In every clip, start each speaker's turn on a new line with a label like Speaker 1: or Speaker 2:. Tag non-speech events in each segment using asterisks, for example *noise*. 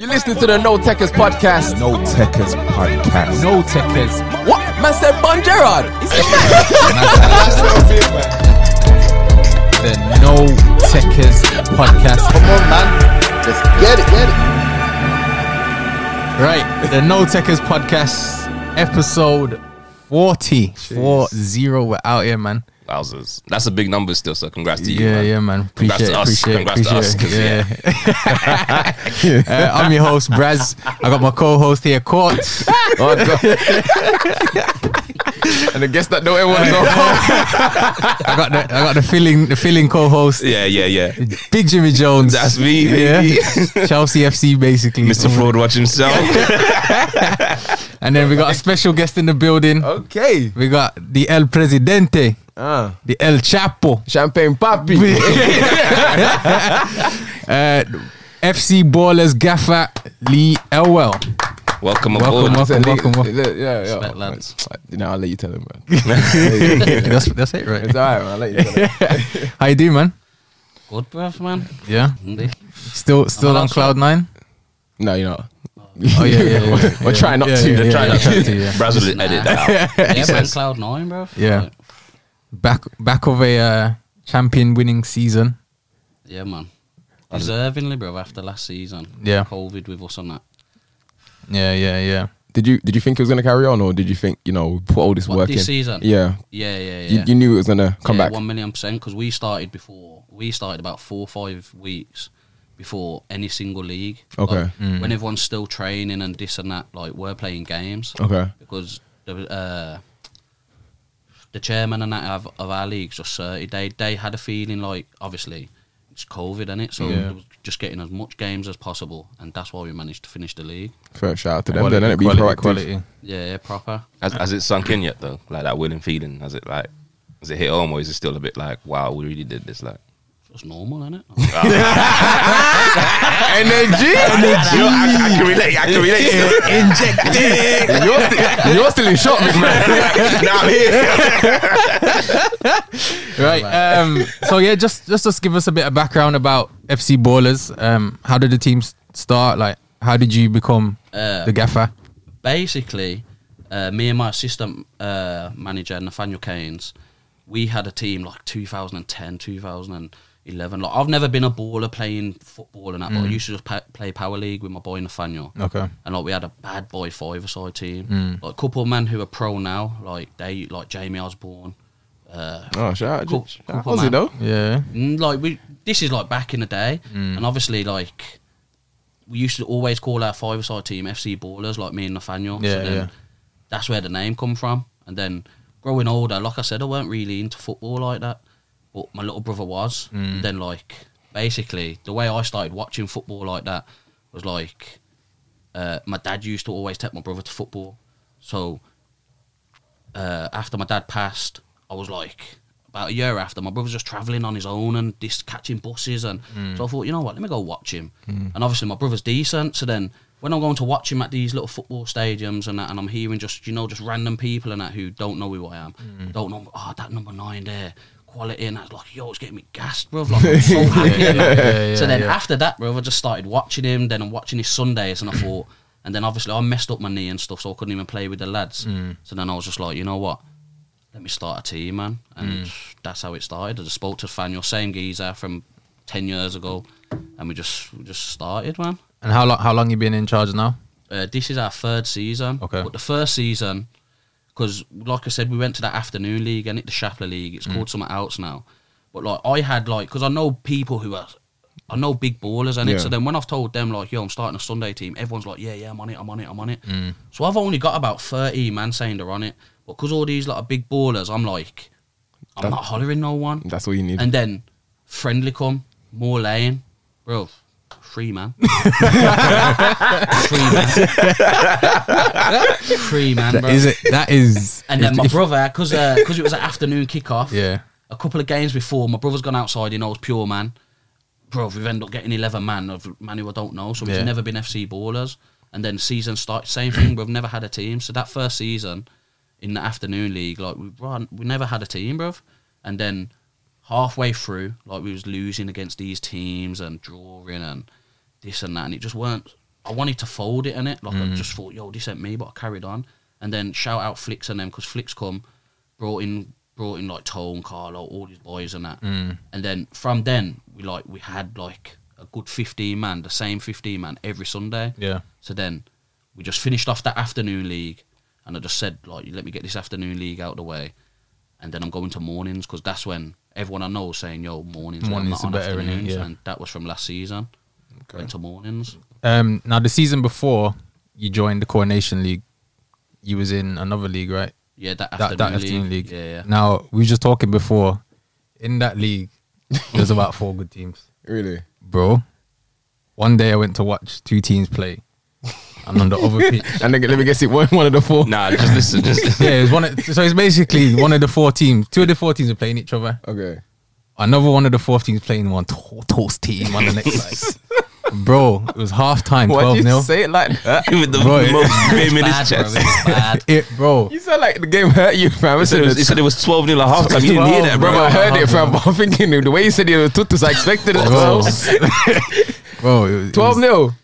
Speaker 1: You're listening to the No Techers podcast.
Speaker 2: No Techers podcast.
Speaker 3: No techers.
Speaker 1: What? Man said Bon Gerard. Is he mad? *laughs*
Speaker 3: The No Techers podcast.
Speaker 4: Come on, man. Let's get it, get it.
Speaker 3: Right. The No Techers podcast, episode 40. 40. We're out here, man.
Speaker 5: Wowzers. That's a big number still, so congrats to you.
Speaker 3: Yeah,
Speaker 5: man.
Speaker 3: yeah, man.
Speaker 5: Congrats
Speaker 3: Appreciate it.
Speaker 5: to us.
Speaker 3: Appreciate it.
Speaker 5: Congrats to us,
Speaker 3: Appreciate it. Yeah. *laughs* Uh, I'm your host, Braz. I got my co host here, Court.
Speaker 1: Oh, God.
Speaker 3: *laughs*
Speaker 1: and I guess that don't everyone know.
Speaker 3: I got the, I got the filling the filling co host,
Speaker 5: Yeah, yeah,
Speaker 3: *laughs*
Speaker 5: yeah.
Speaker 3: Big Jimmy Jones.
Speaker 5: That's me,
Speaker 3: Yeah.
Speaker 5: baby.
Speaker 3: *laughs* Chelsea FC, basically.
Speaker 5: Mr. Fraud Watch himself.
Speaker 3: And then we got a special guest in the building.
Speaker 1: okay.
Speaker 3: We got the El Presidente,
Speaker 1: Uh,
Speaker 3: the El Chapo.
Speaker 1: champagne *laughs* Papi.
Speaker 3: Uh, FC Ballers Gaffa Lee Elwell.
Speaker 5: welcome
Speaker 3: Welcome,
Speaker 5: aboard.
Speaker 3: welcome.
Speaker 1: Yeah,
Speaker 6: Oh,
Speaker 1: yeah.
Speaker 5: Smack lads.
Speaker 1: You know, I'll let you tell him, man. *laughs* it's
Speaker 3: that's, that's it, right?
Speaker 1: alright, man. I'll let you tell *laughs* him.
Speaker 3: How you doing, man?
Speaker 6: Good breath, man.
Speaker 3: Yeah.
Speaker 6: Indeed.
Speaker 3: Still still on cloud nine?
Speaker 1: No, you know.
Speaker 3: Oh, *laughs* yeah, yeah, yeah, yeah.
Speaker 1: We're trying not
Speaker 3: Yeah,
Speaker 1: to.
Speaker 3: yeah, yeah. Try
Speaker 5: Try not to.
Speaker 3: to,
Speaker 5: *laughs*
Speaker 3: yeah.
Speaker 5: Brazil will edit that out.
Speaker 6: Yeah, man,
Speaker 5: sense.
Speaker 6: cloud nine, bro.
Speaker 3: Yeah.
Speaker 6: Like,
Speaker 3: Back back of a uh, champion winning season.
Speaker 6: yeah, man. Deservingly, bro. After last season,
Speaker 3: Yeah.
Speaker 6: COVID with us on that.
Speaker 3: Yeah, yeah, yeah.
Speaker 1: Did you did you think it was gonna carry on, or did you think you know we put all this
Speaker 6: What,
Speaker 1: work
Speaker 6: this
Speaker 1: in?
Speaker 6: season?
Speaker 1: Yeah,
Speaker 6: Yeah, yeah, yeah.
Speaker 1: You, you knew it was gonna come
Speaker 6: Yeah,
Speaker 1: back.
Speaker 6: one million percent because we started before. We started about four, five weeks before any single league.
Speaker 1: Okay.
Speaker 6: Like, When everyone's still training and this and that, like we're playing games.
Speaker 1: Okay.
Speaker 6: because the uh, the chairman and that of, of our leagues just uh, they they had a feeling like obviously it's COVID and it, so
Speaker 3: Yeah.
Speaker 6: they was just getting as much games as possible, and that's why we managed to finish the league.
Speaker 1: Fair shout out to them. then it be proactive. *laughs*
Speaker 6: Yeah, yeah, proper.
Speaker 5: Has, has it sunk in yet, though? Like that winning feeling? Has it, like, has it hit home or is it still a bit like, wow, we really did this? *laughs* Like,
Speaker 6: It's normal, isn't it?
Speaker 1: Energy, energy.
Speaker 5: Yo, I, I can relate. I can relate. *laughs*
Speaker 3: Injected.
Speaker 1: You're still, you're still in shock, *laughs* big man.
Speaker 5: now I'm here.
Speaker 3: right. Um, so yeah, just just just give us a bit of background about FC Ballers. Um, how did the team s- start? Like, how did you become
Speaker 6: Uh,
Speaker 3: the gaffer?
Speaker 6: basically, uh, me and my assistant uh, manager Nathaniel Keynes, we had a team like 2010, 2011. Like I've never been a baller playing football and that. But I used to just pa- play power league with my boy Nathaniel.
Speaker 3: Okay.
Speaker 6: And like we had a bad boy five side team. Like a couple of men who are pro now, like they like Jamie Osborne. Uh,
Speaker 1: Oh, shout out,
Speaker 6: Cool-
Speaker 1: Judge.
Speaker 6: cool
Speaker 1: How's it
Speaker 6: man.
Speaker 1: though?
Speaker 3: Yeah.
Speaker 6: Mm, like we this is like back in the day
Speaker 3: Mm.
Speaker 6: and obviously like we used to always call our five side team fc ballers like me and nathaniel
Speaker 3: Yeah,
Speaker 6: so then
Speaker 3: yeah.
Speaker 6: that's where the name come from and then growing older like i said i weren't really into football like that but my little brother was
Speaker 3: Mm.
Speaker 6: and then like basically the way i started watching football like that was like uh, my dad used to always take my brother to football so uh, after my dad passed, I was like about a year after my brother was just traveling on his own and this catching buses and so I thought, you know what, let me go watch him. And obviously my brother's decent, so then when I'm going to watch him at these little football stadiums and that, and I'm hearing just you know just random people and that who don't know who I am, don't know. Oh, that number nine there, quality, and that's like, yo, it's getting me gassed, bro. Like I'm so happy.
Speaker 3: yeah,
Speaker 6: so then
Speaker 3: yeah.
Speaker 6: after that, bro, I just started watching him. Then I'm watching his
Speaker 3: *coughs*
Speaker 6: Sundays, and I thought, and then obviously I messed up my knee and stuff, so I couldn't even play with the lads.
Speaker 3: Mm.
Speaker 6: So then I was just like, you know what? Let me start a team, man, and
Speaker 3: Mm.
Speaker 6: that's how it started. I just spoke to Faniel, same geezer from ten years ago, and we just we just started, man.
Speaker 3: And how long how long you been in charge now?
Speaker 6: Uh, this is our third season.
Speaker 3: Okay.
Speaker 6: But the first season, because like I said, we went to that afternoon league and it the Shapler League.
Speaker 1: Mm.
Speaker 6: It's called something else now. But like I had like because I know people who are. I know big ballers and
Speaker 1: Yeah.
Speaker 6: it. So then when I've told them like, "Yo, I'm starting a Sunday team," everyone's like, "Yeah, yeah, I'm on it, I'm on it, I'm on it."
Speaker 1: Mm.
Speaker 6: So I've only got about thirty man saying they're on it, but because all these like big ballers, I'm like, I'm
Speaker 1: That-
Speaker 6: not hollering no one.
Speaker 1: That's all you need.
Speaker 6: And then friendly come, more lane, bro.
Speaker 3: *laughs*
Speaker 6: Free man. free man. free man, bro.
Speaker 3: Is
Speaker 6: *laughs*
Speaker 3: it that is
Speaker 6: And then my brother, because it was an afternoon kickoff,
Speaker 3: Yeah.
Speaker 6: a couple of games before, my brother's gone outside, he knows pure man. Bro, we've ended up getting 11 man of man who I don't know, so we've
Speaker 3: Yeah.
Speaker 6: never been FC ballers. And then season start, same thing, we've never had a team. So that first season in the afternoon league, like we run, we never had a team, bruv. And then halfway through, like we was losing against these teams and drawing and this and that, and it just weren't I wanted to fold it in it. Like I just thought, yo, this ain't me, but I carried on. And then shout out Flicks and them because Flicks come, brought in brought in like Tone, Carlo, all these boys and that. And then from then we like we had like a good fifteen man, the same fifteen man every Sunday.
Speaker 3: Yeah.
Speaker 6: So then we just finished off that afternoon league, and I just said like, let me get this afternoon league out of the way, and then I'm going to mornings because that's when everyone I know is saying, yo, mornings, man,
Speaker 3: Mornings
Speaker 6: not
Speaker 3: are
Speaker 6: on
Speaker 3: better, innit?
Speaker 6: afternoons.
Speaker 3: Yeah.
Speaker 6: And that was from last season. Went to mornings.
Speaker 3: Um, now the season before you joined the Coronation League, you was in another league, right?
Speaker 6: Yeah, that
Speaker 3: That,
Speaker 6: afternoon,
Speaker 3: that afternoon league.
Speaker 6: Yeah, yeah.
Speaker 3: Now we were just talking before. In that league, there's about four good teams,
Speaker 1: *laughs* Really?
Speaker 3: bro. One day I went to watch two teams play, and on the other pitch,
Speaker 1: And then, let me guess it wasn't one of the four.
Speaker 5: Nah, just listen. Just
Speaker 3: yeah, it's one. Of, so it's basically one of the four teams. Two of the four teams are playing each other.
Speaker 1: Okay.
Speaker 3: Another one of the fourth teams playing one to- toast team on the next leg. Bro, it was half time,
Speaker 1: Why
Speaker 3: twelve
Speaker 1: did you
Speaker 3: 0
Speaker 1: say it like that?
Speaker 5: *laughs* with the
Speaker 3: Right.
Speaker 5: most grim in
Speaker 6: Bad,
Speaker 5: his
Speaker 6: bro, it was
Speaker 5: chest.
Speaker 6: bad.
Speaker 3: It, bro.
Speaker 1: *laughs* You sound like the game hurt you, fam. I
Speaker 5: He said, it was, he said it was 12 nil at half time. You didn't hear that,
Speaker 1: Bro,
Speaker 5: bro.
Speaker 1: I heard it, fam. *laughs* I'm thinking the way you said it was tutus, I expected it.
Speaker 3: Bro,
Speaker 1: *laughs*
Speaker 3: bro, it was, it
Speaker 1: 12
Speaker 3: was-
Speaker 1: 0.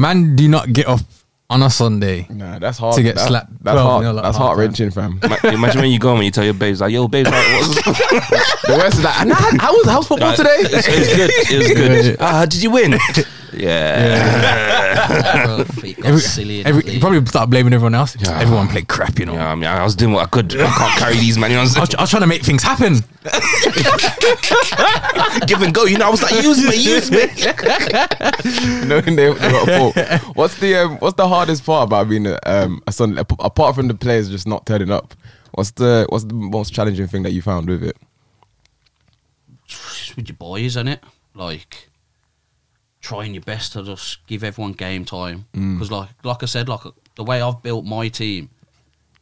Speaker 3: Man, man, do not get up on a Sunday.
Speaker 1: Nah, that's hard.
Speaker 3: To get
Speaker 1: that-
Speaker 3: slapped
Speaker 1: That's
Speaker 3: 12-0
Speaker 1: hard.
Speaker 3: at
Speaker 1: That's
Speaker 3: halftime.
Speaker 1: heart wrenching, fam.
Speaker 5: Ma- Imagine when you go and you tell your babes like, "Yo, babes, like, what's
Speaker 1: *laughs* The worst is that. And I had, how was how's football
Speaker 5: *laughs*
Speaker 1: today? *laughs*
Speaker 5: It was good. It was good. Ah, did you *laughs* win? Yeah.
Speaker 6: Bro, feet got
Speaker 3: Every-
Speaker 6: silly. in
Speaker 3: every-
Speaker 6: that
Speaker 3: you
Speaker 6: league.
Speaker 3: probably start blaming everyone else. Everyone played crap, you know.
Speaker 5: You know what I mean, I was doing what I could. I can't carry these, man. You know what
Speaker 3: I,
Speaker 5: I'm
Speaker 3: was, I was trying to make things happen.
Speaker 5: saying? *laughs* Give and go. You know, I was like, use me, use me.
Speaker 1: knowing they, they got a ball. What's the um, what's the hardest part about being a, um, a son? ap- Apart from the players just not turning up, what's the what's the most challenging thing that you found with it?
Speaker 6: it's with your boys, isn't it? Like trying your best to just give everyone game time. Because like like I said, like the way I've built my team,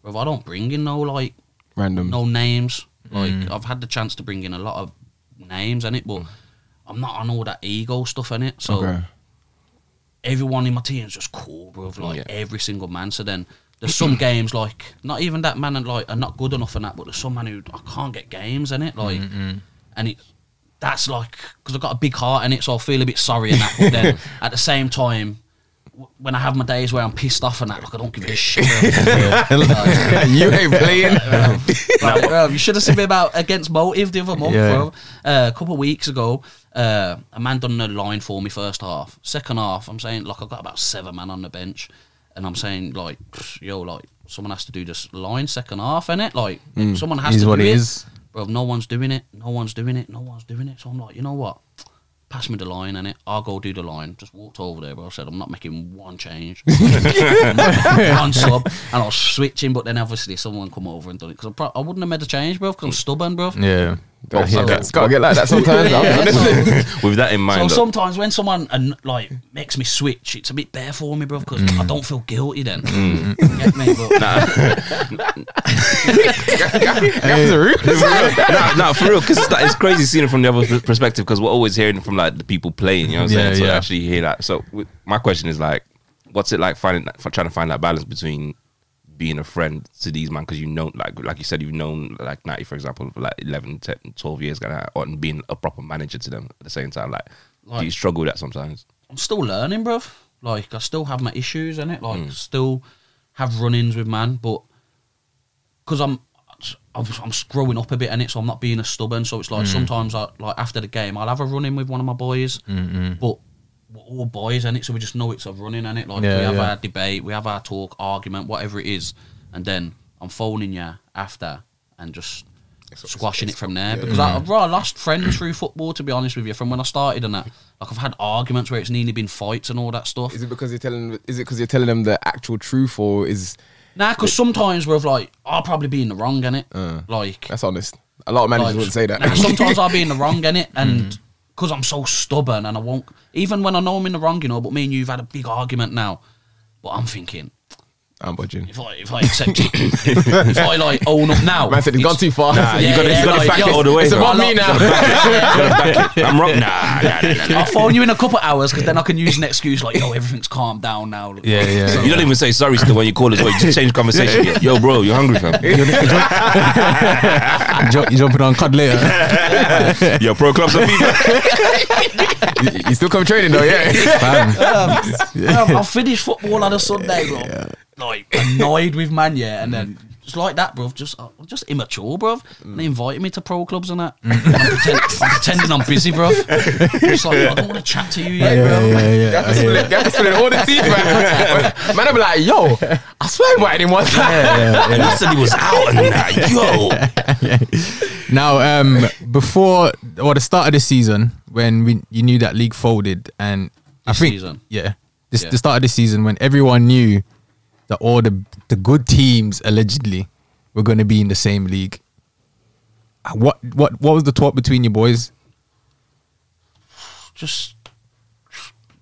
Speaker 6: if I don't bring in no like
Speaker 1: Random.
Speaker 6: no names. Like I've had the chance to bring in a lot of names in it, but I'm not on all that ego stuff in it. So
Speaker 1: Okay.
Speaker 6: everyone in my team's just cool, bro. Like
Speaker 5: Yeah.
Speaker 6: every single man. So then there's some games like not even that man and like are not good enough in that, but there's some man who I can't get games in it. Like and it that's like because I've got a big heart in it, so I feel a bit sorry in that. But then at the same time. w- When I have my days where I'm pissed off and that, like I don't give a shit. Like,
Speaker 1: you ain't playing.
Speaker 6: like, bro, you should have seen me about against motive the other month,
Speaker 3: Yeah.
Speaker 6: bro. Uh, a couple of weeks ago, uh, a man done a line for me first half. Second half, I'm saying like I've got about seven man on the bench, and I'm saying like, yo, like someone has to do this line second half, innit? Like someone has
Speaker 3: Hmm. Is
Speaker 6: to
Speaker 3: what
Speaker 6: do
Speaker 3: it
Speaker 6: it.
Speaker 3: is.
Speaker 6: Bro, no one's doing it. No one's doing it. No one's doing it. So I'm like, you know what? Pass me the line, innit? I'll go do the line. Just walked over there, bro. I said, I'm not making one change.
Speaker 3: *laughs*
Speaker 6: one sub, and I was switching, but then obviously someone come over and done it because I, pro- I wouldn't have made a change, bro, because I'm stubborn, bro.
Speaker 3: Yeah.
Speaker 1: Don't
Speaker 6: hear that.
Speaker 1: It's gotta get like that sometimes.
Speaker 6: Yeah,
Speaker 1: I'm honest.
Speaker 6: so-
Speaker 5: With that in
Speaker 6: so
Speaker 5: mind, though,
Speaker 6: sometimes when someone and like makes me switch, it's a bit bare for me, bro, because I don't feel guilty then. Get me,
Speaker 1: *laughs*
Speaker 6: but
Speaker 5: *laughs*
Speaker 1: That's a rude.
Speaker 5: *laughs* nah, nah, for real, because it's, like, it's crazy seeing it from the other pers- perspective. Because we're always hearing from like the people playing, you know what I'm
Speaker 3: Yeah,
Speaker 5: saying? So to
Speaker 3: yeah.
Speaker 5: actually hear that. So w- my question is like, what's it like finding that, for trying to find that balance between being a friend to these man because you know, like, like you said, you've known like Natty, for example, for like 11, 10, 12 years, kinda, and being a proper manager to them at the same time. Like, do you
Speaker 6: Like-
Speaker 5: struggle with that sometimes?
Speaker 6: I'm still learning, bruv. Like I still have my issues in it. Like
Speaker 3: Mm.
Speaker 6: still have run-ins with man, but because I'm I'm, I'm growing up a bit in it, so I'm not being as stubborn. So it's
Speaker 3: Mm.
Speaker 6: like sometimes I like after the game I'll have a run-in with one of my boys,
Speaker 3: Mm-hmm.
Speaker 6: but we're all boys in it, so we just know it's a running in it. Like
Speaker 3: Yeah,
Speaker 6: we have
Speaker 3: yeah.
Speaker 6: our debate, we have our talk, argument, whatever it is, and then I'm phoning you after and just. Squashing it from there because I, I've rather lost friends through football. To be honest with you, from when I started and that, like I've had arguments where it's nearly been fights and all that stuff.
Speaker 1: Is it because you're telling? Is it because you're telling them the actual truth, or is
Speaker 6: Nah, because sometimes we're like, I'll probably be in the wrong, innit? it. like,
Speaker 1: Uh, that's honest? A lot of managers
Speaker 6: like,
Speaker 1: wouldn't say that.
Speaker 6: nah, sometimes I'll
Speaker 1: *laughs*
Speaker 6: be in the wrong, innit? And because I'm so stubborn and I won't, even when I know I'm in the wrong, you know, but me and you've had a big argument now, but I'm thinking,
Speaker 1: I'm budging.
Speaker 6: If I if I accept it, if, if I like own up now,
Speaker 1: Man said it's gone too far.
Speaker 5: Nah, you
Speaker 6: Yeah,
Speaker 5: gotta,
Speaker 6: yeah,
Speaker 5: you gotta
Speaker 6: like,
Speaker 5: back
Speaker 6: yo,
Speaker 5: it all the way.
Speaker 1: It's
Speaker 5: bro.
Speaker 1: about me
Speaker 5: You
Speaker 1: now.
Speaker 5: gotta
Speaker 6: *laughs*
Speaker 5: back it. *laughs* I'm wrong. Nah, nah, nah, nah, nah.
Speaker 6: I'll phone you in a couple of hours because then I can use an excuse like, yo, everything's calmed down now.
Speaker 3: Yeah, yeah.
Speaker 1: *laughs*
Speaker 3: *laughs*
Speaker 5: You don't even say sorry still when you call us. Well. You just change conversation. Yo, bro, you're hungry, fam.
Speaker 3: Jump, you jumping on
Speaker 1: *laughs*
Speaker 3: COD later.
Speaker 5: Yo, pro clubs are people.
Speaker 1: You, you still come training though, *laughs* yeah.
Speaker 3: Bam.
Speaker 6: Um, I finished football on a Sunday, bro. Like annoyed with man, yeah, and then just like that, bro. Just uh, just immature, bro. And they invited me to pro clubs and that. I'm, pretend, I'm pretending I'm busy, bro. Just like I don't want to chat to you yet,
Speaker 3: Yeah,
Speaker 6: bro.
Speaker 3: yeah, yeah.
Speaker 1: You have to split, you have to split all the teeth, *laughs* man. Man, I'll be like, yo, I swear I invited him once. *laughs*
Speaker 5: And I said he was out and that. Yo.
Speaker 3: Now, um, before or the start of the season, when we you knew that league folded, and I
Speaker 6: This
Speaker 3: think
Speaker 6: season.
Speaker 3: yeah, this,
Speaker 6: Yeah.
Speaker 3: the start of the season when everyone knew that all the the good teams allegedly were going to be in the same league. Uh, What what what was the talk between you boys?
Speaker 6: Just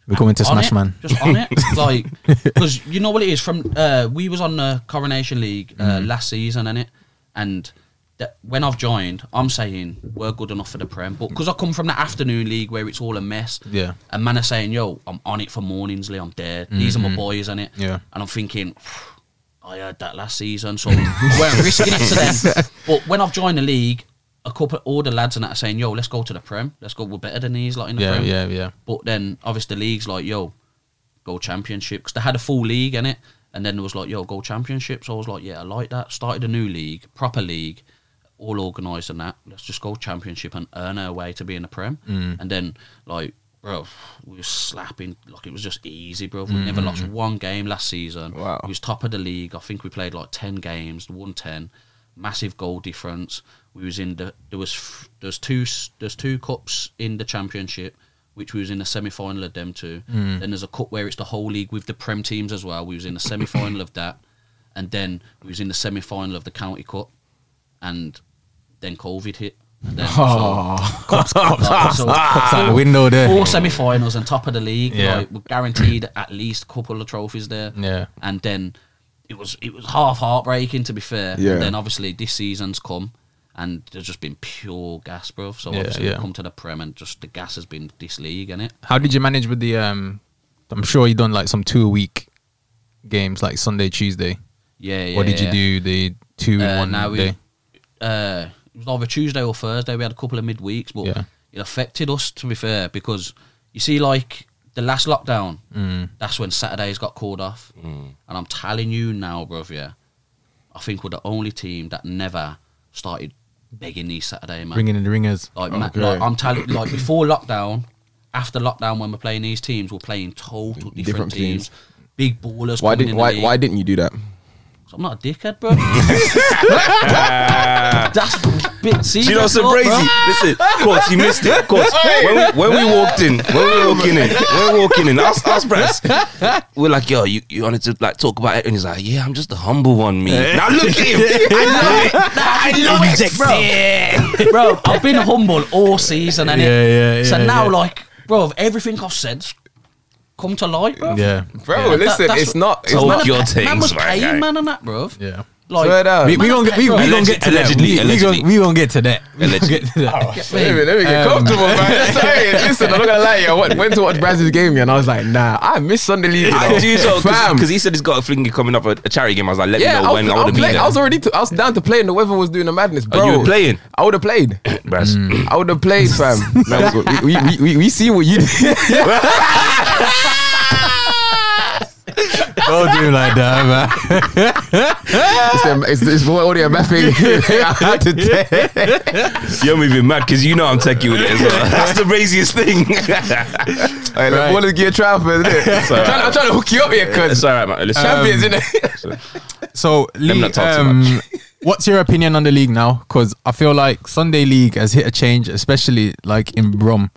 Speaker 3: We're coming to
Speaker 6: on
Speaker 3: Smash
Speaker 6: it,
Speaker 3: Man.
Speaker 6: Just on it,
Speaker 3: *laughs*
Speaker 6: like because you know what it is. From uh, we was on the Coronation League uh,
Speaker 3: Mm-hmm.
Speaker 6: last season, and it and. That when I've joined, I'm saying we're good enough for the Prem, but because I come from the afternoon league where it's all a mess,
Speaker 3: Yeah.
Speaker 6: and man are saying, "Yo, I'm on it for Morningsley. I'm there. These are my boys on it."
Speaker 3: Mm-hmm. Yeah.
Speaker 6: and I'm thinking, I heard that last season, so I weren't risking it to
Speaker 3: *laughs*
Speaker 6: them. But when I've joined the league, a couple, all the lads and that are saying, "Yo, let's go to the Prem. Let's go. We're better than these, like in the
Speaker 3: Yeah,
Speaker 6: Prem."
Speaker 3: yeah, yeah.
Speaker 6: But then obviously the league's like, yo, go championship because they had a full league in it, and then it was like, yo, go championship. So I was like, yeah, I like that. Started a new league, proper league, all organised and that. Let's just go championship and earn our way to be in the prem. And then like, bro, we were slapping like it was just easy, bro. We never lost one game last season.
Speaker 1: Wow.
Speaker 6: we was top of the league. I think we played like ten games, won ten. Massive goal difference. We was in the there was f- there's two s- there's two cups in the championship, which we was in the semi final of them two.
Speaker 3: Mm.
Speaker 6: Then there's a cup where it's the whole league with the prem teams as well. We was in the semi final of that, and then we was in the semi final of the county cup, and then COVID hit. And then,
Speaker 3: Oh, *laughs* cops,
Speaker 6: so, like, so
Speaker 3: cops out the window there.
Speaker 6: four semi-finals and top of the league.
Speaker 3: Yeah.
Speaker 6: Like, we're guaranteed at least a couple of trophies there.
Speaker 3: Yeah.
Speaker 6: And then it was it was half heartbreaking to be fair.
Speaker 1: Yeah.
Speaker 6: And then obviously this season's come and there's just been pure gas, bro. So
Speaker 3: Yeah,
Speaker 6: obviously
Speaker 3: yeah.
Speaker 6: we come to the prem and just the gas has been this league and it.
Speaker 3: How did you manage with the? Um, I'm sure you done like some two a week games, like Sunday, Tuesday.
Speaker 6: Yeah. yeah
Speaker 3: Or did
Speaker 6: yeah.
Speaker 3: you do the two in
Speaker 6: Uh,
Speaker 3: one
Speaker 6: now we-
Speaker 3: day?
Speaker 6: uh, it was either Tuesday or Thursday. We had a couple of midweeks, but
Speaker 3: Yeah.
Speaker 6: it affected us to be fair because you see, like the last lockdown,
Speaker 1: Mm.
Speaker 6: that's when Saturdays got called off, and I'm telling you now, bruv, yeah, I think we're the only team that never started begging these Saturday man.
Speaker 3: Bringing in the ringers.
Speaker 6: Like, ma-
Speaker 1: Okay.
Speaker 6: like, I'm telling, like before lockdown, after lockdown, when we're playing these teams, we're playing total different,
Speaker 1: Different
Speaker 6: teams.
Speaker 1: teams.
Speaker 6: Big ballers.
Speaker 1: Why
Speaker 6: coming in
Speaker 1: didn't
Speaker 6: the
Speaker 1: why,
Speaker 6: league.
Speaker 1: why didn't you do that?
Speaker 6: So I'm not a dickhead,
Speaker 3: *laughs*
Speaker 6: bro. *laughs* that's bit. See,
Speaker 5: Do you know
Speaker 6: that's
Speaker 5: so
Speaker 6: not,
Speaker 5: crazy?
Speaker 6: bro.
Speaker 5: Listen, of course you missed it. Of course, when we, when we walked in, when we walking in, when we walking in, us us brass, we're like, yo, you, you wanted to like talk about it, and he's like, yeah, I'm just the humble one, me. Now look
Speaker 3: *laughs*
Speaker 5: at him, I love it, I love it,
Speaker 6: bro. I've been humble all season, and
Speaker 3: Yeah, yeah,
Speaker 6: So
Speaker 3: yeah,
Speaker 6: now,
Speaker 3: yeah.
Speaker 6: like, bro, everything I've said's come to light, bro.
Speaker 3: Yeah.
Speaker 1: Bro,
Speaker 3: Yeah.
Speaker 1: listen,
Speaker 6: that's
Speaker 1: it's
Speaker 6: what-
Speaker 1: not it's
Speaker 5: Talk
Speaker 1: not
Speaker 5: your
Speaker 6: Man
Speaker 5: things,
Speaker 6: was
Speaker 5: my guy.
Speaker 6: paying man and that, bro.
Speaker 3: Yeah.
Speaker 6: Like,
Speaker 1: Swear down.
Speaker 3: We, we
Speaker 6: Uh, Man,
Speaker 3: gonna get we, we
Speaker 6: bro.
Speaker 3: gonna
Speaker 5: Alleged-
Speaker 3: get to that.
Speaker 5: allegedly,
Speaker 3: We, we gonna
Speaker 5: allegedly.
Speaker 3: we gonna get to that. We
Speaker 5: Allegedly.
Speaker 3: gonna get to that.
Speaker 1: Let me, let me get
Speaker 3: Um,
Speaker 1: comfortable, man. *laughs* Just saying. Listen, I'm not gonna lie. I went, went to watch Brazil's game and I was like, nah, I miss Sunday League.
Speaker 5: I
Speaker 1: though.
Speaker 5: do so
Speaker 1: Fam.
Speaker 5: because he said he's got a flingy coming up at a charity game. I was like, let
Speaker 1: yeah,
Speaker 5: me know
Speaker 1: I was,
Speaker 5: when I
Speaker 1: I,
Speaker 5: want
Speaker 1: was
Speaker 5: to be
Speaker 1: playing,
Speaker 5: there.
Speaker 1: I was already to, I was down to play and the weather was doing the madness, bro.
Speaker 5: Oh, you were playing?
Speaker 1: I would have played.
Speaker 5: Brass.
Speaker 1: I would have played,
Speaker 5: *laughs*
Speaker 1: fam. No, we, we, we, we, we see what you *laughs* did.
Speaker 3: *laughs* Don't do like that, man.
Speaker 1: It's, them- it's, it's what audio mapping. *laughs* I had to tell.
Speaker 3: Mm.
Speaker 5: *laughs* You're moving mad because you know I'm techie with it
Speaker 3: *laughs*
Speaker 5: as well. That's the craziest thing. *laughs*
Speaker 1: Hey, look,
Speaker 3: Right.
Speaker 1: One of the gear transfers,
Speaker 6: *laughs*
Speaker 1: innit?
Speaker 5: all
Speaker 1: I'm, trying,
Speaker 5: right.
Speaker 1: I'm trying to hook you up here, cuz.
Speaker 5: it's all right, man. Listen,
Speaker 3: Um,
Speaker 1: Champions,
Speaker 6: Um,
Speaker 1: innit?
Speaker 6: *laughs*
Speaker 3: So, Lee,
Speaker 5: not talk too
Speaker 3: um,
Speaker 5: much.
Speaker 3: *laughs* what's your opinion on the league now? Because I feel like Sunday league has hit a change, especially like in Brom.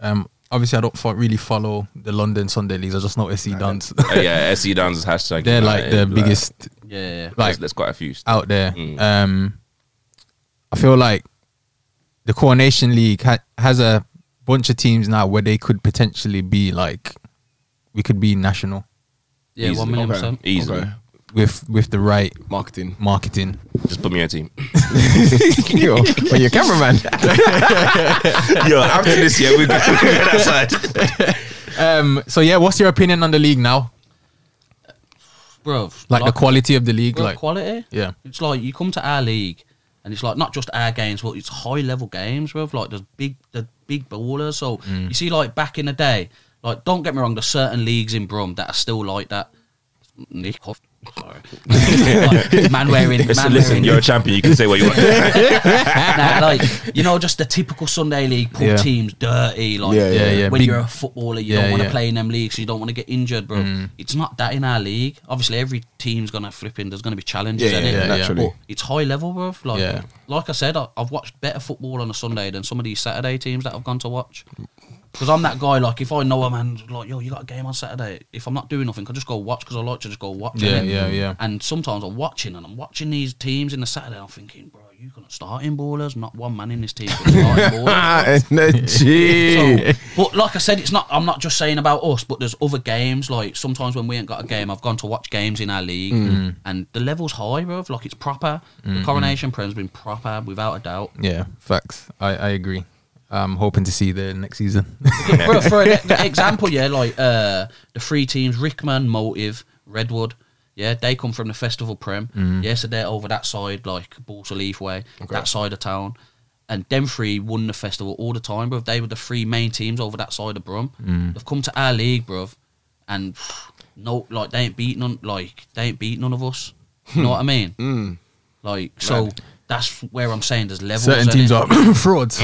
Speaker 3: Um, obviously, I don't fo- really follow the London Sunday leagues. I just noticed he dance.
Speaker 5: Uh, yeah, SE Downs is
Speaker 3: *laughs*
Speaker 5: hashtag.
Speaker 3: They're like the
Speaker 5: United,
Speaker 3: biggest
Speaker 6: yeah,
Speaker 3: *laughs*
Speaker 6: yeah.
Speaker 3: like
Speaker 5: there's, there's quite a few.
Speaker 6: uh,
Speaker 3: out there. Um, I feel like the Coronation League ha- has a bunch of teams now where they could potentially be like, we could be national.
Speaker 6: yeah, one
Speaker 5: easily.
Speaker 6: million
Speaker 1: Okay.
Speaker 6: percent.
Speaker 5: easily.
Speaker 1: Okay.
Speaker 3: with with the right
Speaker 1: Marketing.
Speaker 3: marketing.
Speaker 1: *laughs*
Speaker 5: Just put me on a *laughs* team.
Speaker 1: Yo, but your cameraman.
Speaker 5: Yo, *laughs* after this year, we're going outside.
Speaker 3: *laughs* Um, so yeah, what's your opinion on the league now?
Speaker 6: bro.
Speaker 3: Like, the quality of the league,
Speaker 6: bruv,
Speaker 3: like
Speaker 6: quality.
Speaker 3: yeah,
Speaker 6: It's like you come to our league, and it's like not just our games, but it's high level games with like the big the big ballers. So you see, like back in the day, like don't get me wrong, there's certain leagues in Brum that are still like that. Nick, off. Sorry. Like, man wearing
Speaker 5: Listen,
Speaker 6: man
Speaker 5: listen,
Speaker 6: wearing
Speaker 5: you're a champion. You can say what you want. *laughs*
Speaker 6: nah, like you know, just the typical Sunday league put
Speaker 3: Yeah.
Speaker 6: teams dirty. Like
Speaker 1: Yeah, yeah,
Speaker 3: yeah.
Speaker 6: when
Speaker 3: Big-
Speaker 6: you're a footballer, you
Speaker 3: Yeah,
Speaker 6: don't want to
Speaker 3: yeah.
Speaker 6: play in them leagues. you don't want to get injured, bro. It's not that in our league. Obviously, every team's gonna flip in. There's gonna be challenges.
Speaker 1: Yeah,
Speaker 6: innit?
Speaker 1: yeah,
Speaker 3: yeah,
Speaker 1: naturally.
Speaker 6: But it's high level, bro. Like,
Speaker 3: Yeah.
Speaker 6: like I said, I, I've watched better football on a Sunday than some of these Saturday teams that I've gone to watch. Because I'm that guy. Like, if I know a man, like, yo, you got a game on Saturday. If I'm not doing nothing, I just go watch because I like to just go watch.
Speaker 3: Yeah,
Speaker 6: innit?
Speaker 3: yeah, yeah.
Speaker 6: And sometimes I'm watching and I'm watching these teams in the Saturday. I'm thinking, bro, you gonna start in ballers? Not one man in this
Speaker 3: *laughs*
Speaker 6: team can start in
Speaker 1: Ah,
Speaker 6: ballers. *laughs*
Speaker 1: Energy.
Speaker 6: So, but like I said, it's not. I'm not just saying about us, but there's other games. Like sometimes when we ain't got a game, I've gone to watch games in our league, and the level's high, bro. Like it's proper. The coronation prem's been proper, without a doubt.
Speaker 3: yeah, facts. I I agree. I'm hoping to see the next season. *laughs*
Speaker 6: for, for an e- example, yeah, like uh, the three teams, Rickman, Motive, Redwood, yeah, they come from the Festival Prem.
Speaker 3: Mm-hmm.
Speaker 6: Yeah, so they're over that side, like Balsa Leaf Way, that side of town. And them three won the festival all the time, bruv. They were the three main teams over that side of Brum.
Speaker 3: Mm.
Speaker 6: They've come to our league, bruv, and no, like they ain't beat none, like they ain't beat none of us. You know
Speaker 3: *laughs*
Speaker 6: what I mean?
Speaker 3: Mm.
Speaker 6: Like so, that's where I'm saying there's levels.
Speaker 3: Certain
Speaker 6: innit?
Speaker 3: teams are *coughs* frauds.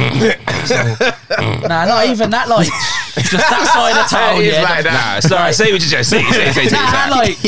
Speaker 6: Nah, not even that.
Speaker 3: *laughs*
Speaker 6: Like just that side of town.
Speaker 5: It's
Speaker 6: Oh, yeah,
Speaker 5: like that. Nah, sorry. Say what you just say. Say, say, say. say.
Speaker 6: Nah, like
Speaker 1: *laughs*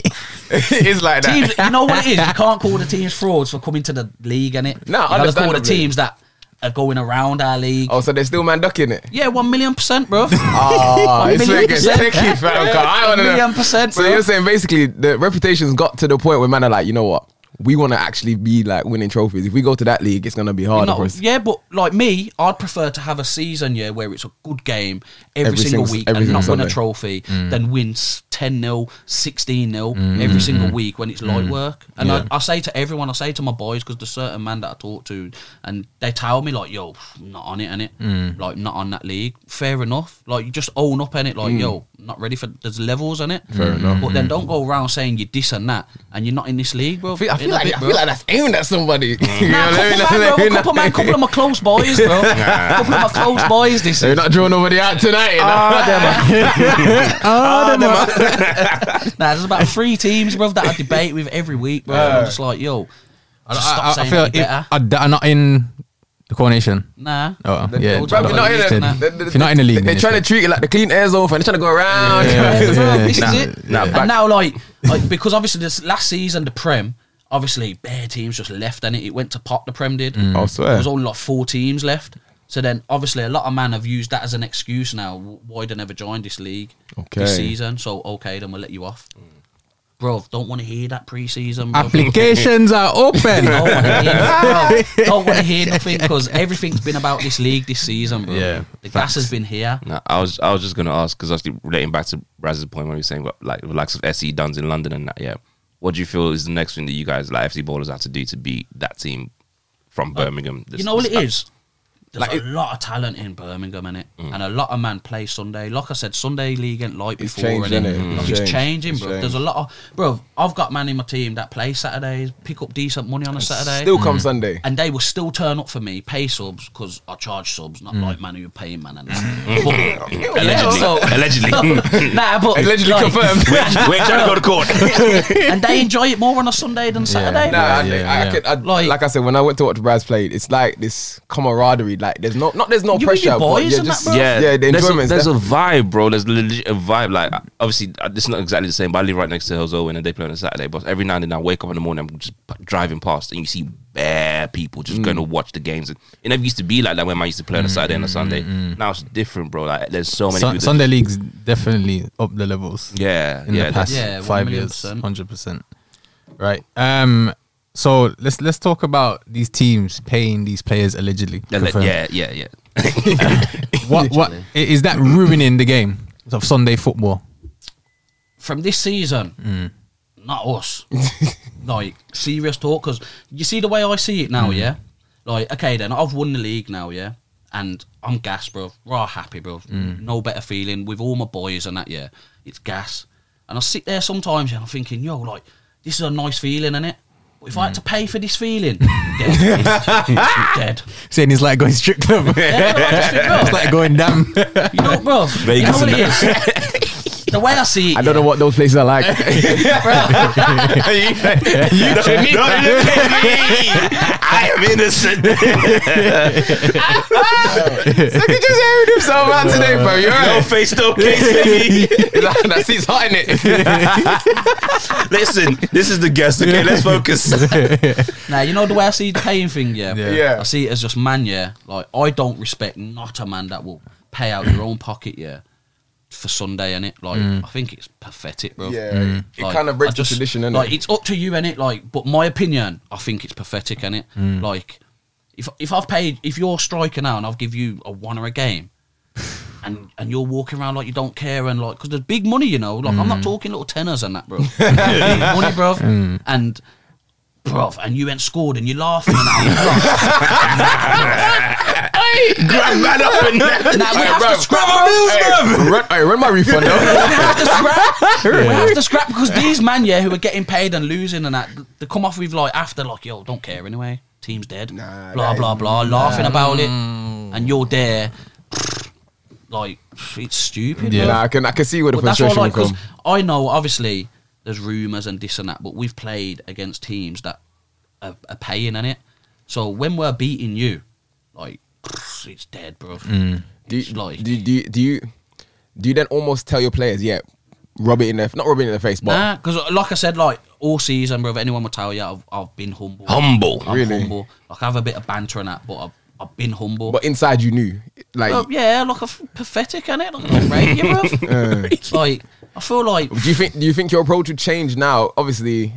Speaker 1: it's like that.
Speaker 6: teams, you know what it is. You can't call the teams frauds for coming to the league, and it.
Speaker 1: No,
Speaker 6: you gotta call the
Speaker 1: understandably.
Speaker 6: teams that are going around our league.
Speaker 1: Oh, so they're still man ducking it.
Speaker 6: Yeah, one million percent, bro.
Speaker 1: Ah,
Speaker 6: One
Speaker 1: it's where it
Speaker 6: million
Speaker 1: gets
Speaker 6: percent.
Speaker 1: tricky, fam. 'cause I
Speaker 6: One
Speaker 1: wanna know.
Speaker 6: million percent,
Speaker 1: So
Speaker 6: bro.
Speaker 1: you're saying basically the reputation's got to the point where man are like, you know what? We want to actually be like winning trophies. If we go to that league, it's gonna be harder for
Speaker 6: No,
Speaker 1: us.
Speaker 6: yeah, but like me, I'd prefer to have a season yeah where it's a good game every,
Speaker 1: Every
Speaker 6: single
Speaker 1: single-
Speaker 6: week
Speaker 1: every
Speaker 6: and not
Speaker 1: single
Speaker 6: win a
Speaker 1: Sunday. Mm.
Speaker 6: trophy, then win 10 0, 16 0 every
Speaker 1: mm.
Speaker 6: single week when it's light work. And I, I say to everyone, I say to my boys, because there's certain man that I talk to, and they tell me, like, yo, not on it, innit?
Speaker 1: Mm.
Speaker 6: Like, not on that league. Fair enough. Like, you just own up in it,
Speaker 1: Mm.
Speaker 6: like, yo, not ready for There's levels in it. Fair enough. But then don't go around saying you're this and that, and you're not in this league, bro.
Speaker 1: I feel, I
Speaker 6: In
Speaker 1: feel
Speaker 6: a
Speaker 1: like
Speaker 6: bit,
Speaker 1: I
Speaker 6: bro.
Speaker 1: feel like that's aimed at somebody. *laughs* You know
Speaker 6: Nah,
Speaker 1: what I mean?
Speaker 6: couple man, bro.
Speaker 1: They're
Speaker 6: A couple man, couple of my close boys,
Speaker 1: *laughs*
Speaker 6: bro. couple of my close boys. This is.
Speaker 1: They're not drawing nobody out tonight. Ah, you know? *laughs*
Speaker 6: Nah, there's about three teams, bro, that I debate with every week, bro. I'm just like, yo, just stop
Speaker 3: I, I- I
Speaker 6: saying
Speaker 3: feel
Speaker 6: that you're better.
Speaker 3: if- are, they- are not in the coronation.
Speaker 6: nah.
Speaker 3: Oh
Speaker 6: They're
Speaker 3: yeah,
Speaker 6: all
Speaker 1: Bro,
Speaker 6: Bro,
Speaker 1: you're not in
Speaker 6: you
Speaker 1: it.
Speaker 6: nah.
Speaker 1: They- they-
Speaker 3: If you're not in the
Speaker 1: they-
Speaker 3: league, then
Speaker 1: they're
Speaker 3: it's
Speaker 1: trying to
Speaker 3: good.
Speaker 1: treat it like the clean air zone, fam. They're trying to go around.
Speaker 6: *laughs*
Speaker 3: Yeah,
Speaker 6: Yeah, bro,
Speaker 3: yeah,
Speaker 6: this
Speaker 5: nah,
Speaker 6: is it.
Speaker 5: nah, back-
Speaker 6: and now, like, like, because obviously this last season, the Prem, obviously bare teams just left, and it it went to pot. The Prem did.
Speaker 1: I swear.
Speaker 6: There was only like four teams left. So then, obviously, a lot of men have used that as an excuse now. w- Why they never joined this league
Speaker 1: Okay.
Speaker 6: this season? So okay, then we'll let you off, bro. Don't want to hear that pre-season. bruv.
Speaker 3: Applications *laughs* are open.
Speaker 6: Don't wanna hear-
Speaker 1: *laughs*
Speaker 6: bro, Don't want to hear nothing because everything's been about this league this season, bro.
Speaker 3: Yeah,
Speaker 6: the gas has been here.
Speaker 5: No, I was I was just gonna ask because actually relating back to Raz's point when he was saying about like the likes of SE Duns in London and that. Yeah, what do you feel is the next thing that you guys like FC ballers have to do to beat that team from Birmingham?
Speaker 6: Uh,
Speaker 5: This-
Speaker 6: you know what it
Speaker 5: this-
Speaker 6: is? There's a lot of talent in Birmingham, innit?
Speaker 1: Mm.
Speaker 6: And a lot of man play Sunday. Like I said, Sunday league ain't like
Speaker 1: It's
Speaker 6: before.
Speaker 1: changed,
Speaker 6: innit?
Speaker 1: innit?
Speaker 6: Like,
Speaker 1: It's
Speaker 6: it's
Speaker 1: changed.
Speaker 6: changing,
Speaker 1: It's
Speaker 6: bro.
Speaker 1: changed.
Speaker 6: There's a lot of bro. I've got man in my team that play Saturdays, pick up decent money on a
Speaker 1: *laughs*
Speaker 6: Saturday,
Speaker 1: Still come Sunday.
Speaker 6: and they will still turn up for me, pay subs because I charge subs,
Speaker 1: Mm.
Speaker 6: not like man who are paying man.
Speaker 1: *laughs*
Speaker 6: And that. But- Yeah,
Speaker 5: Allegedly,
Speaker 6: so-
Speaker 5: allegedly,
Speaker 6: *laughs* nah, but
Speaker 1: Allegedly
Speaker 6: like,
Speaker 5: *laughs*
Speaker 1: confirmed.
Speaker 5: we're, we're trying to go to court.
Speaker 6: *laughs* and they enjoy it more on a Sunday than Saturday.
Speaker 1: No, I,
Speaker 3: Yeah, yeah,
Speaker 1: I, I
Speaker 3: yeah.
Speaker 1: could, I, like,
Speaker 6: Like-
Speaker 1: I said, when I went to watch Raz play, it's like this camaraderie. Like, there's no, not there's no
Speaker 6: You with
Speaker 1: pressure.
Speaker 6: your
Speaker 1: but
Speaker 6: boys
Speaker 1: you're
Speaker 6: and
Speaker 1: just-
Speaker 6: that, bro?
Speaker 5: Yeah,
Speaker 1: yeah, the
Speaker 5: there's, a,
Speaker 1: enjoyment's
Speaker 5: there's a
Speaker 1: there.
Speaker 5: vibe, bro. There's legit a vibe. Like obviously, uh, this is not exactly the same. But I live right next to Hills Owen, and they play on a Saturday. But every now and then, I wake up in the morning, I'm just p- driving past, and you see bare people
Speaker 3: Mm.
Speaker 5: just going to watch the games. And it never used to be like that when I used to play on a Saturday and a Sunday. Now it's different, bro. Like there's so many.
Speaker 3: mm, Sun-
Speaker 5: people that-
Speaker 3: Sunday leagues definitely up the levels.
Speaker 5: yeah,
Speaker 3: in
Speaker 5: yeah,
Speaker 3: the
Speaker 5: that's-
Speaker 3: past
Speaker 6: Yeah, one
Speaker 3: five
Speaker 6: million
Speaker 3: years,
Speaker 6: percent.
Speaker 3: hundred percent. Right. Um. So let's let's talk about these teams paying these players allegedly.
Speaker 5: yeah,
Speaker 3: Confirmed.
Speaker 5: yeah, yeah,
Speaker 3: *laughs*
Speaker 5: yeah.
Speaker 3: What what i- is that ruining the game of Sunday football?
Speaker 6: From this season, not us. *laughs* like serious talk, because you see the way I see it now, yeah. Like okay, then I've won the league now, yeah, and I'm gas, bro. Raw happy, bro. No better feeling with all my boys and that, yeah. It's gas, and I sit there sometimes and I'm thinking, yo, like this is a nice feeling, is it? But if I had to pay for this feling, dead, dead.
Speaker 3: Saying he's like going strip club.
Speaker 6: Yeah, I just
Speaker 3: *laughs*
Speaker 6: think, bro,
Speaker 3: it's like going damn.
Speaker 6: you know, bro. you know
Speaker 5: Vegas
Speaker 6: what
Speaker 5: and
Speaker 6: it is. the way I see it,
Speaker 1: I don't know what those places are *laughs* like.
Speaker 5: *laughs*
Speaker 3: *laughs*
Speaker 5: I am innocent.
Speaker 1: Look, he just aired himself out today, bro. You're
Speaker 5: No *laughs*
Speaker 1: right.
Speaker 5: face, no case,
Speaker 3: *laughs*
Speaker 1: *laughs*
Speaker 5: baby.
Speaker 1: that seat's hot in it.
Speaker 5: Listen, this is the guest. Okay, let's
Speaker 3: *laughs*
Speaker 5: focus.
Speaker 6: Now you know the way I see the paying thing, yeah.
Speaker 3: Yeah.
Speaker 1: Yeah.
Speaker 6: I see it as just man, yeah. Like I don't respect not a man that will pay out your own pocket, yeah, for Sunday and it. Like I think it's pathetic, bro.
Speaker 1: Yeah, it kind of breaks the tradition, innit?
Speaker 6: Like it's up to you, innit? Like, but my opinion, I think it's pathetic, innit? Like, if if I've paid, if you're striking out and I'll give you a one or a game, and and you're walking around like you don't care and like because there's big money, you know. Like I'm not talking little tenors and that, bro. Big money, bro. And bro, and you ain't scored and you're laughing. And i
Speaker 5: Grab man up and
Speaker 6: and now we have
Speaker 1: bruv.
Speaker 6: to scrap our bills, bro.
Speaker 1: run, hey, run my refund
Speaker 6: *laughs*
Speaker 1: though.
Speaker 6: We have to scrap. We have to scrap because these man, yeah, who are getting paid and losing and that, they come off with like after like, yo, don't care anyway. Team's dead.
Speaker 1: Nah,
Speaker 6: blah
Speaker 1: that-
Speaker 6: blah blah, laughing about it, and you're there, like it's stupid.
Speaker 3: Yeah.
Speaker 6: bro.
Speaker 1: Nah, I can I can see where the
Speaker 6: But that's what
Speaker 1: frustration
Speaker 6: I like
Speaker 1: will
Speaker 6: because
Speaker 1: come.
Speaker 6: I know obviously there's rumors and this and that, but we've played against teams that are, are paying in it. So when we're beating you, like it's dead, bro.
Speaker 1: Mm. Do you,
Speaker 6: It's like-
Speaker 1: do, you- do, you- do you do you then almost tell your players, yeah, rub it in their not rub it in their face, but
Speaker 6: Nah, because like I said, like all season, brother, anyone will tell you, I've, I've been humble.
Speaker 5: humble.
Speaker 6: I'm
Speaker 1: Really?
Speaker 6: humble. Like I have a bit of banter and that, but I've, I've been humble.
Speaker 1: but inside you knew, like.
Speaker 6: Well, Oh, yeah, like I'm pathetic, innit? Like I'm right,
Speaker 1: *laughs*
Speaker 6: you bruv. *laughs* Like I feel like
Speaker 1: Do you think do you think your approach would change now? Obviously,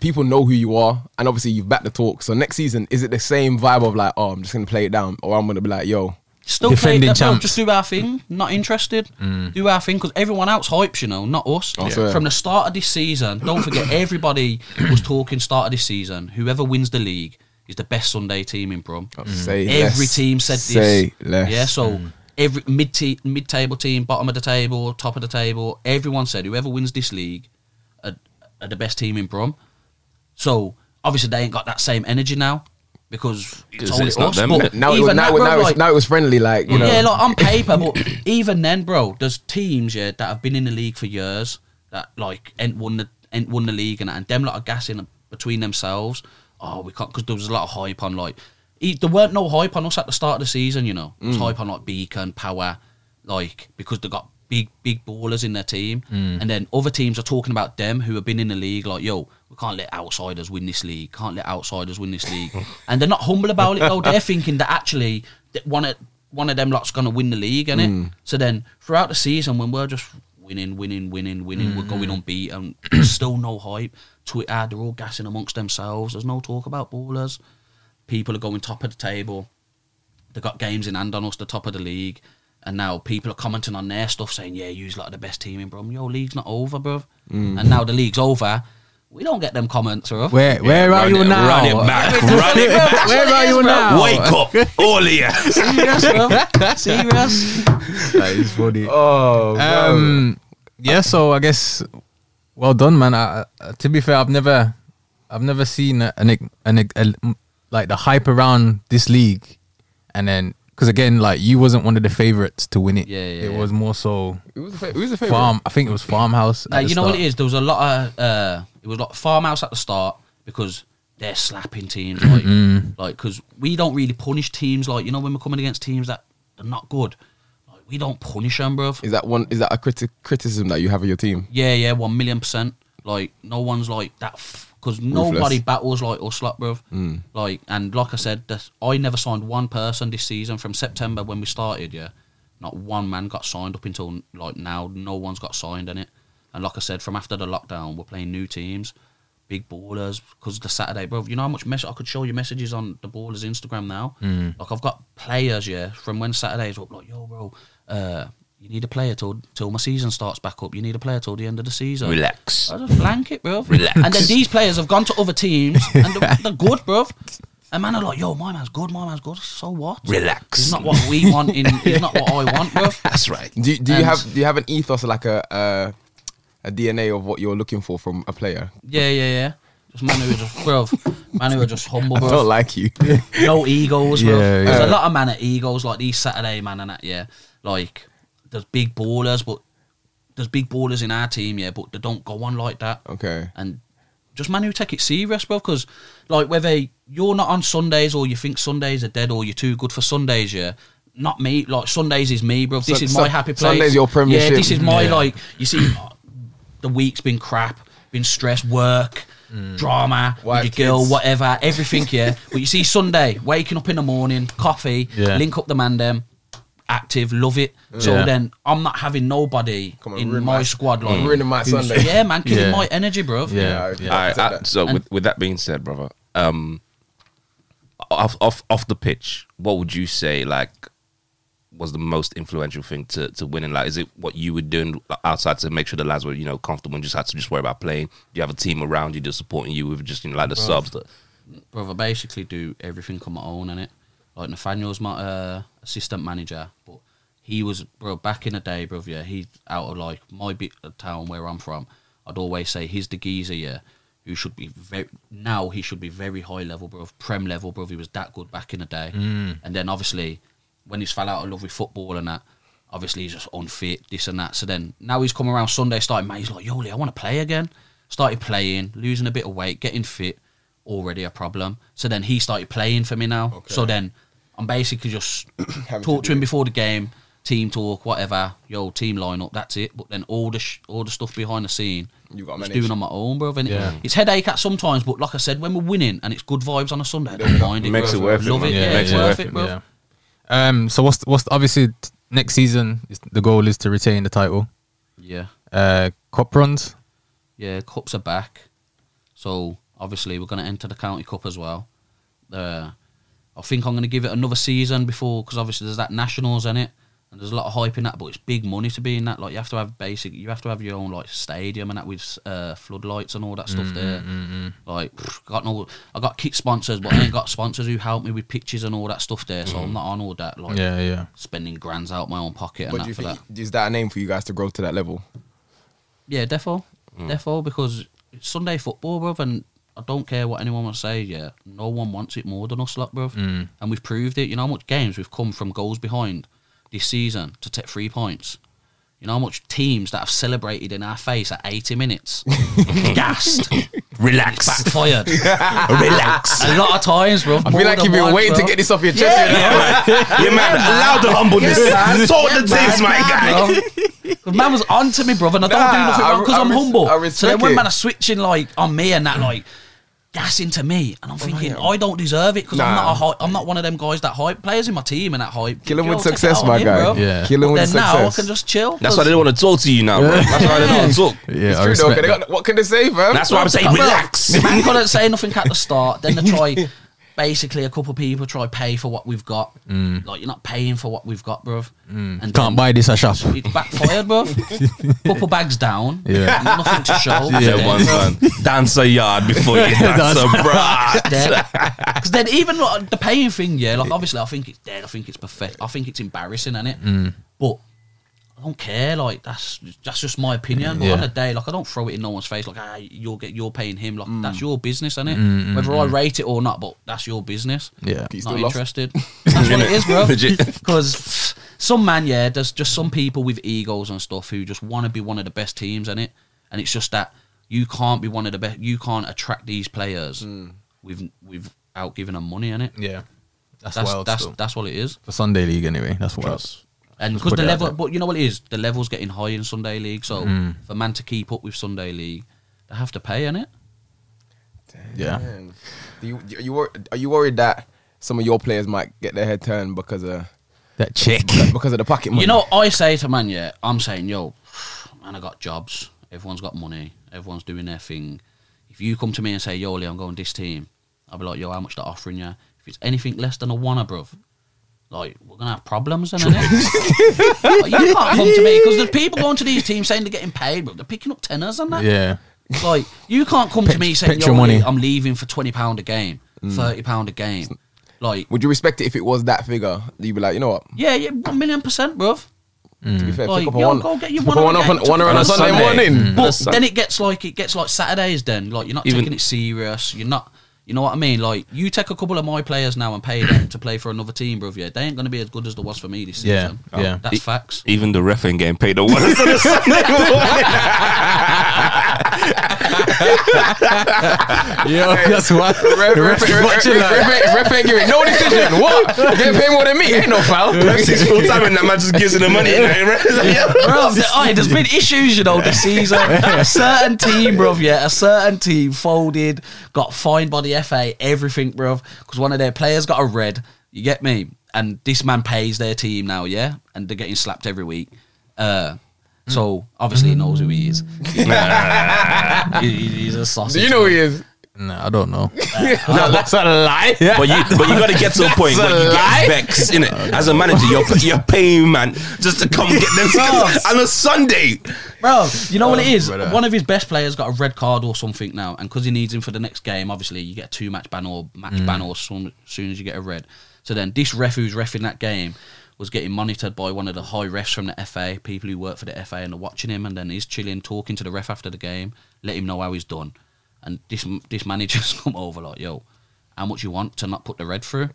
Speaker 1: people know who you are, and obviously you've backed the talk. So next season, is it the same vibe of like, oh, I'm just gonna play it down, or I'm gonna be like, yo,
Speaker 6: still play
Speaker 3: Defending
Speaker 6: that, bro,
Speaker 3: champs.
Speaker 6: just do our thing. Not interested. Do our thing because everyone else hypes, you know, not us.
Speaker 1: I swear.
Speaker 6: From the start of this season, don't
Speaker 1: *coughs*
Speaker 6: forget, everybody was talking start of this season. Whoever wins the league is the best Sunday team in Brum.
Speaker 1: say
Speaker 6: every
Speaker 1: less,
Speaker 6: team said
Speaker 1: say
Speaker 6: this.
Speaker 1: less.
Speaker 6: Yeah, so every mid te- mid table team, bottom of the table, top of the table, everyone said whoever wins this league are, are the best team in Brum. So obviously they ain't got that same energy now because it's
Speaker 5: 'Cause
Speaker 6: only
Speaker 5: it's not
Speaker 6: us,
Speaker 5: them.
Speaker 6: but
Speaker 1: now, it was,
Speaker 6: even
Speaker 1: now,
Speaker 6: that,
Speaker 1: it-
Speaker 6: bro,
Speaker 1: now,
Speaker 6: like-
Speaker 1: it's, now it was friendly, like you know.
Speaker 6: yeah, like on paper, but even then, bro, there's teams yeah that have been in the league for years that like ain't won the ain't won the league and, and them lot are gassing between themselves. Oh, we can't because there was a lot of hype on like e- there weren't no hype on us at the start of the season. You know,
Speaker 1: Mm.
Speaker 6: there was hype on like Beacon Power, like because they got big big ballers in their team, and then other teams are talking about them who have been in the league. Like, yo, we can't let outsiders win this league. Can't let outsiders win this league, and they're not humble about it though. They're thinking that actually that one of one of them lot's gonna win the league, innit? So then throughout the season, when we're just winning, winning, winning, winning, we're going unbeaten, still no hype. Twitter, they're all gassing amongst themselves. There's no talk about ballers. People are going top of the table they got games in hand on us, the top of the league, and now people are commenting on their stuff saying, "Yeah, you's like the best team in Brum. Your league's not over, bruv." And now the league's over. We don't get them comments, bruv.
Speaker 3: Where where are
Speaker 5: run
Speaker 3: you
Speaker 5: it,
Speaker 3: now?
Speaker 5: Run it back. Run it back.
Speaker 3: Where
Speaker 6: what
Speaker 3: are
Speaker 6: it
Speaker 3: you
Speaker 6: is, bro.
Speaker 3: now?
Speaker 5: Wake up, all of you.
Speaker 6: Serious, bruv. Serious.
Speaker 3: That is funny.
Speaker 1: oh, bro.
Speaker 3: Um, yeah, so I guess well done, man. I, I, to be fair, I've never, I've never seen a- an, an, a- like the hype around this league, and then because again, like you wasn't one of the favorites to win it.
Speaker 6: Yeah, yeah,
Speaker 3: It
Speaker 6: yeah.
Speaker 3: was more so
Speaker 1: who's the, fa- who's the favorite?
Speaker 3: farm. I think it was farmhouse.
Speaker 6: Now, you know what it is? There was a lot of uh, it was like farmhouse at the start because they're slapping teams like like because we don't really punish teams like you know when we're coming against teams that are not good. Like, we don't punish them, bruv.
Speaker 1: Is that one? Is that a criti- criticism that you have of your team?
Speaker 6: Yeah, yeah, one million percent. Like no one's like that because nobody battles like us, like bruv. Like and like I said, that's, I never signed one person this season from September when we started. Yeah, not one man got signed up until like now. No one's got signed in it. And like I said, from after the lockdown, we're playing new teams, big ballers. Because the Saturday, bruv, you know how much mess I could show you messages on the ballers Instagram now. Like I've got players, yeah, from when Saturdays were up, like yo, bro. Uh, you need a player till till my season starts back up. You need a player till the end of the season.
Speaker 5: *laughs* Relax.
Speaker 6: I just blank it, bro.
Speaker 5: Relax.
Speaker 6: And then these players have gone to other teams and they're,
Speaker 5: *laughs*
Speaker 6: they're good, bro. And man are like, yo, my man's good, my man's good. So what?
Speaker 5: Relax.
Speaker 6: He's not what we want. In he's not what I want, bro.
Speaker 5: *laughs* That's right.
Speaker 1: Do, do you
Speaker 6: And-
Speaker 1: have do you have an ethos like a uh, a DNA of what you're looking for from a player?
Speaker 6: Yeah, yeah, yeah. Just man who are just, bro. Man who are just humble,
Speaker 1: I don't
Speaker 6: bro.
Speaker 1: like you. *laughs*
Speaker 6: no egos, bro.
Speaker 3: Yeah,
Speaker 6: There's
Speaker 1: yeah.
Speaker 6: a lot of man at egos, like these Saturday man and that, yeah. Like, there's big ballers, but there's big ballers in our team, yeah, but they don't go on like that.
Speaker 1: okay.
Speaker 6: And just man who take it serious, bro, because, like, whether you're not on Sundays or you think Sundays are dead or you're too good for Sundays, yeah. Not me, like Sundays is me, bro. This
Speaker 1: Sun-
Speaker 6: is my
Speaker 1: Sun-
Speaker 6: happy place.
Speaker 1: Sunday's your
Speaker 6: Yeah,
Speaker 1: premiership.
Speaker 6: this is my
Speaker 1: Yeah.
Speaker 6: like. You see, the week's been crap, been stress, work, drama,
Speaker 1: Wife,
Speaker 6: with your girl,
Speaker 1: Mm. kids.
Speaker 6: whatever,
Speaker 1: *laughs*
Speaker 6: everything, yeah. but you see Sunday, waking up in the morning, coffee,
Speaker 3: Yeah.
Speaker 6: link up the man them, active, love it. So
Speaker 3: Yeah.
Speaker 6: then I'm not having nobody
Speaker 1: Come on,
Speaker 6: in my,
Speaker 1: ruin my-
Speaker 6: squad like
Speaker 1: ruining my
Speaker 6: who's-
Speaker 1: Sunday.
Speaker 6: Yeah, man, killing
Speaker 3: Yeah.
Speaker 6: my energy, bro.
Speaker 3: Yeah,
Speaker 1: Yeah,
Speaker 3: yeah.
Speaker 5: All right,
Speaker 1: Take
Speaker 5: uh,
Speaker 1: that.
Speaker 5: so
Speaker 6: And-
Speaker 5: with, with that being said, brother, um, off off off the pitch, what would you say like was the most influential thing to to winning? Like, is it what you were doing outside to make sure the lads were you know comfortable and just had to just worry about playing? Do you have a team around you just supporting you with just you know like the subs? That,
Speaker 6: Brother, basically do everything on my own, innit? Like Nathaniel's my uh, assistant manager, but he was bro back in the day, bro. Yeah, he's out of like my bit of town where I'm from. I'd always say he's the geezer, yeah, who should be very now. He should be very high level, bro, prem level, bro. He was that good back in the day, and then obviously when he's fell out of love with football and that. Obviously, he's just unfit, this and that. So then now he's come around Sunday, starting, mate. He's like, Yoli, I want to play again. Started playing, losing a bit of weight, getting fit already a problem. So then he started playing for me now. So then I'm basically just
Speaker 1: Having
Speaker 6: talk
Speaker 1: to
Speaker 6: to,
Speaker 1: do
Speaker 6: him
Speaker 1: it.
Speaker 6: before the game, team talk, whatever, yo team lineup, that's it. But then all the sh- all the stuff behind the scene,
Speaker 1: You gotta
Speaker 6: I'm just
Speaker 1: manage.
Speaker 6: doing on my own, bro. And it-
Speaker 3: Yeah.
Speaker 6: it's headache at sometimes, but like I said, when we're winning and it's good vibes on a Sunday, I don't mind it.
Speaker 5: Makes
Speaker 6: bro.
Speaker 5: it worth it,
Speaker 6: Love
Speaker 5: man.
Speaker 6: it, yeah,
Speaker 5: Makes
Speaker 6: it's
Speaker 5: it
Speaker 6: worth
Speaker 5: worth
Speaker 6: it, bro.
Speaker 3: yeah. Um. So what's what's obviously t- next season? Is, the goal is to retain the title.
Speaker 6: Yeah.
Speaker 3: Uh, cup runs.
Speaker 6: yeah, cups are back. So obviously we're going to enter the county cup as well. Uh, I think I'm going to give it another season before because obviously there's that nationals in it, and there's a lot of hype in that. But it's big money to be in that. Like you have to have basic, you have to have your own like stadium and that with uh, floodlights and all that stuff there. Like got no, I got kit sponsors, but I ain't got sponsors who help me with pitches and all that stuff there. So I'm not on all that. Like
Speaker 3: Yeah, yeah.
Speaker 6: spending grands out my own pocket and
Speaker 1: But
Speaker 6: that
Speaker 1: do you
Speaker 6: for
Speaker 1: think
Speaker 6: that.
Speaker 1: is that a name for you guys to grow to that level?
Speaker 6: Yeah, defo,
Speaker 1: Mm.
Speaker 6: defo, because it's Sunday football, bruv, and I don't care what anyone wants to say. Yeah, no one wants it more than us, lot, bruv,
Speaker 1: Mm.
Speaker 6: and we've proved it. You know how much games we've come from goals behind this season to take three points. You know how much teams that have celebrated in our face at
Speaker 1: *laughs*
Speaker 6: 80 minutes, gassed,
Speaker 5: relax,
Speaker 6: backfired.
Speaker 5: *laughs* relax.
Speaker 6: A lot of times, bruv.
Speaker 1: I feel like you've been waiting to get this off your chest. you know?
Speaker 5: Yeah, man. Allow the humbleness. Talk the things, my guy.
Speaker 6: The man was on to me, brother, and I don't
Speaker 1: Nah,
Speaker 6: do nothing
Speaker 1: I-
Speaker 6: wrong because
Speaker 1: I
Speaker 6: I'm
Speaker 1: res-
Speaker 6: humble.
Speaker 1: I
Speaker 6: so then
Speaker 1: respect
Speaker 6: when
Speaker 1: it.
Speaker 6: man are switching like on me and that like gas into me, and I'm thinking I don't deserve it because I'm
Speaker 1: Oh, Nah.
Speaker 6: not a hype, I'm not one of them guys that hype players in my team and that hype.
Speaker 1: Kill him
Speaker 6: Yo,
Speaker 1: with
Speaker 6: take it
Speaker 1: success,
Speaker 6: out
Speaker 1: my
Speaker 6: on him,
Speaker 1: guy.
Speaker 6: bro.
Speaker 3: Yeah.
Speaker 1: Kill him
Speaker 6: But
Speaker 1: with
Speaker 6: then now I
Speaker 1: success.
Speaker 6: can just chill.
Speaker 5: That's why they don't want to talk to you now, bro. That's why they don't want to talk.
Speaker 3: Yeah, I
Speaker 1: True, though, 'cause
Speaker 3: respect
Speaker 1: they
Speaker 3: that.
Speaker 1: got- what can they say, fam?
Speaker 5: That's why I'm saying
Speaker 6: Bro, *laughs*
Speaker 5: relax.
Speaker 6: Man couldn't say
Speaker 5: *laughs*
Speaker 6: nothing at the start. Then they try. Basically, a couple of people try pay for what we've got.
Speaker 5: Mm.
Speaker 6: Like you're not paying for what we've got, bruv. And then-
Speaker 3: Can't buy this at shop.
Speaker 6: It's backfired, bro.
Speaker 5: *laughs*
Speaker 6: Couple bags down.
Speaker 3: Yeah.
Speaker 6: Nothing to show.
Speaker 5: *laughs* Yeah,
Speaker 6: Dead,
Speaker 5: one
Speaker 6: bruv.
Speaker 5: man. Dance a yard before you *laughs* dance a *laughs* brat.
Speaker 6: Dead. *laughs* 'Cause then even like, the paying thing, yeah, like obviously I think it's dead. I think it's perfect. I think it's embarrassing, and it.
Speaker 3: Mm.
Speaker 6: But I don't care. Like that's that's just my opinion. But
Speaker 3: Yeah.
Speaker 6: on the day, like I don't throw it in no one's face. Like ah, you'll get you're paying him. Like
Speaker 3: Mm.
Speaker 6: that's your business, and it. Whether I rate it or not, but that's your business.
Speaker 3: Yeah.
Speaker 1: He's
Speaker 6: not
Speaker 1: still lost.
Speaker 6: interested. That's what it is,
Speaker 3: *laughs*
Speaker 6: bro.
Speaker 5: Legit.
Speaker 6: Because some man, yeah, there's just some people with egos and stuff who just want to be one of the best teams in it, and it's just that you can't be one of the best. You can't attract these players
Speaker 3: Hmm.
Speaker 6: with without giving them money in it.
Speaker 3: Yeah, that's
Speaker 6: That's
Speaker 3: wild.
Speaker 6: that's
Speaker 3: still.
Speaker 6: that's what it is.
Speaker 3: for Sunday league anyway. That's wild.
Speaker 6: And because
Speaker 3: put it
Speaker 6: the
Speaker 3: out
Speaker 6: level,
Speaker 3: there. Hmm.
Speaker 6: but you know what it is, the level's getting high in Sunday League. So for man to keep up with Sunday League, they have to pay in it.
Speaker 3: Yeah.
Speaker 1: Man. Do you, do you wor- are you worried that some of your players might get their head turned because of
Speaker 3: That chick.
Speaker 1: because of the pocket money?
Speaker 6: You know, I say to man, yeah, I'm saying, yo, man, I got jobs. Everyone's got money. Everyone's doing their thing. If you come to me and say, yo, Lee, I'm going this team, I'll be like, yo, how much they're offering you? If it's anything less than a wanna, bruv, like we're gonna have problems, and it. like, you can't come to me because there's people going to these teams saying they're getting paid, but they're picking up tenors and
Speaker 3: *laughs*
Speaker 6: that.
Speaker 3: Yeah.
Speaker 6: Like you can't come to me saying
Speaker 3: pitch
Speaker 6: Yo,
Speaker 3: your money. Mm.
Speaker 6: money. I'm leaving for twenty pound a game, thirty pound a game. Like
Speaker 1: Would you respect it if it was that figure? You'd be like, you know what?
Speaker 6: yeah, yeah, one million percent, bruv.
Speaker 1: To
Speaker 3: Mm.
Speaker 1: be fair,
Speaker 6: Like,
Speaker 1: pick up a
Speaker 6: yo,
Speaker 1: one,
Speaker 6: go get your
Speaker 1: pick up
Speaker 6: one
Speaker 1: a
Speaker 6: on
Speaker 1: up
Speaker 6: the
Speaker 1: on,
Speaker 6: end.
Speaker 1: one on
Speaker 5: On
Speaker 1: a
Speaker 5: a
Speaker 1: Sunday,
Speaker 5: Sunday.
Speaker 1: morning.
Speaker 5: Mm.
Speaker 6: But
Speaker 5: That's-
Speaker 6: then it gets like it gets like Saturdays. Then like you're not
Speaker 5: Even-
Speaker 6: taking it serious. You're not. You know what I mean? Like you take a couple of my players now and pay them to play for another team, bruv. Yeah, they ain't gonna be as good as they was for me this
Speaker 3: Yeah,
Speaker 6: season.
Speaker 3: yeah.
Speaker 6: That's facts.
Speaker 5: Even the ref ain't getting paid the *laughs* one. So the Sunday morning.
Speaker 3: *laughs* Yeah, that's why.
Speaker 1: Ref-
Speaker 3: The
Speaker 1: ref-
Speaker 3: ref is
Speaker 1: ref-
Speaker 3: watching
Speaker 1: ref-
Speaker 3: that.
Speaker 1: ref- ref ain't giving no
Speaker 3: *laughs*
Speaker 1: decision. What? You getting paid more than me? Ain't no foul.
Speaker 5: Refs is full time and that man just gives him the money. you know, and refs is like, yeah.
Speaker 6: Bro, oh, there's been issues, you know, this season. A certain team, bruv, yeah, a certain team folded, got fined by the FA, everything, bruv, because one of their players got a red. You get me? And this man pays their team now, yeah, and they're getting slapped every week. Uh, so obviously he knows who he is. He- he- he's a
Speaker 1: Do
Speaker 6: sausage.
Speaker 1: you know who he is?
Speaker 3: Nah, I
Speaker 1: *laughs*
Speaker 3: don't know.
Speaker 1: No, that's a lie.
Speaker 5: *laughs* But you, but you got to get to a point where you
Speaker 1: lie.
Speaker 5: get vexed, innit? As a manager, you're you're paying man just to come *laughs* get them on a Sunday.
Speaker 6: Bro, you know what it
Speaker 1: Oh,
Speaker 6: is?
Speaker 3: brother.
Speaker 6: One of his best players got a red card or something now, and because he needs him for the next game, obviously you get a two match ban or match
Speaker 1: Mm.
Speaker 6: ban or soon, soon as you get a red. So then this ref who's refing that game was getting monitored by one of the high refs from the FA, people who work for the FA, and are watching him. And then he's chilling, talking to the ref after the game, let him know how he's done. And this this manager's *laughs* come over like, yo, how much you want to not put the
Speaker 1: *laughs*
Speaker 6: red through? Boom.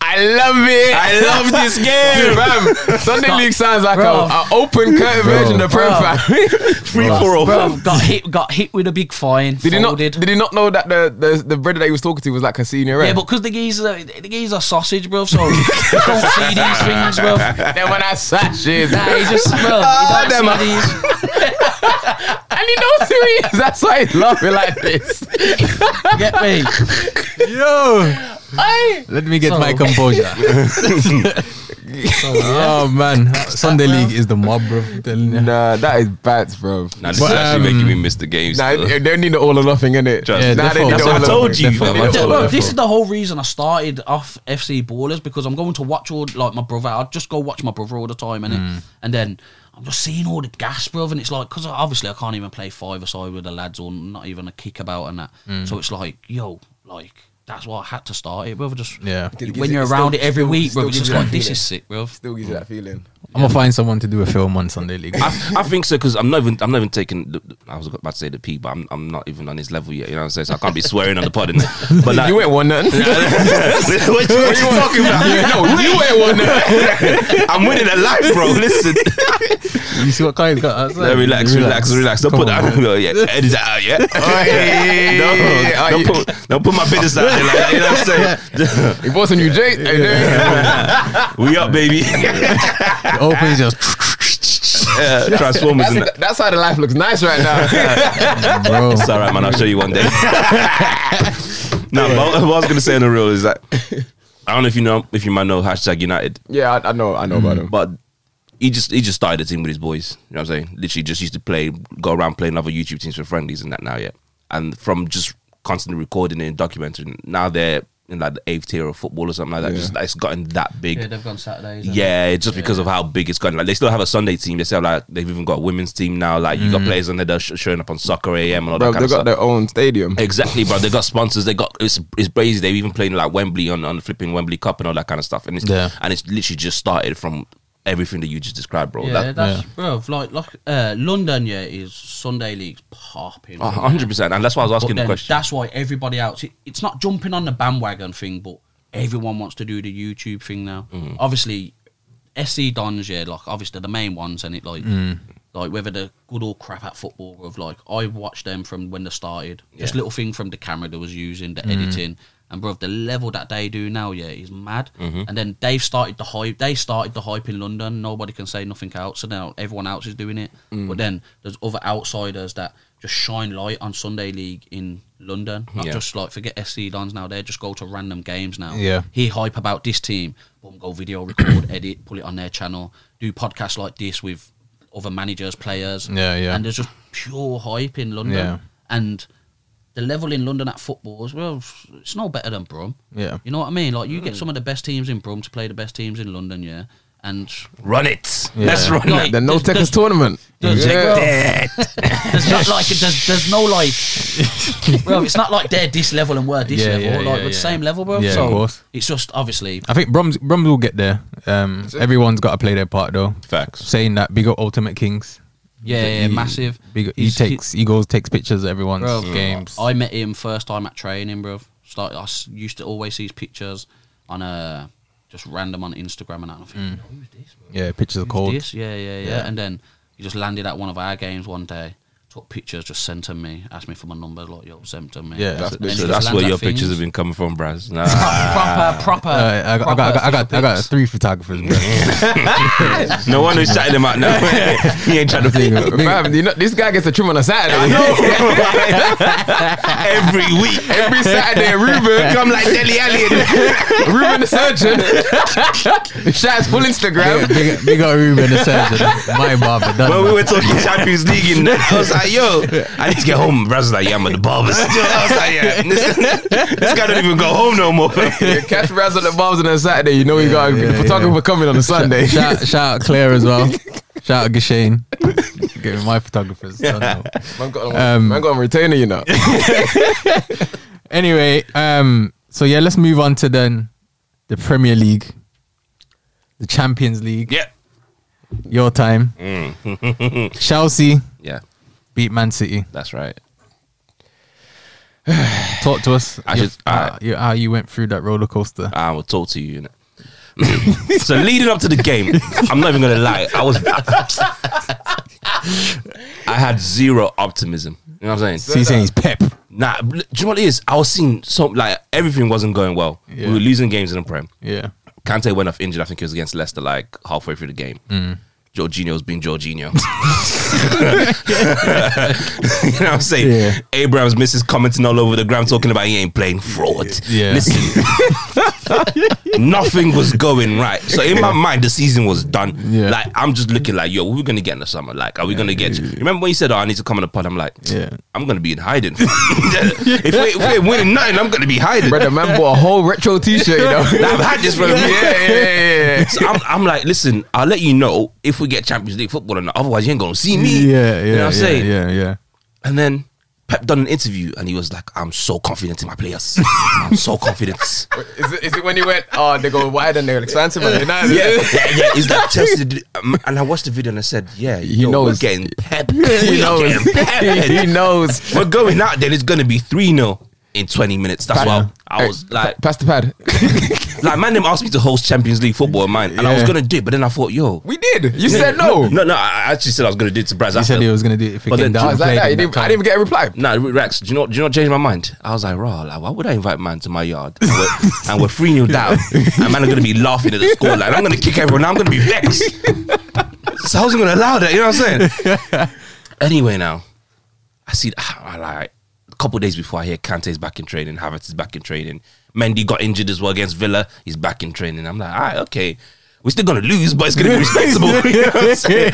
Speaker 1: I love it.
Speaker 5: I love *laughs* this game.
Speaker 1: Fam, Sunday
Speaker 6: Stop.
Speaker 1: League sounds like a,
Speaker 6: Bro.
Speaker 1: a open curtain version of
Speaker 6: Bro.
Speaker 1: profile.
Speaker 5: Free for all.
Speaker 6: Bro, got hit got hit with a big fine.
Speaker 1: Did he not?
Speaker 6: folded.
Speaker 1: Did he not know that the the, the brother that he was talking to was like a senior?
Speaker 6: Yeah,
Speaker 1: rep?
Speaker 6: but because the geese are the geese are sausage, bro. So you don't see these things, bro.
Speaker 1: then when I sat, shit.
Speaker 6: Nah, he just bro. You
Speaker 1: them
Speaker 6: don't
Speaker 1: are-
Speaker 6: see these.
Speaker 1: and he knows who he is. That's why he's laughing like this.
Speaker 6: You Get me?
Speaker 3: Yo, let me get
Speaker 6: So-
Speaker 3: my *laughs* composure. Oh man, Sunday league is the mob, bro. I'm telling you.
Speaker 1: Nah, that is bats, bro.
Speaker 5: Now this
Speaker 3: But,
Speaker 5: is actually
Speaker 3: um,
Speaker 5: making me miss the games.
Speaker 1: Nah,
Speaker 5: still.
Speaker 1: they don't need the all or nothing in it.
Speaker 5: Just-
Speaker 3: Yeah,
Speaker 1: nah,
Speaker 3: definitely.
Speaker 1: the
Speaker 5: That's what I
Speaker 1: all or
Speaker 5: told
Speaker 1: nothing.
Speaker 5: you, fam. I
Speaker 1: Definitely.
Speaker 5: told
Speaker 6: Bro,
Speaker 5: you.
Speaker 6: this is the whole reason I started off FC Ballers because I'm going to watch all like my brother. I'd just go watch my brother all the time, and and then I'm just seeing all the gas, bro. And it's like because obviously I can't even play five aside with the lads or not even a kick about and that. So it's like yo, like that's why I had to start it, bro. Just
Speaker 3: Yeah.
Speaker 1: It gives
Speaker 6: when
Speaker 1: it-
Speaker 6: you're
Speaker 1: it
Speaker 6: around
Speaker 1: still-
Speaker 6: it every
Speaker 1: still-
Speaker 6: week, bro.
Speaker 1: still
Speaker 6: It's
Speaker 1: gives
Speaker 6: just
Speaker 1: you that
Speaker 6: like this
Speaker 1: feeling.
Speaker 6: is sick, bro.
Speaker 1: Still gives you that feeling.
Speaker 3: I'm gonna find someone to do a film on Sunday league.
Speaker 5: I, I think so because I'm not even I'm not even taking. The, the- I was about to say the P, but I'm, I'm not even on this level yet. You know what I'm saying? So I can't be swearing on the pod. innit? *laughs* But like,
Speaker 1: You ain't won nothing.
Speaker 5: what, you- what you talking about?
Speaker 1: no, you ain't won nothing.
Speaker 5: I'm winning at life, bro. Listen,
Speaker 3: You see what Kyle's got outside?
Speaker 5: No, relax, relax, relax. Don't
Speaker 3: Come
Speaker 5: put
Speaker 3: on,
Speaker 5: that.
Speaker 3: man.
Speaker 5: No, yeah, edit that out. Yeah.
Speaker 1: Oi.
Speaker 5: *laughs* No,
Speaker 1: Oi.
Speaker 5: don't put don't put my business out there. Like, that, you know what I'm saying?
Speaker 1: He bought some new Jake.
Speaker 5: We up, baby.
Speaker 3: The opening just,
Speaker 5: yeah, Transformers and that.
Speaker 1: That's, that's how the life looks nice right now.
Speaker 3: bro.
Speaker 5: It's all right, man. I'll show you one day. no, but what I was gonna say in the real is that I don't know if you know if you might know hashtag United,
Speaker 1: yeah, I, I know, I know about him.
Speaker 5: Mm. but he just he just started a team with his boys. You know what I'm saying? Literally just used to play, go around playing other YouTube teams for friendlies and that now, yeah. And from just constantly recording it and documenting, now they're in like the eighth tier of football or something like that.
Speaker 1: Yeah.
Speaker 5: Just like it's gotten that big.
Speaker 6: Yeah, they've gone Saturdays. haven't
Speaker 5: Yeah, it's just because of how big it's gone. Like they still have a Sunday team. They still have, like they've even got a women's team now. Like you got players on there that are sh- showing up on soccer AM and
Speaker 1: Mm. Bro,
Speaker 5: all that
Speaker 1: they
Speaker 5: kind
Speaker 1: got
Speaker 5: of stuff.
Speaker 1: their own stadium.
Speaker 5: Exactly, bro. They got sponsors. They got it's it's crazy. They've even playing like Wembley on on flipping Wembley Cup and all that kind of stuff. And it's
Speaker 3: Yeah.
Speaker 5: and it's literally just started from everything that you just described, bro.
Speaker 6: Yeah,
Speaker 5: That-
Speaker 6: that's bro. Like, like uh, London, yeah, is Sunday leagues popping.
Speaker 5: a hundred percent. And that's why I was
Speaker 6: But
Speaker 5: asking the
Speaker 6: then
Speaker 5: question.
Speaker 6: that's why everybody else. It, it's not jumping on the bandwagon thing, but everyone wants to do the YouTube thing now.
Speaker 5: Mm.
Speaker 6: Obviously, SC Dons, yeah, like obviously the main ones, and it like.
Speaker 5: Mm.
Speaker 6: Like whether they're good or crap at football, of like I watched them from when they started. Just
Speaker 5: Yeah. Mm.
Speaker 6: little thing from the camera they was using, the editing, and bruv, the level that they do now, yeah, is mad.
Speaker 3: Mm-hmm.
Speaker 6: And then they've started the hype. They started the hype in London. Nobody can say nothing else. So now everyone else is doing it.
Speaker 3: Mm.
Speaker 6: But then there's other outsiders that just shine light on Sunday League in London. Not
Speaker 5: Yeah.
Speaker 6: just like forget SC Dons now. They just go to random games now.
Speaker 3: Yeah.
Speaker 6: Hear hype about this team. Boom, go video record, *clears throat* edit, put it on their channel. Do podcasts like this with other managers, players.
Speaker 3: Yeah, yeah.
Speaker 6: And there's just pure hype in London.
Speaker 3: Yeah.
Speaker 6: And the level in London at football is well, it's no better than Brum.
Speaker 3: Yeah. Mm.
Speaker 6: You know what I mean? Like you get some of the best teams in Brum to play the best teams in London, yeah.
Speaker 3: *laughs*
Speaker 6: And
Speaker 5: Run it. Let's run
Speaker 6: No,
Speaker 5: it.
Speaker 1: The No
Speaker 6: Does-
Speaker 1: Techers
Speaker 6: does-
Speaker 1: tournament.
Speaker 6: does-
Speaker 1: Yeah.
Speaker 6: there's not like there's, there's
Speaker 3: *laughs*
Speaker 6: no like, bro. It's not like they're this level and we're this
Speaker 3: Yeah,
Speaker 6: level.
Speaker 3: yeah,
Speaker 6: like
Speaker 3: yeah,
Speaker 6: we're the
Speaker 3: yeah.
Speaker 6: same level, bro.
Speaker 3: Yeah, of
Speaker 6: so
Speaker 3: course. Uh,
Speaker 6: it's just obviously
Speaker 3: I think Brums Brums will get there. Um, everyone's got to play their part though.
Speaker 5: Facts.
Speaker 3: Saying that, big up Ultimate Kings.
Speaker 6: yeah, yeah,
Speaker 3: He-
Speaker 6: massive.
Speaker 3: Big, he
Speaker 6: He's-
Speaker 3: takes he goes takes pictures of everyone's
Speaker 6: Bro,
Speaker 3: games.
Speaker 6: I met him first time at training, bro. It's like I s- used to always see his pictures on a just random on Instagram and that. And I
Speaker 3: Mm.
Speaker 6: think, who's this? Bro?
Speaker 3: yeah, pictures of
Speaker 6: Who's
Speaker 3: cold.
Speaker 6: this? Yeah, yeah, yeah,
Speaker 3: Yeah.
Speaker 6: And then he just landed at one of our games one day. Took pictures, just sent them me, asked me for my number, like yo, sent them me.
Speaker 3: Yeah,
Speaker 6: And
Speaker 3: that's-
Speaker 6: then he
Speaker 5: So
Speaker 6: just
Speaker 5: that's
Speaker 6: lands
Speaker 5: where
Speaker 6: at
Speaker 5: your pictures
Speaker 6: things.
Speaker 5: have been coming from, Braz. Nah. *laughs*
Speaker 6: proper,
Speaker 3: *laughs*
Speaker 6: proper.
Speaker 3: Uh, I, got, I, got, I, got, I, got, I got three photographers. Bro.
Speaker 5: no one who's shouting them out now. *laughs* he ain't trying to think of
Speaker 1: Fam, you know, this guy gets a trim on a Saturday.
Speaker 5: *laughs* every
Speaker 1: *laughs*
Speaker 5: week.
Speaker 1: Every Saturday, Ruben
Speaker 5: Come like Deli *laughs* Alien.
Speaker 1: Ruben the surgeon. *laughs* Shaz full
Speaker 3: big,
Speaker 1: Instagram.
Speaker 3: big, big up Ruben the surgeon. My barber. done
Speaker 5: when we
Speaker 3: that.
Speaker 5: were talking Champions League, *laughs* and I was like, "Yo, I need to get home." Braz was like, "Yeah, I'm at the barbers." I was like, "Yeah, this, this guy don't even go home no *laughs* more."
Speaker 1: Yeah, catch Raz on the bars on a Saturday. You know you got a
Speaker 3: yeah, yeah.
Speaker 1: photographer coming on a Sunday.
Speaker 3: shout, shout out Claire as well. Shout out Gashane.
Speaker 5: *laughs*
Speaker 3: Getting my photographers. Don't know.
Speaker 1: Man got on,
Speaker 3: Um,
Speaker 1: man got on retainer,
Speaker 3: *laughs*
Speaker 1: you know.
Speaker 3: Anyway, um, so yeah, let's move on to then the Premier League, the Champions League.
Speaker 5: yeah, Mm.
Speaker 3: Your time.
Speaker 5: *laughs*
Speaker 3: Chelsea
Speaker 5: yeah,
Speaker 3: beat Man City.
Speaker 5: that's right.
Speaker 3: Talk to us.
Speaker 5: I
Speaker 3: your-
Speaker 5: should- I-
Speaker 3: how, you, how you went through that roller coaster.
Speaker 5: Ah, I will talk to you. innit? *laughs* so leading up to the game, I'm not even gonna lie. I was, I had zero optimism. You know what I'm saying?
Speaker 3: so you're saying he's Pep.
Speaker 5: Nah, do you know what it is? I was seeing some like everything wasn't going well.
Speaker 3: Yeah.
Speaker 5: We were losing games in the prem.
Speaker 3: Yeah.
Speaker 5: Kante went off injured. I think it was against Leicester, like halfway through the game.
Speaker 3: Mm.
Speaker 5: Jorginho was
Speaker 3: *laughs*
Speaker 5: being Jorginho. *laughs* you know what I'm saying?
Speaker 3: Yeah.
Speaker 5: Abraham's missus commenting all over the ground talking about he ain't playing fraud.
Speaker 3: Yeah. *laughs*
Speaker 5: Listen, nothing was going right. So in my mind, the season was done.
Speaker 3: Yeah.
Speaker 5: Like, I'm just looking like, yo, what are we going to get in the summer? Like, are we going to get. Remember when you said, oh, I need to come on the pod? I'm like,
Speaker 3: Yeah.
Speaker 5: I'm going to be in hiding. *laughs* if, we, if we're winning nothing, I'm going to be hiding.
Speaker 1: Brother, man bought a whole retro T-shirt, you know.
Speaker 3: *laughs*
Speaker 5: I've had this for a
Speaker 1: yeah,
Speaker 5: week.
Speaker 1: yeah, yeah, yeah.
Speaker 5: So I'm, I'm like, listen, I'll let you know if we get Champions League football or not. Otherwise, you ain't gonna see me.
Speaker 3: Yeah, yeah,
Speaker 5: you know what I'm
Speaker 3: yeah,
Speaker 5: saying.
Speaker 3: yeah, yeah.
Speaker 5: And then Pep done an interview, and he was like, "I'm so confident in my players.
Speaker 1: *laughs*
Speaker 5: I'm so confident."
Speaker 1: Is it, is it when he went? Oh, they go wide and they're expansive. Man. They're not-
Speaker 5: yeah, yeah, yeah. He's like Chelsea, did- um, and I watched the video and I said, "Yeah,
Speaker 1: He
Speaker 5: yo,
Speaker 1: knows.
Speaker 5: we're getting
Speaker 1: *laughs*
Speaker 5: Pep.
Speaker 1: he
Speaker 5: We are
Speaker 1: knows. *laughs*
Speaker 5: getting
Speaker 1: *laughs*
Speaker 5: Pep.
Speaker 1: he knows.
Speaker 5: we're *laughs* going out. Then it's gonna be three 0 in 20 minutes. That's why I was like,
Speaker 1: Pass the pad.
Speaker 5: like, man, them asked me to host Champions League football, man, and I was
Speaker 3: Yeah.
Speaker 5: gonna do it, but then I thought, yo.
Speaker 1: We did. You said no.
Speaker 5: No, no, I I actually said I was going to do it to Braz.
Speaker 3: He said
Speaker 5: after.
Speaker 3: he was going to do it if he
Speaker 5: But
Speaker 3: came
Speaker 5: then-
Speaker 1: I
Speaker 3: down.
Speaker 1: was
Speaker 3: and
Speaker 1: like,
Speaker 3: played
Speaker 1: nah, you
Speaker 3: in that
Speaker 1: didn't, I
Speaker 3: time.
Speaker 1: didn't even get a reply.
Speaker 5: No, Rex, do you not do you not change my mind? I was like, raw, like, why would I invite man to my yard? And we're, and we're three 0 down, and man are gonna be laughing at the score like I'm gonna kick everyone. I'm gonna be vexed. so I wasn't gonna allow that. You know what I'm saying? anyway, now I see. ah, I like a couple days before I hear Kante's back in training, Havertz is back in training, Mendy got injured as well against Villa. He's back in training. I'm like, all right, okay, we're still gonna lose, but it's gonna be respectable. *laughs* You know what I'm saying?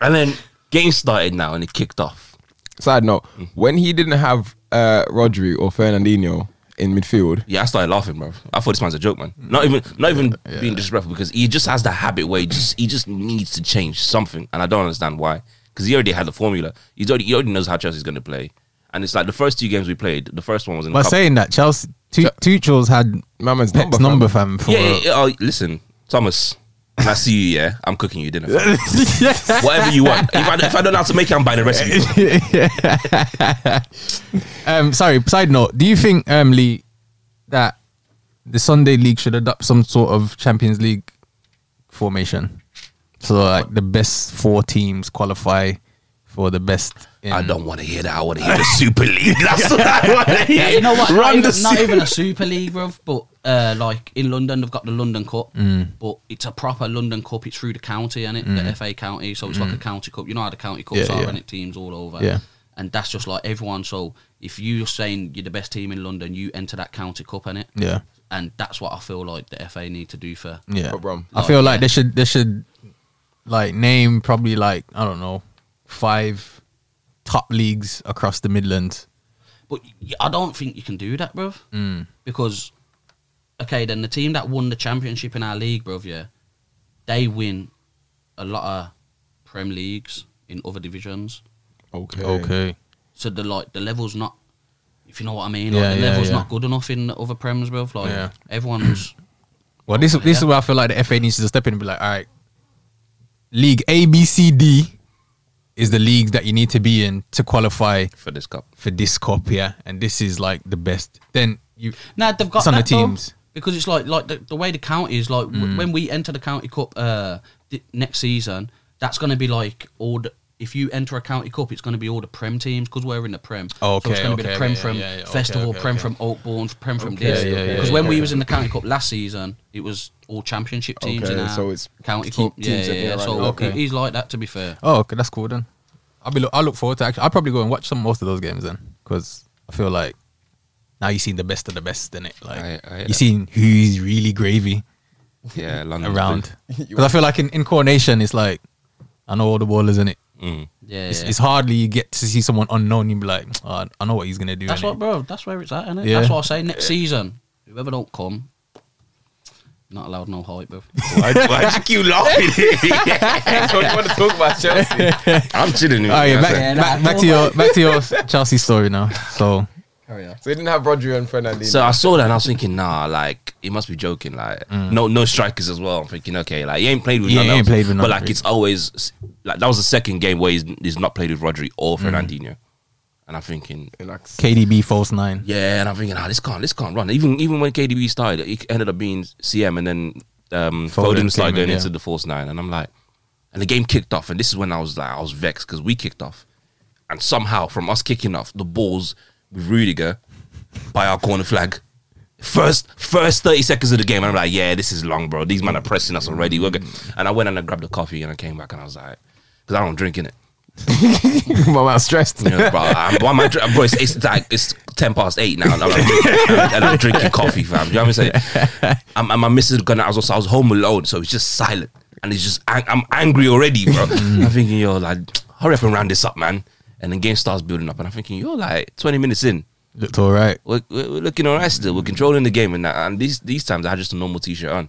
Speaker 5: And then game started now, and it kicked off.
Speaker 1: Side note: When he didn't have uh, Rodri or Fernandinho in *laughs* midfield,
Speaker 5: Yeah, I started laughing, bro. I thought this man's a joke, man. Not even, not even being disrespectful because he just has that habit where he just he just needs to change something, and I don't understand why. Because he already had the formula. He's already he already knows how Chelsea's going to play, and it's like the first two games we played. The first one was in. the
Speaker 3: By
Speaker 5: cup.
Speaker 3: saying that, Chelsea, Tu- Tuchel's had
Speaker 1: my man's
Speaker 3: Pep's number,
Speaker 1: number. fam.
Speaker 3: fam. For
Speaker 5: yeah, yeah, yeah, oh, listen, Thomas. When I see you, yeah, I'm cooking
Speaker 6: *laughs*
Speaker 5: you dinner. fam. Whatever you want. If I, if I don't know how to make it, I'm buying the
Speaker 6: *laughs*
Speaker 5: recipe.
Speaker 3: *laughs* Um, sorry. Side note: Do you think, um, Lee, that the Sunday League should adopt some sort of Champions League formation? So, like the best four teams qualify for the best. In,
Speaker 5: I don't want to hear that. I want to hear the Super League. *laughs*
Speaker 6: *laughs*
Speaker 5: That's what I want to hear.
Speaker 6: Yeah, you know what?
Speaker 5: Run
Speaker 6: not,
Speaker 5: the
Speaker 6: even, not
Speaker 5: Super-
Speaker 6: even a Super League, bruv, but uh, like in London, they've got the London Cup, but it's a proper London Cup. It's through the county, and it the FA County, so it's like a county cup. You know how the county cups
Speaker 3: Yeah,
Speaker 6: are,
Speaker 3: yeah.
Speaker 6: and it teams all over.
Speaker 3: Yeah.
Speaker 6: And that's just like everyone. So if you're saying you're the best team in London, you enter that county cup, and it,
Speaker 3: Yeah,
Speaker 6: and that's what I feel like the FA need to do for.
Speaker 3: yeah.
Speaker 1: For Brom.
Speaker 3: I feel like they should they should like name probably like I don't know five top leagues across the Midlands.
Speaker 6: But y- I don't think you can do that, bruv.
Speaker 3: Mm.
Speaker 6: Because, okay, then the team that won the championship in our league, bruv, yeah, they win a lot of Prem Leagues in other divisions.
Speaker 1: Okay.
Speaker 3: Okay.
Speaker 6: So the like the level's not, if you know what I mean,
Speaker 3: Yeah,
Speaker 6: like, the
Speaker 3: yeah,
Speaker 6: level's
Speaker 3: yeah.
Speaker 6: not good enough in the other Prems, bruv. Like,
Speaker 3: Yeah.
Speaker 6: everyone's.
Speaker 3: Well, this this is where I feel like the FA needs to step in and be like, all right, league A, B, C, D is the league that you need to be in to qualify
Speaker 5: for this cup.
Speaker 3: for this cup, yeah, and this is like the best. Then you,
Speaker 6: Nah, they've got
Speaker 3: It's on
Speaker 6: that,
Speaker 3: the
Speaker 6: though,
Speaker 3: teams. Mm.
Speaker 6: because it's like like the, the way the county is like w- when we enter the county cup uh th- next season, that's going to be like all the, if you enter a county cup, it's going to be all the prem teams because we're in the prem.
Speaker 3: Oh,
Speaker 6: so it's
Speaker 3: okay,
Speaker 6: going to be
Speaker 3: okay,
Speaker 6: the prem
Speaker 3: yeah,
Speaker 6: from
Speaker 3: yeah, yeah, okay,
Speaker 6: festival,
Speaker 3: okay,
Speaker 6: prem
Speaker 3: okay.
Speaker 6: from Oakbourne, prem from
Speaker 3: Okay,
Speaker 6: this.
Speaker 3: yeah,
Speaker 6: Because
Speaker 3: yeah, yeah,
Speaker 6: when we
Speaker 3: okay.
Speaker 6: was in the county cup last season, it was all championship teams.
Speaker 1: Okay,
Speaker 6: in our
Speaker 1: so it's
Speaker 6: county
Speaker 1: te-
Speaker 6: cup. Yeah,
Speaker 1: teams
Speaker 6: yeah,
Speaker 1: that-
Speaker 6: yeah.
Speaker 1: yeah, right,
Speaker 6: so
Speaker 1: okay.
Speaker 6: he- he's like that. To be fair,
Speaker 3: oh, okay, that's cool then. I'll be, look, I look forward to actually. I'll probably go and watch some most of those games then, because I feel like now you seen the best of the best in it. Like
Speaker 5: I- I-
Speaker 3: you seen who's really gravy
Speaker 5: Yeah, London *laughs*
Speaker 3: around. Because I feel like in, in coronation, it's like I know all the ballers in it.
Speaker 5: Mm.
Speaker 6: yeah,
Speaker 3: It's,
Speaker 6: yeah.
Speaker 3: it's hardly you get to see someone unknown. You be like, "Oh, I know what he's gonna do.
Speaker 6: That's
Speaker 3: innit?"
Speaker 6: what, bro. That's where it's at, innit?
Speaker 3: Yeah.
Speaker 6: That's what I say. Next season, whoever don't come, not allowed no hype, bro.
Speaker 5: Why, why do you keep *laughs* laughing?
Speaker 1: so you want to talk about *laughs* Chelsea?
Speaker 5: I'm chilling. with
Speaker 3: All right,
Speaker 5: you,
Speaker 3: Oh, back,
Speaker 5: that's
Speaker 6: Yeah,
Speaker 3: back,
Speaker 6: nah,
Speaker 3: back to your back to your Chelsea story now. So
Speaker 6: Carry on.
Speaker 1: So you didn't have Rodri and Fernandinho.
Speaker 5: it. So I saw that and I was thinking, nah, like he must be joking. Like no, no strikers as well. I'm thinking, okay, like he ain't played with
Speaker 3: Mm. Yeah,
Speaker 5: none
Speaker 3: he ain't
Speaker 5: else.
Speaker 3: played with
Speaker 5: But
Speaker 3: none,
Speaker 5: like
Speaker 3: really.
Speaker 5: it's always like that was the second game where he's, he's not played with Rodri
Speaker 3: Mm.
Speaker 5: or Fernandinho, and I'm thinking,
Speaker 1: And like,
Speaker 3: KDB false nine.
Speaker 5: yeah, and I'm thinking, ah, this can't, this can't run. Even even when KDB started, it ended up being CM, and then
Speaker 3: Foden
Speaker 5: um, Foden started
Speaker 3: came in,
Speaker 5: going into
Speaker 3: yeah.
Speaker 5: the force nine, and I'm like, and the game kicked off, and this is when I was like, I was vexed because we kicked off, and somehow from us kicking off, the balls with Rudiger by our corner flag. First, first thirty seconds of the game, and I'm like, yeah, this is long, bro. These men are pressing us already. We're good. And I went and I grabbed a coffee, and I came back, and I was like, because I don't drink in it.
Speaker 3: *laughs*
Speaker 1: my man's stressed.
Speaker 5: You know, bro, I'm, why am I dr- bro it's, it's like it's ten past eight now, and I'm, like, and I'm
Speaker 1: *laughs*
Speaker 5: drinking coffee, fam. You know what I'm saying? I'm, and my missus gonna. I was also, I was home alone, so it's just silent, and it's just ang- I'm angry already, bro.
Speaker 1: Mm.
Speaker 5: I'm thinking, yo, like, hurry up and round this up, man. And the game starts building up, and I'm thinking, yo, like, twenty minutes in,
Speaker 3: Looked all right.
Speaker 5: we're, we're we're looking alright still. We're controlling the game, and that. And these these times, I had just a normal
Speaker 1: *laughs*
Speaker 5: t-shirt on.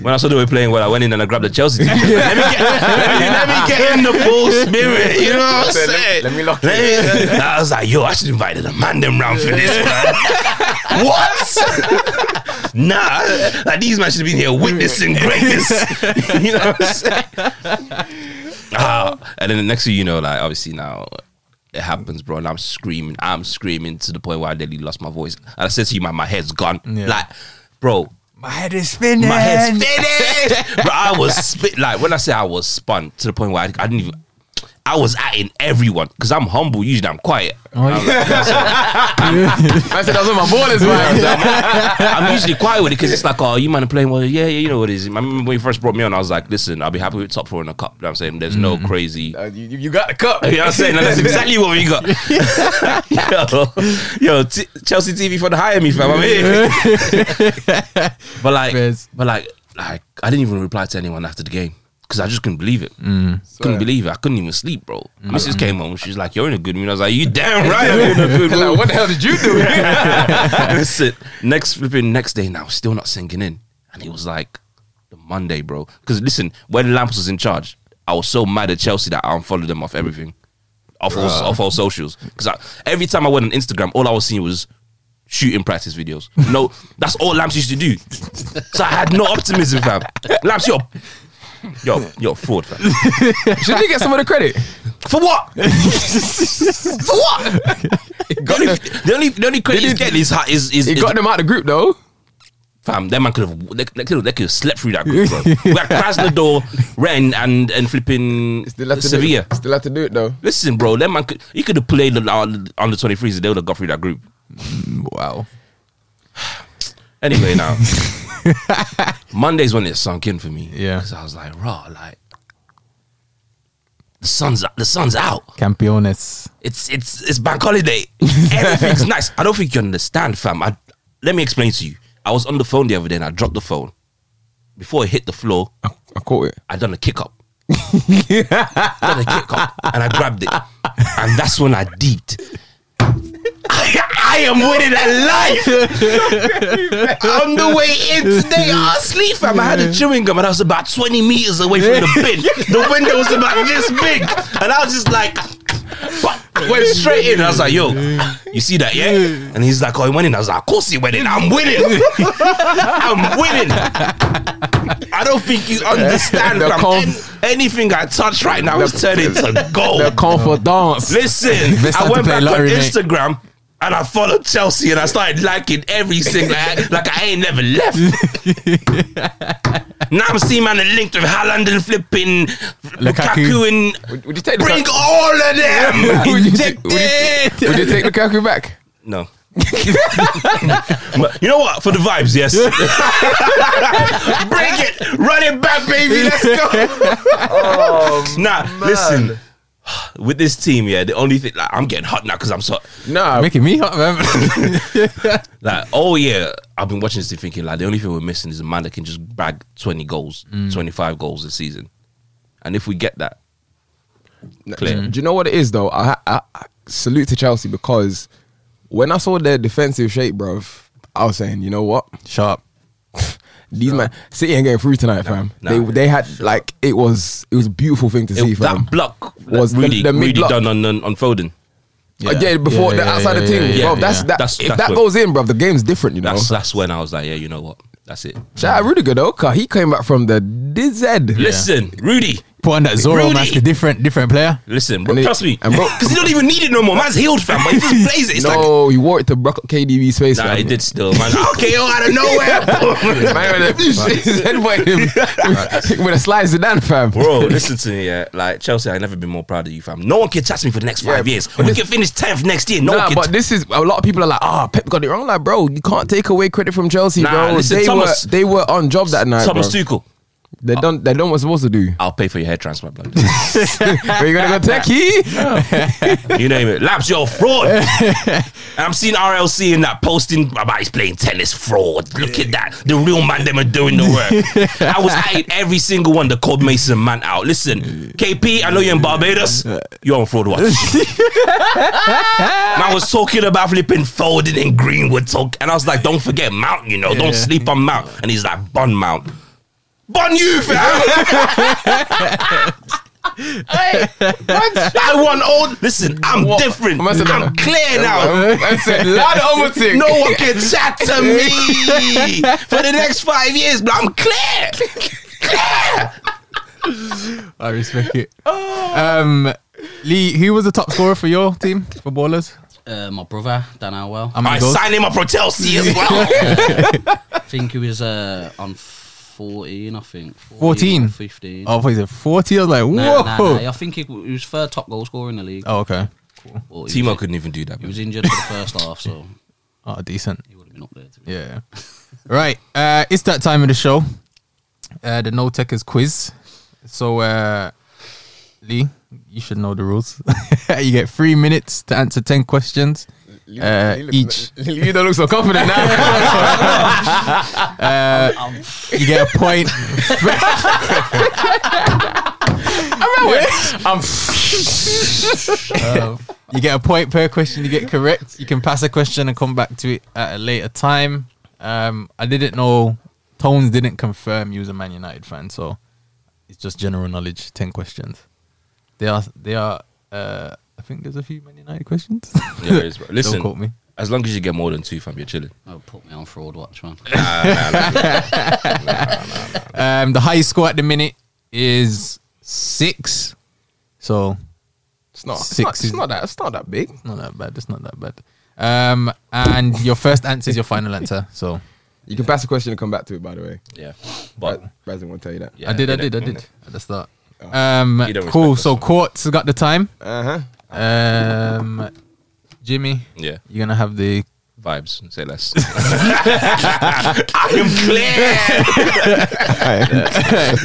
Speaker 5: when I saw they were playing well, I went in and I grabbed the Chelsea t-shirt. let, me get, let, me, let me get in the full spirit. You know what I'm
Speaker 1: So let-
Speaker 5: saying?
Speaker 1: let me lock
Speaker 5: Let me- And I was like, yo, I should invited a man them round for this, man. what? nah, like these man should have been here witnessing greatness. *laughs* you know what I'm saying? Ah, and then the next thing you know, like obviously now it happens, bro, and I'm screaming, I'm screaming to the point where I nearly lost my voice. And I said to you, man, my head's gone.
Speaker 3: Yeah.
Speaker 5: Like, bro,
Speaker 3: My head is spinning.
Speaker 5: my head's finished. but I was spit like when I say I was spun to the point where I, I didn't even. I was at in everyone because I'm humble. Usually I'm quiet. *laughs*
Speaker 3: Oh,
Speaker 1: I said that's what my ball is right.
Speaker 5: I'm usually quiet with it because it's like, oh, you man are playing well. Yeah, yeah, you know what it is. I remember when you first brought me on, I was like, listen, I'll be happy with top four in a cup. You know what I'm saying? There's no crazy.
Speaker 1: *laughs* Uh, you, you- you got the cup. *laughs*
Speaker 5: You know what I'm saying? And that's exactly what we got. *laughs* yo, yo t- Chelsea TV for the hire me, fam. I'm here. *laughs* but like,
Speaker 3: Fizz.
Speaker 5: but like, like, I didn't even reply to anyone after the game because I just couldn't believe it. Couldn't believe it. I couldn't even sleep, bro. Mrs. came home. She's like, "You're in a good mood." I was like, "You damn right, I'm in a good mood."
Speaker 1: Like, what the hell did you do?
Speaker 5: That's it. *laughs* Next flipping next day now, still not sinking in. And it was like the Monday, bro. Because listen, when Lamps was in charge, I was so mad at Chelsea that I unfollowed them off everything, off all, off all socials. Because every time I went on Instagram, all I was seeing was shooting practice videos. No, that's all Lamps used to do. So I had no optimism, fam. Lamps, you're you're you're a fraud, fam.
Speaker 1: Should you get some of the credit?
Speaker 5: For what? *laughs* For what? The only, the only the only credit he's getting is is is,
Speaker 1: He
Speaker 5: is
Speaker 1: got them out of the group though.
Speaker 5: Fam, that man could have they, they could have they could have slept through that group, bro. we had
Speaker 3: *laughs*
Speaker 5: Krasnodar, Ren, and and flipping
Speaker 1: Still have to
Speaker 5: Sevilla.
Speaker 1: Do it. Still have to do it though.
Speaker 5: Listen, bro, that man could he could have played on on the uh, twenty threes. They would have got through that group.
Speaker 3: Mm, Wow.
Speaker 5: *sighs*
Speaker 3: *laughs*
Speaker 5: Anyway, now Monday's when it sunk in for me.
Speaker 3: Yeah.
Speaker 5: because I was like, raw, like the sun's the sun's out.
Speaker 3: Campeones.
Speaker 5: It's it's it's bank holiday. *laughs* Everything's nice. I don't think you understand, fam. I, let me explain to you. I was on the phone the other day and I dropped the phone. Before it hit the floor,
Speaker 1: I, I caught it.
Speaker 5: I done a kick up. done a kick up and I grabbed it. And that's when I deeped. *laughs* I am winning *laughs* at life. On the way in today, I was asleep, fam. I had a chewing gum and I was about 20 meters away from the *laughs* bin. The window was about this big. And I was just like, went straight in. I was like, yo, you see that, yeah? And he's like, oh, he went in. I was like, of course he went in. I'm winning. *laughs* I'm winning. I don't think you understand,
Speaker 1: The
Speaker 5: fam.
Speaker 1: conf-
Speaker 5: An- anything I touch right now is turning *laughs* to gold.
Speaker 1: The confidence.
Speaker 5: Listen,
Speaker 3: Best time
Speaker 5: I
Speaker 3: to
Speaker 5: went
Speaker 3: play
Speaker 5: back
Speaker 3: lottery,
Speaker 5: on
Speaker 3: mate.
Speaker 5: Instagram and I followed Chelsea and I started liking
Speaker 3: *laughs*
Speaker 5: everything like, like I ain't never left. now I'm seeing man linked with Haaland and flipping Lukaku and
Speaker 1: Would you take
Speaker 5: bring
Speaker 1: Lukaku?
Speaker 5: all of
Speaker 3: *laughs*
Speaker 5: them.
Speaker 1: *laughs* Would you take-
Speaker 5: *laughs*
Speaker 1: would you-
Speaker 5: Inject it.
Speaker 1: Would you take Lukaku back?
Speaker 5: No. But you know what? For the vibes,
Speaker 3: *laughs*
Speaker 5: yes. Bring it, run it back, baby.
Speaker 3: *laughs*
Speaker 5: *laughs* Let's go. nah, listen. *sighs* With this team, yeah, the only thing like I'm getting hot now because I'm so
Speaker 1: No.
Speaker 3: Making me hot, man.
Speaker 5: like oh yeah, I've been watching this thing thinking like the only thing we're missing is a man that can just bag 20 goals,
Speaker 3: Mm.
Speaker 5: 25 goals this season, and if we get that, clear.
Speaker 1: Do you know what it is though? I, I, I salute to Chelsea because when I saw their defensive shape, bruv, I was saying, you know what?
Speaker 3: Sharp.
Speaker 1: These man City ain't getting through tonight, fam.
Speaker 5: nah.
Speaker 1: They they had like it was it was a beautiful thing to see,
Speaker 5: If
Speaker 1: fam.
Speaker 5: that block
Speaker 1: Was
Speaker 5: was
Speaker 1: the-
Speaker 5: really,
Speaker 1: the
Speaker 5: really
Speaker 1: mid-block.
Speaker 5: done on on, on Foden.
Speaker 1: Uh, Yeah, before
Speaker 3: Yeah,
Speaker 1: the
Speaker 3: yeah,
Speaker 1: outside
Speaker 3: yeah,
Speaker 1: the team,
Speaker 3: yeah,
Speaker 1: bruv.
Speaker 5: yeah, yeah.
Speaker 1: that's that.
Speaker 5: That's-
Speaker 1: if
Speaker 5: that's
Speaker 1: that
Speaker 5: what-
Speaker 1: goes in, bruv, the game's different, you know.
Speaker 5: That's that's when I was like, yeah, you know what, that's it.
Speaker 1: Shout out Rudiger though, 'cause he came back from the DZ.
Speaker 5: Listen, Rudy.
Speaker 3: Put on that Zorro
Speaker 5: Rudy.
Speaker 3: mask, a different, different player.
Speaker 5: Listen,
Speaker 1: And
Speaker 5: bro,
Speaker 1: it-
Speaker 5: trust me,
Speaker 1: and bro-
Speaker 5: because he don't even need it no more. Man's healed, fam. But he
Speaker 1: *laughs*
Speaker 5: just plays it. It's
Speaker 1: no, he wore it to Brock KDB's face.
Speaker 5: like, nah,
Speaker 1: fam.
Speaker 5: he
Speaker 1: *laughs*
Speaker 5: did still, man. okay, out of nowhere,
Speaker 1: Man,
Speaker 5: *laughs*
Speaker 1: with *laughs* a- his head went him with a slide Zidane, fam.
Speaker 5: bro. Listen to me, yeah. Like Chelsea, I've never been more proud of you, fam. No one can touch me for the next five
Speaker 1: Yeah,
Speaker 5: years. We can finish tenth next year. No
Speaker 1: nah,
Speaker 5: one can.
Speaker 1: but this is a lot of people are like, ah, Pep got it wrong. Like, bro, you can't take away credit from Chelsea,
Speaker 5: Nah,
Speaker 1: bro.
Speaker 5: listen,
Speaker 1: they
Speaker 5: Thomas-
Speaker 1: were they were on job that night,
Speaker 5: Thomas
Speaker 1: bro.
Speaker 5: Tuchel,
Speaker 1: They done they done what's supposed to do.
Speaker 5: I'll pay for your hair transplant, blood.
Speaker 1: Are you gonna go techie?
Speaker 5: *laughs* you name it. Laps, you're a fraud.
Speaker 1: *laughs*
Speaker 5: and I'm seeing RLC in that posting about he's playing tennis fraud. Look at that. The real man them are doing the work. I was at it every single one that called Mason man out. Listen, KP, I know you're in Barbados. You're on fraud watch. man was talking about flipping folding in Greenwood talk, and I was like, don't forget Mount, you know, don't sleep on Mount. And he's like, Bon Mount. Bon you, fam. I want old. Listen, I'm different.
Speaker 1: I said
Speaker 5: I'm
Speaker 1: that.
Speaker 5: clear now.
Speaker 1: That's it. Lad over thing.
Speaker 5: No one can shatter *laughs* me for the next five years, but I'm clear. Clear.
Speaker 3: I respect it. Um, Lee, who was the top scorer for your team for ballers?
Speaker 6: Uh, my brother, Dan Howell.
Speaker 3: How many
Speaker 5: I
Speaker 3: goals?
Speaker 5: signed him up for Chelsea *laughs* as well.
Speaker 6: I think he was uh, on 14, I think.
Speaker 3: 14?
Speaker 6: or 15.
Speaker 3: Oh, what is it? 40? I was like, whoa.
Speaker 6: Nah, nah, nah, I think he, w- he was third top goal scorer in the league.
Speaker 3: Oh, okay.
Speaker 6: but he
Speaker 5: Timo
Speaker 6: was,
Speaker 5: couldn't even do that.
Speaker 6: He was injured for the first half, so
Speaker 3: Oh, decent.
Speaker 6: he would have been up there. To be
Speaker 3: Yeah. right. Uh, it's that time of the show. Uh, the No Techers quiz. So, uh, Lee, you should know the rules. *laughs* you get three minutes to answer 10 questions uh, each.
Speaker 1: You don't look so confident
Speaker 3: *laughs*
Speaker 1: now. *laughs*
Speaker 3: Uh, You get a point. *laughs*
Speaker 1: I'm
Speaker 3: Um, you get a point per question you get correct. You can pass a question and come back to it at a later time. Um, I didn't know, Tones didn't confirm you was a Man United fan, so it's just general knowledge. Ten questions. They are they are. Uh, I think there's a few Man United questions.
Speaker 5: Yeah, there is, bro. Listen,
Speaker 3: Don't quote me.
Speaker 5: as long as you get more than two, fam, you're chilling.
Speaker 6: Oh, put me on fraud watch,
Speaker 5: *laughs*
Speaker 6: man.
Speaker 3: *laughs* Um, the highest score at the minute is six. So
Speaker 1: it's not, it's,
Speaker 3: Six
Speaker 1: not, it's
Speaker 3: is-
Speaker 1: not that it's not that big.
Speaker 3: not that bad. It's not that bad. Um, and your first answer is your final answer. So
Speaker 1: You can pass the question and come back to it, by the way.
Speaker 5: Yeah, but
Speaker 1: Razin won't tell you that.
Speaker 5: yeah,
Speaker 3: I did, I
Speaker 5: you know,
Speaker 3: did, I
Speaker 5: you
Speaker 3: did
Speaker 5: know.
Speaker 3: at the start. Um,
Speaker 5: You don't
Speaker 3: cool.
Speaker 5: respect
Speaker 3: So
Speaker 5: us.
Speaker 3: Quartz has got the time.
Speaker 1: Uh-huh.
Speaker 3: Um, Jimmy,
Speaker 5: Yeah,
Speaker 3: you're gonna have the
Speaker 5: vibes. Say *laughs* less. I am clear.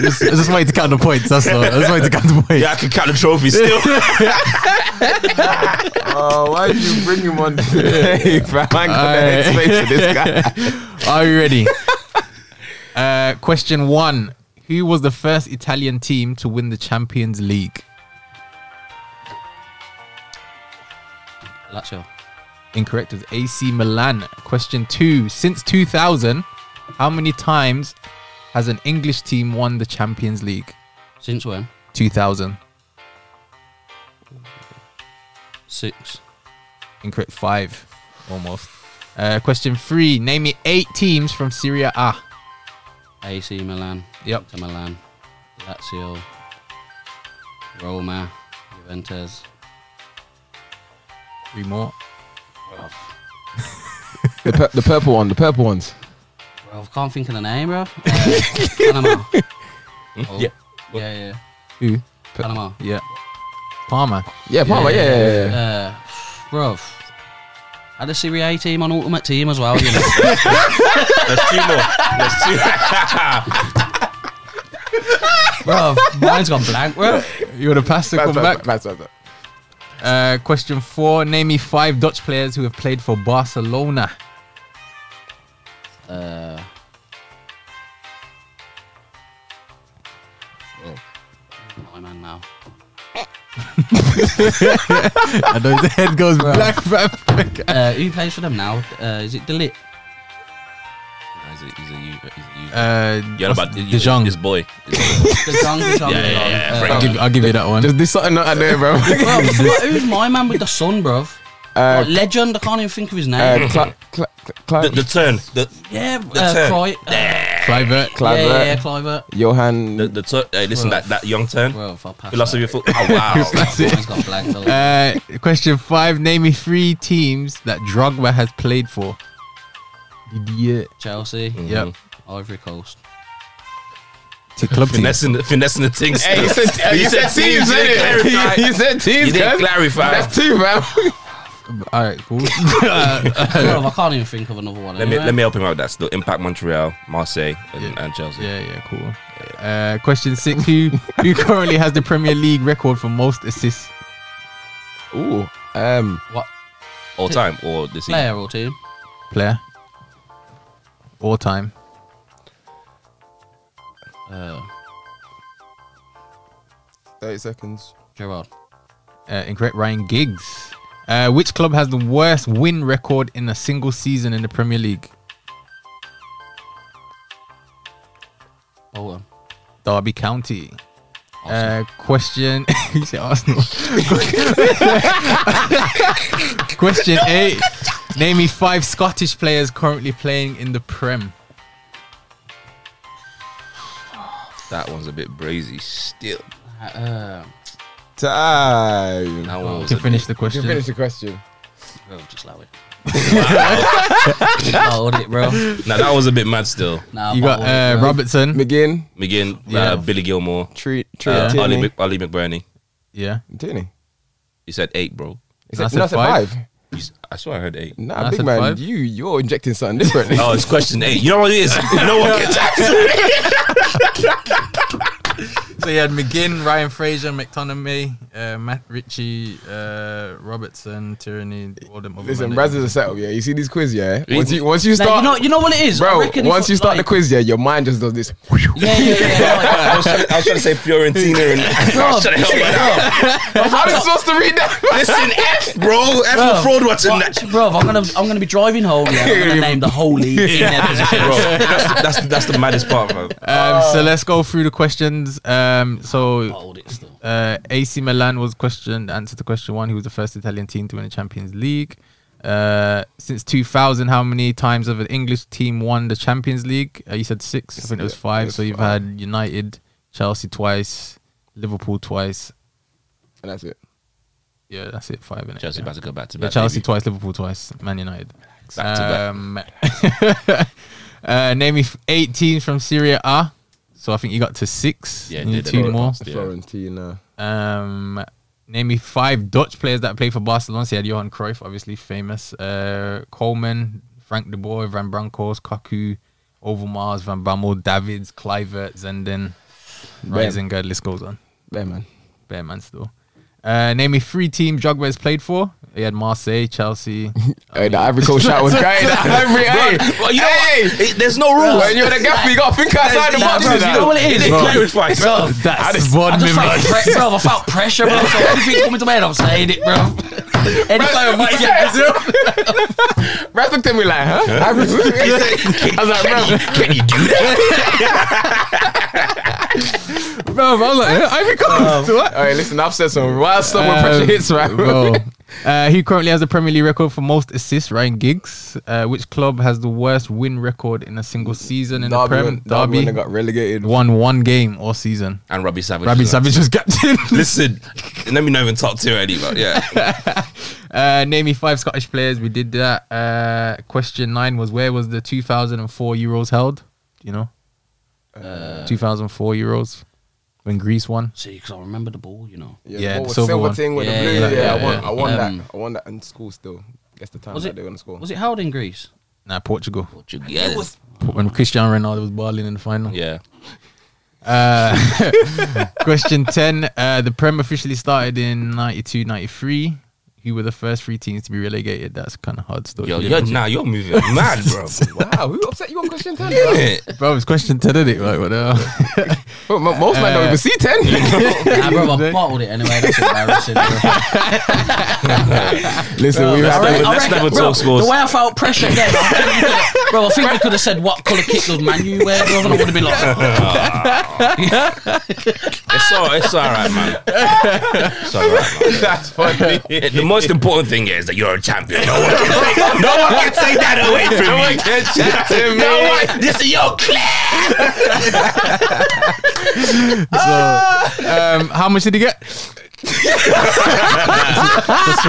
Speaker 3: just, just wait to count the points. That's all. Just wait to count the points.
Speaker 5: Yeah, I can count the trophies still. *laughs*
Speaker 1: Oh, why did you bring him *laughs* on today, fam? I ain't got the
Speaker 3: Aye.
Speaker 1: headspace for this guy.
Speaker 3: Are you ready? uh, question one: Who was the first Italian team to win the Champions League?
Speaker 6: Lazio.
Speaker 3: incorrect. It's AC Milan. Question two. Since 2000, how many times has an English team won the Champions League?
Speaker 6: Since when?
Speaker 3: 2000.
Speaker 6: Six.
Speaker 3: Incorrect. Five. Almost. Uh, question three. Name me eight teams from Serie A.
Speaker 6: AC Milan.
Speaker 3: Yep.
Speaker 6: Inter Milan. Lazio. Roma. Juventus.
Speaker 3: Three more.
Speaker 1: *laughs* The, pur- the purple one, the purple ones.
Speaker 6: Bro, I can't think of the name,
Speaker 3: *laughs*
Speaker 6: bro. Uh, Panama. Oh,
Speaker 5: Yeah.
Speaker 6: Yeah, yeah.
Speaker 3: Who?
Speaker 6: Panama.
Speaker 3: Yeah. Palmer.
Speaker 1: Yeah, Palmer. Oh, Yeah, yeah, yeah. yeah.
Speaker 6: Uh, bro. Had a Serie A team on Ultimate Team as well, you know. *laughs*
Speaker 5: There's two more. There's
Speaker 3: *laughs*
Speaker 5: two.
Speaker 6: bro, mine's gone blank,
Speaker 5: *laughs*
Speaker 6: bro.
Speaker 3: You would have passed to come
Speaker 1: That's right,
Speaker 3: back.
Speaker 1: that's right, that's right.
Speaker 3: Uh, question four. Name me five Dutch players who have played for Barcelona.
Speaker 6: Uh, my Oh, man now.
Speaker 3: *laughs* and the head goes black. bruv.
Speaker 6: Uh, who plays for them now? Uh, is it Delit?
Speaker 5: He's a, he's a, he's a, he's a,
Speaker 3: Uh,
Speaker 5: you know about
Speaker 3: De Jong.
Speaker 5: This boy.
Speaker 6: The song, the
Speaker 1: *laughs*
Speaker 6: song,
Speaker 5: Yeah,
Speaker 6: the
Speaker 5: yeah,
Speaker 6: song.
Speaker 5: yeah,
Speaker 6: Uh,
Speaker 5: Frank
Speaker 3: I'll give, I'll give you that one.
Speaker 1: Just do something out there, bro.
Speaker 6: bro, what- who's my man with the sun, bro?
Speaker 1: Uh,
Speaker 6: legend, I can't even think of his
Speaker 1: *laughs*
Speaker 6: name.
Speaker 1: uh, cla- cla- cla-
Speaker 5: The, the turn. The,
Speaker 6: yeah,
Speaker 5: turn.
Speaker 6: uh, Cry, uh,
Speaker 3: Private.
Speaker 6: yeah, yeah, yeah,
Speaker 1: Clivert,
Speaker 6: Clivert.
Speaker 1: Johan.
Speaker 5: the, the turn. Hey, listen, that, that young turn.
Speaker 6: Bro, if I pass that.
Speaker 5: Philosophy of foot. *laughs* Oh, wow.
Speaker 3: That's it.
Speaker 5: *laughs*
Speaker 6: Mine's gone
Speaker 1: *laughs*
Speaker 6: blank. though.
Speaker 3: Uh, question five. Name me three teams that Drogba has played for. Didier.
Speaker 6: Chelsea,
Speaker 1: Mm-hmm.
Speaker 3: Yep.
Speaker 6: Ivory Coast. *laughs*
Speaker 3: To club team.
Speaker 5: finessing, the- finessing the things.
Speaker 1: Hey, you said, you said teams,
Speaker 5: you
Speaker 1: didn't
Speaker 5: didn't
Speaker 1: it?
Speaker 5: clarify.
Speaker 1: You said teams,
Speaker 5: You didn't
Speaker 1: guys.
Speaker 5: clarify.
Speaker 1: That's two, man.
Speaker 3: All right, cool. *laughs* Uh,
Speaker 6: Bro, I can't even think of another one.
Speaker 5: Let me
Speaker 6: anyway.
Speaker 5: let me help him out. That's the Impact Montreal, Marseille, and,
Speaker 3: Yeah.
Speaker 5: and Chelsea.
Speaker 3: yeah, yeah, cool. Uh, question six. Who who currently has the Premier League record for most assists?
Speaker 1: Ooh, um,
Speaker 6: What
Speaker 5: All time or this season.
Speaker 6: player or team?
Speaker 3: Player. All time.
Speaker 6: Uh,
Speaker 1: thirty seconds.
Speaker 6: Gerard.
Speaker 3: Uh, incorrect. Ryan Giggs. Uh, which club has the worst win record in a single season in the Premier League?
Speaker 6: Bolton.
Speaker 3: Derby County. Uh, question. *laughs* you said Arsenal. question eight. Name me five Scottish players currently playing in the Prem.
Speaker 5: That one's a bit brazy still.
Speaker 6: Uh,
Speaker 1: Time.
Speaker 5: That one was
Speaker 3: To
Speaker 5: a
Speaker 3: finish the
Speaker 1: You
Speaker 3: question.
Speaker 1: can finish the question.
Speaker 6: bro, just allow it. Hold it, bro.
Speaker 5: bit, now that was a bit mad still.
Speaker 6: Nah,
Speaker 3: You
Speaker 6: but
Speaker 3: got
Speaker 6: I
Speaker 3: uh,
Speaker 6: wouldn't, bro.
Speaker 3: Robertson.
Speaker 1: McGinn,
Speaker 5: McGinn,
Speaker 3: Yeah.
Speaker 5: uh, Billy Gilmore,
Speaker 1: Tree, Tree,
Speaker 5: uh, Ali,
Speaker 1: Tierney.
Speaker 5: Mc, Ali McBurney.
Speaker 3: Yeah.
Speaker 1: Tierney.
Speaker 5: He said eight, bro.
Speaker 1: Is
Speaker 3: I
Speaker 1: it
Speaker 3: said
Speaker 1: no, I said
Speaker 3: five.
Speaker 1: five?
Speaker 5: You s- I swear I heard eight.
Speaker 1: Nah,
Speaker 3: I
Speaker 1: big
Speaker 3: said
Speaker 1: man,
Speaker 3: five.
Speaker 1: you you're injecting something different. *laughs*
Speaker 5: Oh, it's question eight. You know what it is? No one gets that.
Speaker 3: So you had McGinn, Ryan Fraser, McTominay, uh, Matt Ritchie, uh, Robertson, Tierney, Wardham.
Speaker 1: Listen, Braz is a setup. Yeah, you see these quiz. Yeah,
Speaker 5: Really?
Speaker 1: once you once you
Speaker 6: Like,
Speaker 1: start,
Speaker 6: you know, you know what it is, I
Speaker 1: bro.
Speaker 6: reckon if
Speaker 1: Once
Speaker 6: I-
Speaker 1: you start the
Speaker 6: like-
Speaker 1: quiz, yeah, your mind just does this.
Speaker 6: *laughs* Yeah, yeah, yeah. yeah,
Speaker 5: *laughs* I was, trying, I was trying to say Fiorentina and *laughs* I was trying to help him out.
Speaker 1: *laughs* How am I supposed to read
Speaker 5: *laughs*
Speaker 1: that?
Speaker 5: Listen, F, bro. F
Speaker 6: Bro,
Speaker 5: for fraud watching
Speaker 6: like,
Speaker 5: that.
Speaker 6: watch, bro, I'm gonna, I'm gonna be driving home. Yeah, I'm gonna name the whole league *laughs* in their
Speaker 5: *laughs*
Speaker 6: position.
Speaker 5: Bro, that's, that's, that's the maddest part, bro.
Speaker 3: Um,
Speaker 1: Oh.
Speaker 3: so let's go through the questions. Um, so
Speaker 6: Hold it still.
Speaker 3: Uh, AC Milan was question answer to question one. Who was the first Italian team to win the Champions League? Uh, since 2000, how many times have an English team won the Champions League? Uh, you said six. I think it was five.
Speaker 1: it's
Speaker 3: so you've
Speaker 1: five.
Speaker 3: had United, Chelsea twice, Liverpool twice.
Speaker 1: And that's it.
Speaker 3: Yeah, that's it. Five in
Speaker 5: Chelsea
Speaker 3: yeah.
Speaker 5: about to go back to
Speaker 3: Yeah,
Speaker 5: back.
Speaker 3: Chelsea Um,
Speaker 5: baby.
Speaker 3: twice, Liverpool twice, Man United.
Speaker 5: Back to back.
Speaker 3: *laughs* uh, name me f- eight teams from Syria A. So I think you got to six.
Speaker 5: Yeah,
Speaker 3: you need
Speaker 5: did it.
Speaker 3: two more.
Speaker 5: Yeah.
Speaker 1: Florentina.
Speaker 3: Um, name me five Dutch players that play for Barcelona. So you had Johan Cruyff, obviously famous. Uh, Coleman, Frank de Boer, Van Bronckhorst, Kaku, Overmars, Van Bammel, Davids, Kluivert, Zenden, Reisinger. List goes on.
Speaker 1: There, man.
Speaker 3: Bare man still. Uh, name me three teams Drogba has played for. He had Marseille, Chelsea.
Speaker 1: Hey, the Ivory Coast shot was great. The *laughs* Ivory, hey,
Speaker 5: *laughs* Well, you know
Speaker 1: hey.
Speaker 5: what? It- There's no rules.
Speaker 1: When you're the gaffer, you gotta think outside the
Speaker 6: Nah,
Speaker 1: box.
Speaker 6: bro,
Speaker 1: you
Speaker 6: you know
Speaker 1: *laughs* know.
Speaker 6: what it is,
Speaker 5: It
Speaker 6: bro?
Speaker 5: clarifies. *laughs*
Speaker 6: Bro,
Speaker 3: That's
Speaker 6: Oh, I
Speaker 3: one
Speaker 6: just
Speaker 3: minute.
Speaker 6: felt pre- bro, I felt pressure, bro. So anything coming to my head, I'm saying it, bro. Anytime I get
Speaker 1: Raz looked at me like, huh? I was I was like, bro,
Speaker 5: Can you do that?
Speaker 3: bro. I was like, yeah, Ivy Cummings. what?
Speaker 1: All right, listen, I've said something. While someone pressure
Speaker 3: Um,
Speaker 1: hits, right? *laughs*
Speaker 3: bro. Uh, he currently has the Premier League record for most assists, Ryan Giggs. Uh, which club has the worst win record in a single season in the Prem?
Speaker 1: Derby, Derby when they got relegated.
Speaker 3: won one game all season.
Speaker 5: *laughs* And Robbie Savage.
Speaker 3: Rabbi
Speaker 5: is like,
Speaker 3: Savage *laughs* was captain.
Speaker 5: Listen, let me not even talk to you anymore. Yeah.
Speaker 3: *laughs* Uh, name me five Scottish players. We did that. Uh, question nine was where was the 2004 Euros held? Do you know?
Speaker 1: Uh,
Speaker 3: 2004 Euros when Greece won.
Speaker 6: See, because I remember the ball, you know.
Speaker 3: yeah,
Speaker 1: what
Speaker 3: the
Speaker 1: was
Speaker 3: silver
Speaker 1: silver
Speaker 3: one.
Speaker 1: thing with the
Speaker 6: Yeah,
Speaker 1: blue.
Speaker 6: yeah,
Speaker 1: Yeah,
Speaker 3: yeah,
Speaker 1: I want,
Speaker 6: yeah.
Speaker 1: I want
Speaker 6: Um,
Speaker 1: that. I want that in school still. Guess the time
Speaker 6: Was
Speaker 1: that
Speaker 6: it-
Speaker 1: they were in school.
Speaker 6: Was it held in Greece?
Speaker 3: Nah, Portugal.
Speaker 5: Portuguese.
Speaker 3: When Cristiano Ronaldo was balling in the final.
Speaker 5: yeah.
Speaker 3: Uh, *laughs* Question 10. Uh, the Prem officially started in 92 93. Who were the first three teams to be relegated? That's kind of hard stuff.
Speaker 5: Yo, you're, nah, you're moving mad, *laughs* bro.
Speaker 1: wow, who upset you on question ten?
Speaker 5: Innit?
Speaker 3: Bro, it's question 10, isn't it? Like, what the hell?
Speaker 1: *laughs* Bro, mo- most men don't even see ten.
Speaker 5: *laughs*
Speaker 6: Nah, bro, I bottled it anyway. That's embarrassing. Bro.
Speaker 1: listen, we
Speaker 5: Let's
Speaker 1: have
Speaker 5: never,
Speaker 1: to.
Speaker 5: let's never talk scores.
Speaker 6: The way I felt pressure then, I think we could- bro, I think we could have said what colour kit does Man U wear, bro, and I would have been like,
Speaker 5: It's all, it's all right, man. *laughs* It's all right, man.
Speaker 1: *laughs* That's funny.
Speaker 5: The most important thing is that you're a champion. No one can take, no one can take that away from
Speaker 1: No one
Speaker 5: me.
Speaker 1: can chat to me.
Speaker 5: *laughs* No
Speaker 3: *laughs*
Speaker 5: one. This is your clan.
Speaker 1: *laughs*
Speaker 3: um, how much did he get? Just for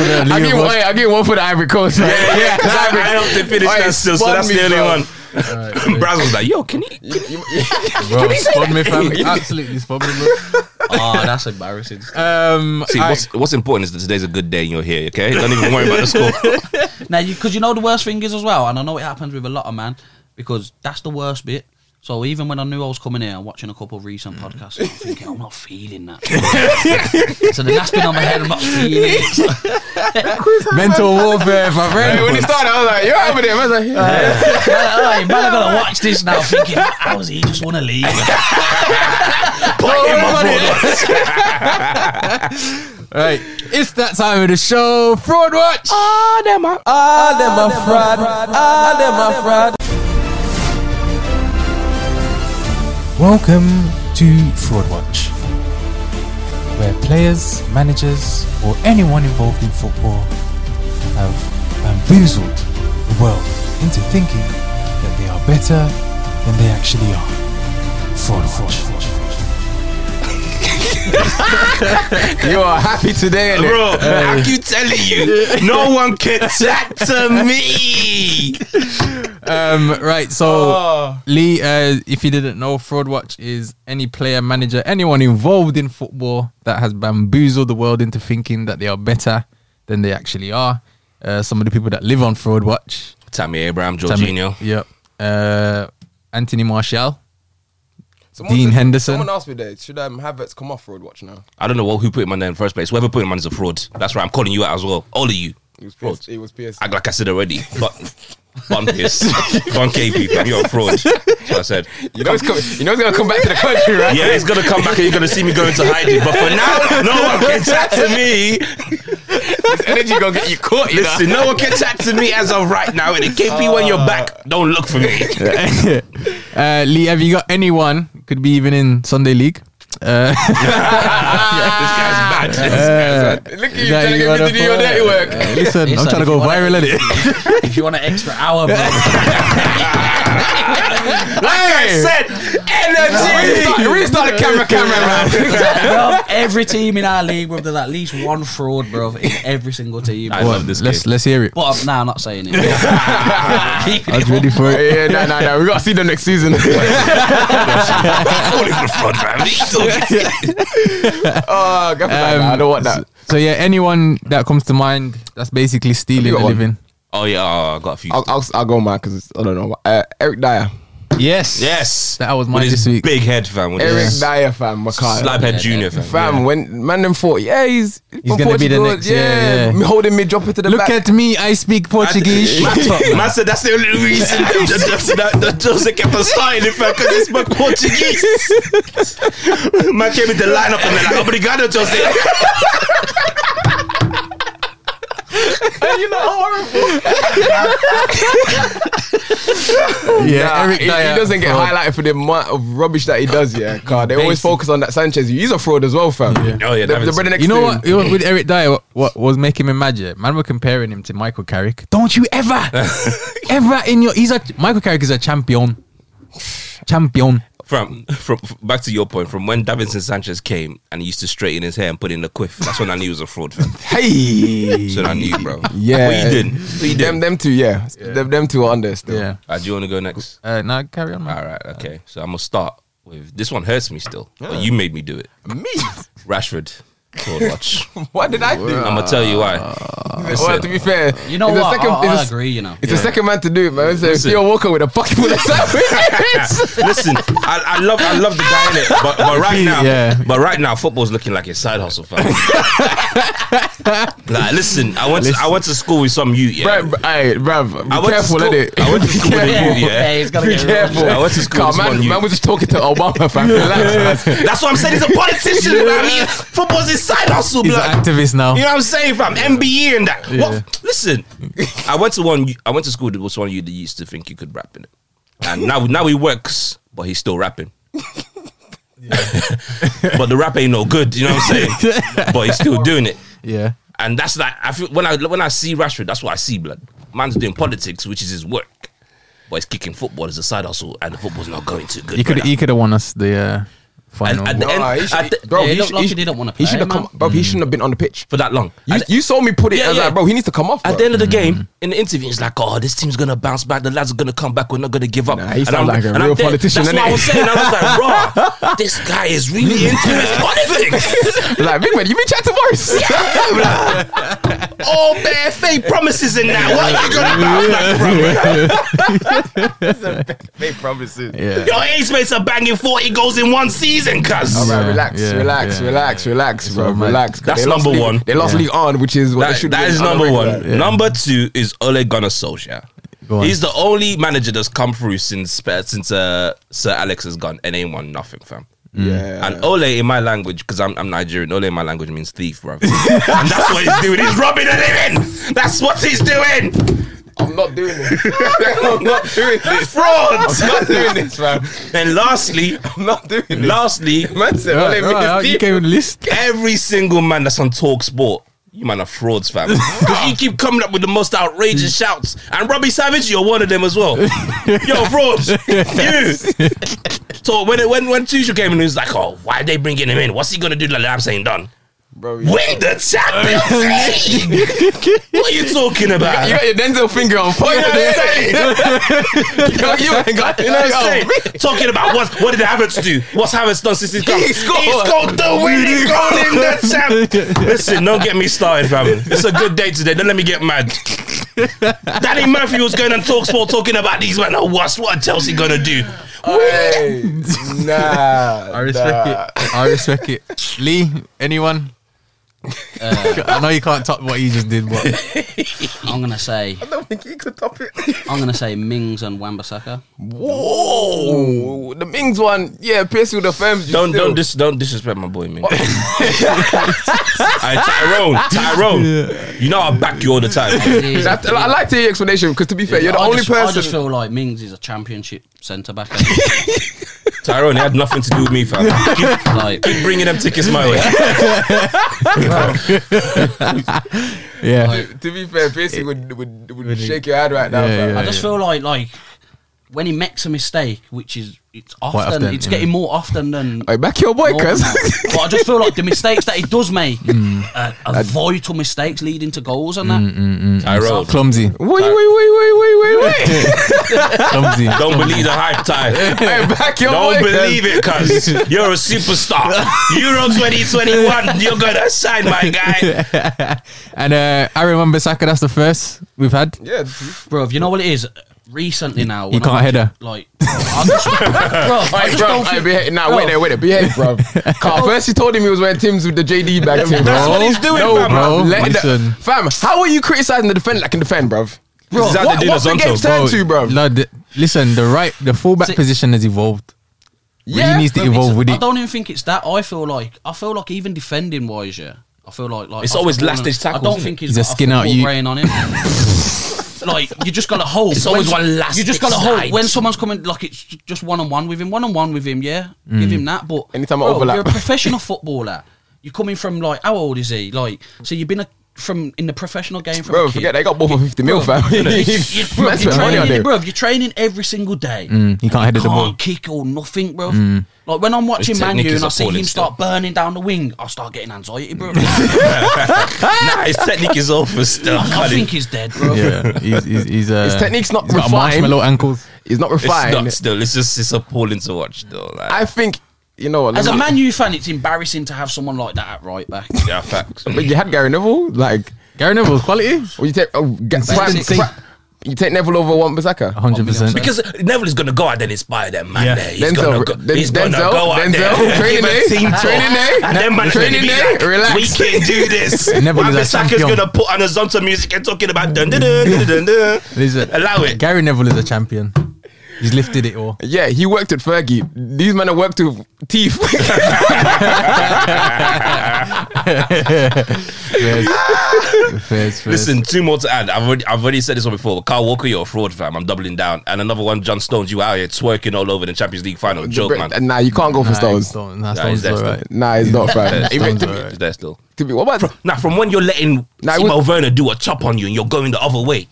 Speaker 3: the
Speaker 1: I
Speaker 3: Liverpool.
Speaker 1: get one. I get one for the Ivory Coast. right?
Speaker 5: Yeah, Oh, because I, I helped him finish
Speaker 1: Alright,
Speaker 5: that still, so
Speaker 1: spun
Speaker 5: that's
Speaker 1: me,
Speaker 5: the only
Speaker 1: bro.
Speaker 5: one. Braz was like, "Yo, can he?"
Speaker 3: Bro, spun me, fam.
Speaker 1: *laughs*
Speaker 3: Absolutely spun me, bro.
Speaker 6: oh, that's embarrassing.
Speaker 3: Um,
Speaker 5: See,
Speaker 3: I-
Speaker 5: what's what's important is that today's a good day and you're here. Okay, don't even worry about the *laughs* score.
Speaker 6: Now, you because you know the worst thing is as well, and I know it happens with a lot of man, because that's the worst bit. So even when I knew I was coming here and watching a couple of recent podcasts, I'm thinking I'm not feeling that. *laughs* so then that's been on my head. I'm not feeling it.
Speaker 3: mental warfare, my
Speaker 1: Hey, *laughs* when
Speaker 3: friend.
Speaker 1: he started, I was like, "You're over there." I was like, yeah.
Speaker 6: Hey, man, I gotta watch this now. Thinking, how does he just want to leave?
Speaker 3: *laughs* Right, it's that time of the show. Fraud watch. Ah,
Speaker 7: Welcome to Fraud Watch, where players, managers, or anyone involved in football have bamboozled the world into thinking that they are better than they actually are. Fraud Watch.
Speaker 1: "You are happy today, innit?
Speaker 5: bro. I keep telling you, no one can chat to me.
Speaker 3: Um, right, so Lee, uh, if you didn't know, Fraud Watch is any player, manager, anyone involved in football that has bamboozled the world into thinking that they are better than they actually are. Uh, some of the people that live on Fraud Watch,
Speaker 5: Tammy Abraham,
Speaker 3: Tammy-
Speaker 5: Jorginho.
Speaker 3: yep, uh, Anthony Martial,
Speaker 1: Someone
Speaker 3: Dean
Speaker 1: said-
Speaker 3: Henderson.
Speaker 1: Someone asked me there. Should um, Havertz come off road watch now?
Speaker 5: I don't know what, who put him on there in the first place. Whoever put him on is a fraud. That's right. I'm calling you out as well. All of you.
Speaker 1: It was
Speaker 5: Frauds.
Speaker 1: PS. It was PS.
Speaker 5: I, like I said already, but on piss, on KP, fam, you're a fraud. That's what I said.
Speaker 1: You know, it's com- you know, it's gonna come back to the country, right?
Speaker 5: Yeah, it's gonna come back and you're gonna see me going to hide it. But for now, no one can chat to me.
Speaker 1: This energy gonna get you caught. You
Speaker 5: Listen, no one can chat to me as of right now. And in KP, when you're back, don't look for *laughs* me.
Speaker 3: uh, Lee, have you got anyone? Could be even in Sunday League.
Speaker 1: *laughs*
Speaker 3: Uh,
Speaker 5: Ah, This
Speaker 3: *laughs*
Speaker 5: guy's bad.
Speaker 1: know? Ah. Look at you trying to get me to do your
Speaker 3: wanna-
Speaker 1: dirty work.
Speaker 3: Uh, listen,
Speaker 6: Listen,
Speaker 3: I'm trying
Speaker 6: if
Speaker 3: to go
Speaker 6: you wanna-
Speaker 3: viral at it.
Speaker 6: if you want an extra hour, bro.
Speaker 1: Hey,
Speaker 5: *laughs* said energy.
Speaker 1: restart, restart the camera, *laughs* camera, man.
Speaker 6: bro, every team in our league, bro, there's at least one fraud, bro, in every single team.
Speaker 5: I
Speaker 6: But
Speaker 5: love this
Speaker 3: let's
Speaker 5: game.
Speaker 3: let's hear it.
Speaker 6: I'm, nah, I'm not saying it. Keeping
Speaker 3: I was
Speaker 6: it
Speaker 3: ready for it.
Speaker 1: *laughs* Yeah, no, no, no. We gotta see them next season. *laughs*
Speaker 5: Calling for fraud, man.
Speaker 1: oh, go for that,
Speaker 3: um,
Speaker 1: man. I don't want that.
Speaker 3: So yeah, anyone that comes to mind that's basically stealing
Speaker 1: Have you
Speaker 3: the
Speaker 1: got one?
Speaker 3: living.
Speaker 5: Oh yeah, oh, I got a few.
Speaker 1: I'll, I'll, I'll go mine because I don't know. Uh, Eric Dyer,
Speaker 3: Yes.
Speaker 5: yes,
Speaker 3: That was mine
Speaker 5: With his
Speaker 3: this week.
Speaker 5: Big head, fam. With
Speaker 1: Eric
Speaker 5: his
Speaker 1: Dyer, fam, Makai.
Speaker 5: slabhead junior, fam.
Speaker 1: Fam, when man them thought, yeah, he's he's
Speaker 3: gonna be the next, yeah, yeah.
Speaker 1: holding mid, dropping to the
Speaker 3: Look
Speaker 1: back.
Speaker 3: at me, I speak Portuguese.
Speaker 5: Man said that's the only reason that,
Speaker 1: *laughs*
Speaker 5: that, that, that Jose kept on starting it because it's my Portuguese. Man Oh, came in the lineup and they're like, obrigado, Jose.
Speaker 3: You're not horrible. yeah,
Speaker 1: Nah,
Speaker 3: Eric
Speaker 1: he, he
Speaker 3: Dyer.
Speaker 1: doesn't get
Speaker 3: bro.
Speaker 1: highlighted for the amount of rubbish that he does. Yeah, car. They always
Speaker 3: Basic.
Speaker 1: focus on that Sanchez. He's a fraud as well, fam.
Speaker 5: Oh, yeah,
Speaker 1: the, the
Speaker 5: Davinson.
Speaker 1: brother next
Speaker 3: You know
Speaker 1: to
Speaker 3: what?
Speaker 1: him.
Speaker 3: You know, with Eric Dyer, what, what was making him mad? Yeah, man, were comparing him to Michael Carrick. Don't you *laughs* ever, ever in your. He's a Michael Carrick is a champion. Champion.
Speaker 5: From, from from- back to your point, from when Davinson Sanchez came and he used to straighten his hair and put in a quiff, that's when I knew he was a fraud. Fam.
Speaker 1: Hey,
Speaker 5: So I knew, bro.
Speaker 1: yeah.
Speaker 5: What you doing? What you
Speaker 1: Them,
Speaker 5: doing?
Speaker 1: them two, yeah. Them, them two are under still.
Speaker 3: Yeah.
Speaker 5: Uh, do you want to go next?
Speaker 3: Uh, now carry on, man.
Speaker 5: All right, okay. So I'm gonna start with this one. Hurts me still, but you made me do it.
Speaker 1: Me?
Speaker 5: Rashford, fraud
Speaker 3: *laughs*
Speaker 5: watch.
Speaker 1: What did I do?
Speaker 5: I'm gonna tell you why.
Speaker 3: Ah.
Speaker 1: well, to be fair,
Speaker 6: You know
Speaker 1: it's the
Speaker 6: what?
Speaker 1: second-
Speaker 6: I, I
Speaker 1: it's the-
Speaker 6: agree. You know,
Speaker 1: It's the second man to do it, man. So if
Speaker 5: Listen.
Speaker 1: you're walking with a pocket full of sandwiches,
Speaker 5: Listen, I, I love I love the guy in it, but, but right now,
Speaker 3: Yeah.
Speaker 5: but right now, football's looking like a side hustle. Fam. like, listen, I went To, I went to school with some youth. Yeah,
Speaker 1: bruv, *laughs* hey, bruv, be
Speaker 5: I went to
Speaker 1: careful,
Speaker 5: school-
Speaker 1: innit?
Speaker 5: I went to school with a youth. Yeah,
Speaker 6: he's gonna
Speaker 1: Be
Speaker 6: get robbed.
Speaker 1: careful.
Speaker 5: I went to school
Speaker 1: Come
Speaker 5: with
Speaker 1: on,
Speaker 5: someone
Speaker 1: man,
Speaker 5: you-
Speaker 1: man was just talking to Obama, fam. Relax, man.
Speaker 5: that's what I'm saying. He's a
Speaker 3: *laughs*
Speaker 5: politician. you know what I mean, football's his side hustle.
Speaker 3: He's
Speaker 5: blood.
Speaker 3: an activist now.
Speaker 5: You know what I'm saying, fam? MBE and that.
Speaker 3: Yeah.
Speaker 5: What? Listen, I went to one. I went to school with one of you that used to think you could rap in it, and now now he works, but he's still rapping. *laughs* but the rap ain't no good. You know what I'm saying? *laughs* but he's still doing it,
Speaker 3: Yeah.
Speaker 5: and that's like I feel when I when I see Rashford, that's what I see. Blood, man's doing politics, which is his work. But he's kicking football as a side hustle, and the football's not going too good.
Speaker 3: He could
Speaker 5: brother.
Speaker 3: he could have won us the uh, final.
Speaker 5: and at the
Speaker 1: Nah,
Speaker 5: end,
Speaker 1: he should-
Speaker 5: at the-
Speaker 1: bro,
Speaker 6: Yeah, he
Speaker 1: he
Speaker 6: looked
Speaker 1: should-
Speaker 6: like
Speaker 1: he
Speaker 6: he
Speaker 1: should-
Speaker 6: didn't wanna
Speaker 1: He should have
Speaker 6: play,
Speaker 1: come,
Speaker 6: man.
Speaker 1: bro. He shouldn't have been on the pitch.
Speaker 5: for that long.
Speaker 1: You,
Speaker 5: At-
Speaker 1: you saw me put it
Speaker 5: Yeah,
Speaker 1: as
Speaker 5: yeah.
Speaker 1: like, bro, he needs to come off.
Speaker 5: At
Speaker 1: bro.
Speaker 5: the end of the game, in the interview, he's like, "Oh, this team's gonna bounce back. The lads are gonna come back. We're not gonna give up."
Speaker 1: Nah, he sounds like a real
Speaker 5: there-
Speaker 1: politician,
Speaker 5: That's what I was
Speaker 1: innit?
Speaker 5: saying. I was like,
Speaker 1: *laughs*
Speaker 5: "Raw, this guy is really into his politics.
Speaker 1: like, big man, you been chatting *laughs* worse.
Speaker 5: All bare Oh, fake promises in that. What are you gonna bounce back from?
Speaker 1: Make promises.
Speaker 3: *laughs* yeah.
Speaker 5: Your ace mates are banging forty goals in one season, cuz."
Speaker 1: All right,
Speaker 3: Yeah,
Speaker 1: relax,
Speaker 3: yeah,
Speaker 1: relax,
Speaker 3: yeah,
Speaker 1: relax, relax, bro,
Speaker 3: all mad.
Speaker 1: relax.
Speaker 5: That's
Speaker 1: They lost
Speaker 5: number
Speaker 1: league-
Speaker 5: one.
Speaker 1: They lost
Speaker 3: Yeah.
Speaker 1: league on, which is what they
Speaker 5: That-
Speaker 1: should
Speaker 5: that
Speaker 1: win
Speaker 5: is
Speaker 1: on a
Speaker 5: number
Speaker 1: regular.
Speaker 5: one. Number two is Ole Gunnar Solskjaer.
Speaker 3: Go on.
Speaker 5: He's the only manager that's come through since since uh, Sir Alex has gone and ain't won nothing, fam.
Speaker 1: Yeah.
Speaker 5: And Ole in my language, because I'm, I'm Nigerian, Ole in my language means thief,
Speaker 1: *laughs*
Speaker 5: bro. and that's what he's doing. He's robbing a living. That's what he's doing.
Speaker 1: I'm not doing this. I'm not doing this.
Speaker 5: Fraud.
Speaker 1: I'm not doing this, fam.
Speaker 5: and lastly,
Speaker 1: I'm not doing this.
Speaker 5: lastly,
Speaker 1: Man said,
Speaker 3: All
Speaker 1: all
Speaker 3: right,
Speaker 1: they
Speaker 3: all right,
Speaker 1: mean
Speaker 3: you
Speaker 1: is
Speaker 3: came with a list.
Speaker 5: every single man that's on Talk Sport, you man are frauds, *laughs* fam. Because you keep coming up with the most outrageous shouts. And Robbie Savage, you're one of them as *laughs* well. Yo, *laughs* frauds. you. So when it, when when Tuchel came in, he was like, oh, why are they bringing him in? What's he gonna do? Like I'm saying, done.
Speaker 1: Bro, you
Speaker 5: Win the *laughs* Champions League. what are *laughs* you talking about?
Speaker 1: you got your Denzel finger on point.
Speaker 3: *laughs*
Speaker 5: You know what I'm saying?
Speaker 1: Yo, *laughs* you ain't got
Speaker 5: You know what I'm saying? Talking about what what did Havertz do? What's Havertz done since he's come?
Speaker 1: He scored.
Speaker 5: He scored the winning goal in the champ. Listen, don't get me started, fam. It's a good day today. Don't let me get mad. Danny Murphy was going on talk sport talking about these men. Oh, what's what are Chelsea gonna do?
Speaker 1: Hey, nah.
Speaker 3: I respect it. I respect it. Lee, anyone? *laughs* I know you can't top what you just did, but
Speaker 6: I'm gonna say,
Speaker 1: I don't think he could top
Speaker 3: *laughs*
Speaker 1: it.
Speaker 6: I'm gonna say Mings and Wambasaka.
Speaker 1: Whoa. The Mings one, yeah, pierce with the firms. you
Speaker 5: Don't
Speaker 1: still-
Speaker 5: don't dis- don't disrespect my boy, *laughs* man. Aye, Tyrone, Tyrone, you know I back you all the time.
Speaker 1: That- I like to hear your explanation because, to be fair, you're the
Speaker 6: I
Speaker 1: only
Speaker 6: just, I just
Speaker 1: person.
Speaker 6: feel like Mings is a championship centre back.
Speaker 5: Tyrone, it had nothing to do with me, fam.
Speaker 6: *laughs*
Speaker 5: Keep,
Speaker 6: like,
Speaker 5: keep bringing them tickets my way.
Speaker 3: yeah.
Speaker 1: To be fair, Piercy would, would, would shake your hand right now.
Speaker 3: Yeah,
Speaker 1: fam.
Speaker 3: yeah.
Speaker 6: I just feel like like when he makes a mistake, which is it's often,
Speaker 3: often,
Speaker 6: it's
Speaker 3: yeah.
Speaker 6: getting more often than.
Speaker 1: Hey, back your boy,
Speaker 6: normal
Speaker 5: *laughs*
Speaker 1: cuz. *laughs*
Speaker 6: now. but I just feel like the mistakes that he does make are, are vital mistakes leading to goals and that.
Speaker 5: Tyrone,
Speaker 3: *laughs* Clumsy.
Speaker 1: wait, wait, wait, wait, wait, wait, wait.
Speaker 3: Clumsy.
Speaker 5: don't believe the hype, Ty.
Speaker 1: Hey, back your boy,
Speaker 5: Don't
Speaker 1: cuz.
Speaker 5: believe it,
Speaker 1: *laughs*
Speaker 5: cuz you're a superstar. Euro 2021, *laughs* you're gonna shine, my
Speaker 1: *laughs*
Speaker 5: guy.
Speaker 3: *laughs* And uh, Aaron Wan-Bissaka, that's the first we've had.
Speaker 1: Yeah,
Speaker 6: Bro, you know what it is? Recently now,
Speaker 3: He
Speaker 6: when I
Speaker 3: can't
Speaker 6: watch
Speaker 3: head her.
Speaker 6: it, Like, *laughs* I just, bro, I
Speaker 1: Hey,
Speaker 6: just
Speaker 1: bro,
Speaker 6: don't
Speaker 1: hey,
Speaker 6: think.
Speaker 1: behave. Nah, wait there, wait there. Behave, bro. Car, first you told him he was wearing Tim's with the JD back to him.
Speaker 5: That's what he's doing,
Speaker 1: No,
Speaker 5: fam.
Speaker 1: bro. Let the-
Speaker 3: Listen.
Speaker 1: fam, how are you criticizing the defender that can defend, bro? Bro,
Speaker 5: Is that
Speaker 1: what,
Speaker 5: the
Speaker 1: what's the
Speaker 5: Dinozonto?
Speaker 1: game turned to, bro?
Speaker 3: Oh, No, the, listen, the right, the fullback
Speaker 6: See-
Speaker 3: position has evolved.
Speaker 1: yeah,
Speaker 3: He needs to
Speaker 6: Bro, it's-
Speaker 3: evolve with
Speaker 6: I
Speaker 3: it.
Speaker 6: don't even think it's that. I feel like I feel like even defending wise, yeah, I feel like like
Speaker 5: It's
Speaker 6: after
Speaker 5: always
Speaker 6: Bournemouth-
Speaker 5: last-ditch tackles,
Speaker 6: I don't
Speaker 5: isn't
Speaker 6: think
Speaker 5: it?
Speaker 6: he's,
Speaker 3: He's a
Speaker 6: got a
Speaker 3: skin out
Speaker 6: football
Speaker 3: you.
Speaker 6: brain on him. like you just got to hold. It's
Speaker 5: always one last
Speaker 6: You just
Speaker 5: ditch
Speaker 6: got to hold
Speaker 5: side.
Speaker 6: when someone's coming. Like it's ju- just one on one with him. One on one with him. Yeah, give him that. But
Speaker 1: Anytime I
Speaker 6: bro,
Speaker 1: overlap.
Speaker 6: you're
Speaker 1: *laughs*
Speaker 6: a professional footballer. You're coming from like how old is he? Like so you've been a, from in the professional game from a
Speaker 1: Bro,
Speaker 6: kid.
Speaker 1: forget they got both for 50 mil, fam. *laughs*
Speaker 6: You- bro,
Speaker 1: Man
Speaker 6: you're
Speaker 1: spent money on
Speaker 6: training,
Speaker 1: them.
Speaker 6: bro, you're training every single day.
Speaker 3: he can't head
Speaker 6: He
Speaker 3: of the ball. Mm.
Speaker 6: can't kick or nothing, bro. Like when I'm watching
Speaker 5: His
Speaker 6: Man
Speaker 5: technique
Speaker 6: U
Speaker 5: is
Speaker 6: and I see
Speaker 5: appalling
Speaker 6: him
Speaker 5: still.
Speaker 6: start burning down the wing, I start getting anxiety, *laughs* bro.
Speaker 5: nah, his technique is over still.
Speaker 6: I think he's dead, bro.
Speaker 3: *laughs* Yeah, he's, he's, he's uh,
Speaker 1: His technique's not
Speaker 3: he's got a
Speaker 1: refined.
Speaker 3: marshmallow ankles.
Speaker 1: It's not
Speaker 5: it's
Speaker 1: refined.
Speaker 5: not still. It's just it's appalling to watch though. Like,
Speaker 1: I think, you know what?
Speaker 6: As
Speaker 1: let
Speaker 6: a
Speaker 1: me-
Speaker 6: Man U fan, it's embarrassing to have someone like that at right back.
Speaker 5: yeah, facts.
Speaker 1: But you had Gary Neville, like,
Speaker 3: Gary Neville's quality,
Speaker 1: when you take, oh, ga- prime,
Speaker 6: Basically-
Speaker 1: pri- you take Neville over Wan Bissaka.
Speaker 3: hundred percent.
Speaker 5: Because Neville is gonna go out and inspire that man there. He's
Speaker 1: Denzel,
Speaker 5: gonna go,
Speaker 1: Den-
Speaker 5: he's gonna
Speaker 1: Denzel,
Speaker 5: go out
Speaker 1: Denzel,
Speaker 5: there.
Speaker 1: *laughs* training
Speaker 5: give a
Speaker 1: day,
Speaker 5: team talk.
Speaker 1: training day,
Speaker 5: and then man is gonna
Speaker 1: training
Speaker 5: be
Speaker 1: day,
Speaker 5: like,
Speaker 1: relax.
Speaker 5: We can do this.
Speaker 3: Neville is
Speaker 5: Wan
Speaker 3: a
Speaker 5: Bissaka's
Speaker 3: champion.
Speaker 5: gonna put on a Zonta music and talking about dun dun dun dun dun. dun.
Speaker 3: He's a-
Speaker 5: Allow it.
Speaker 3: Gary Neville is a champion. He's lifted
Speaker 1: *laughs*
Speaker 3: it all.
Speaker 1: Yeah, he worked at Fergie. These men have worked with teeth.
Speaker 3: Fairs. Fairs, fairs.
Speaker 5: Listen, two more to add. I've already, I've already said this one before. But Carl Walker, you're a fraud, fam. I'm doubling down. And another one, John Stones, you out here twerking all over the Champions League final. Joke, man.
Speaker 1: *laughs* nah, you can't go for
Speaker 3: Nah,
Speaker 1: Stones.
Speaker 3: Stone- nah,
Speaker 5: Nah, he's
Speaker 3: Stones
Speaker 5: there
Speaker 3: all
Speaker 5: still.
Speaker 3: right.
Speaker 1: Nah, it's not, fam. Even
Speaker 3: Stones
Speaker 1: to,
Speaker 3: are
Speaker 1: be-
Speaker 5: He's there still.
Speaker 1: to be, what about,
Speaker 5: Now, from when you're letting
Speaker 1: Nah, it
Speaker 5: Timo
Speaker 1: was-
Speaker 5: Werner do a chop on you and you're going the other way,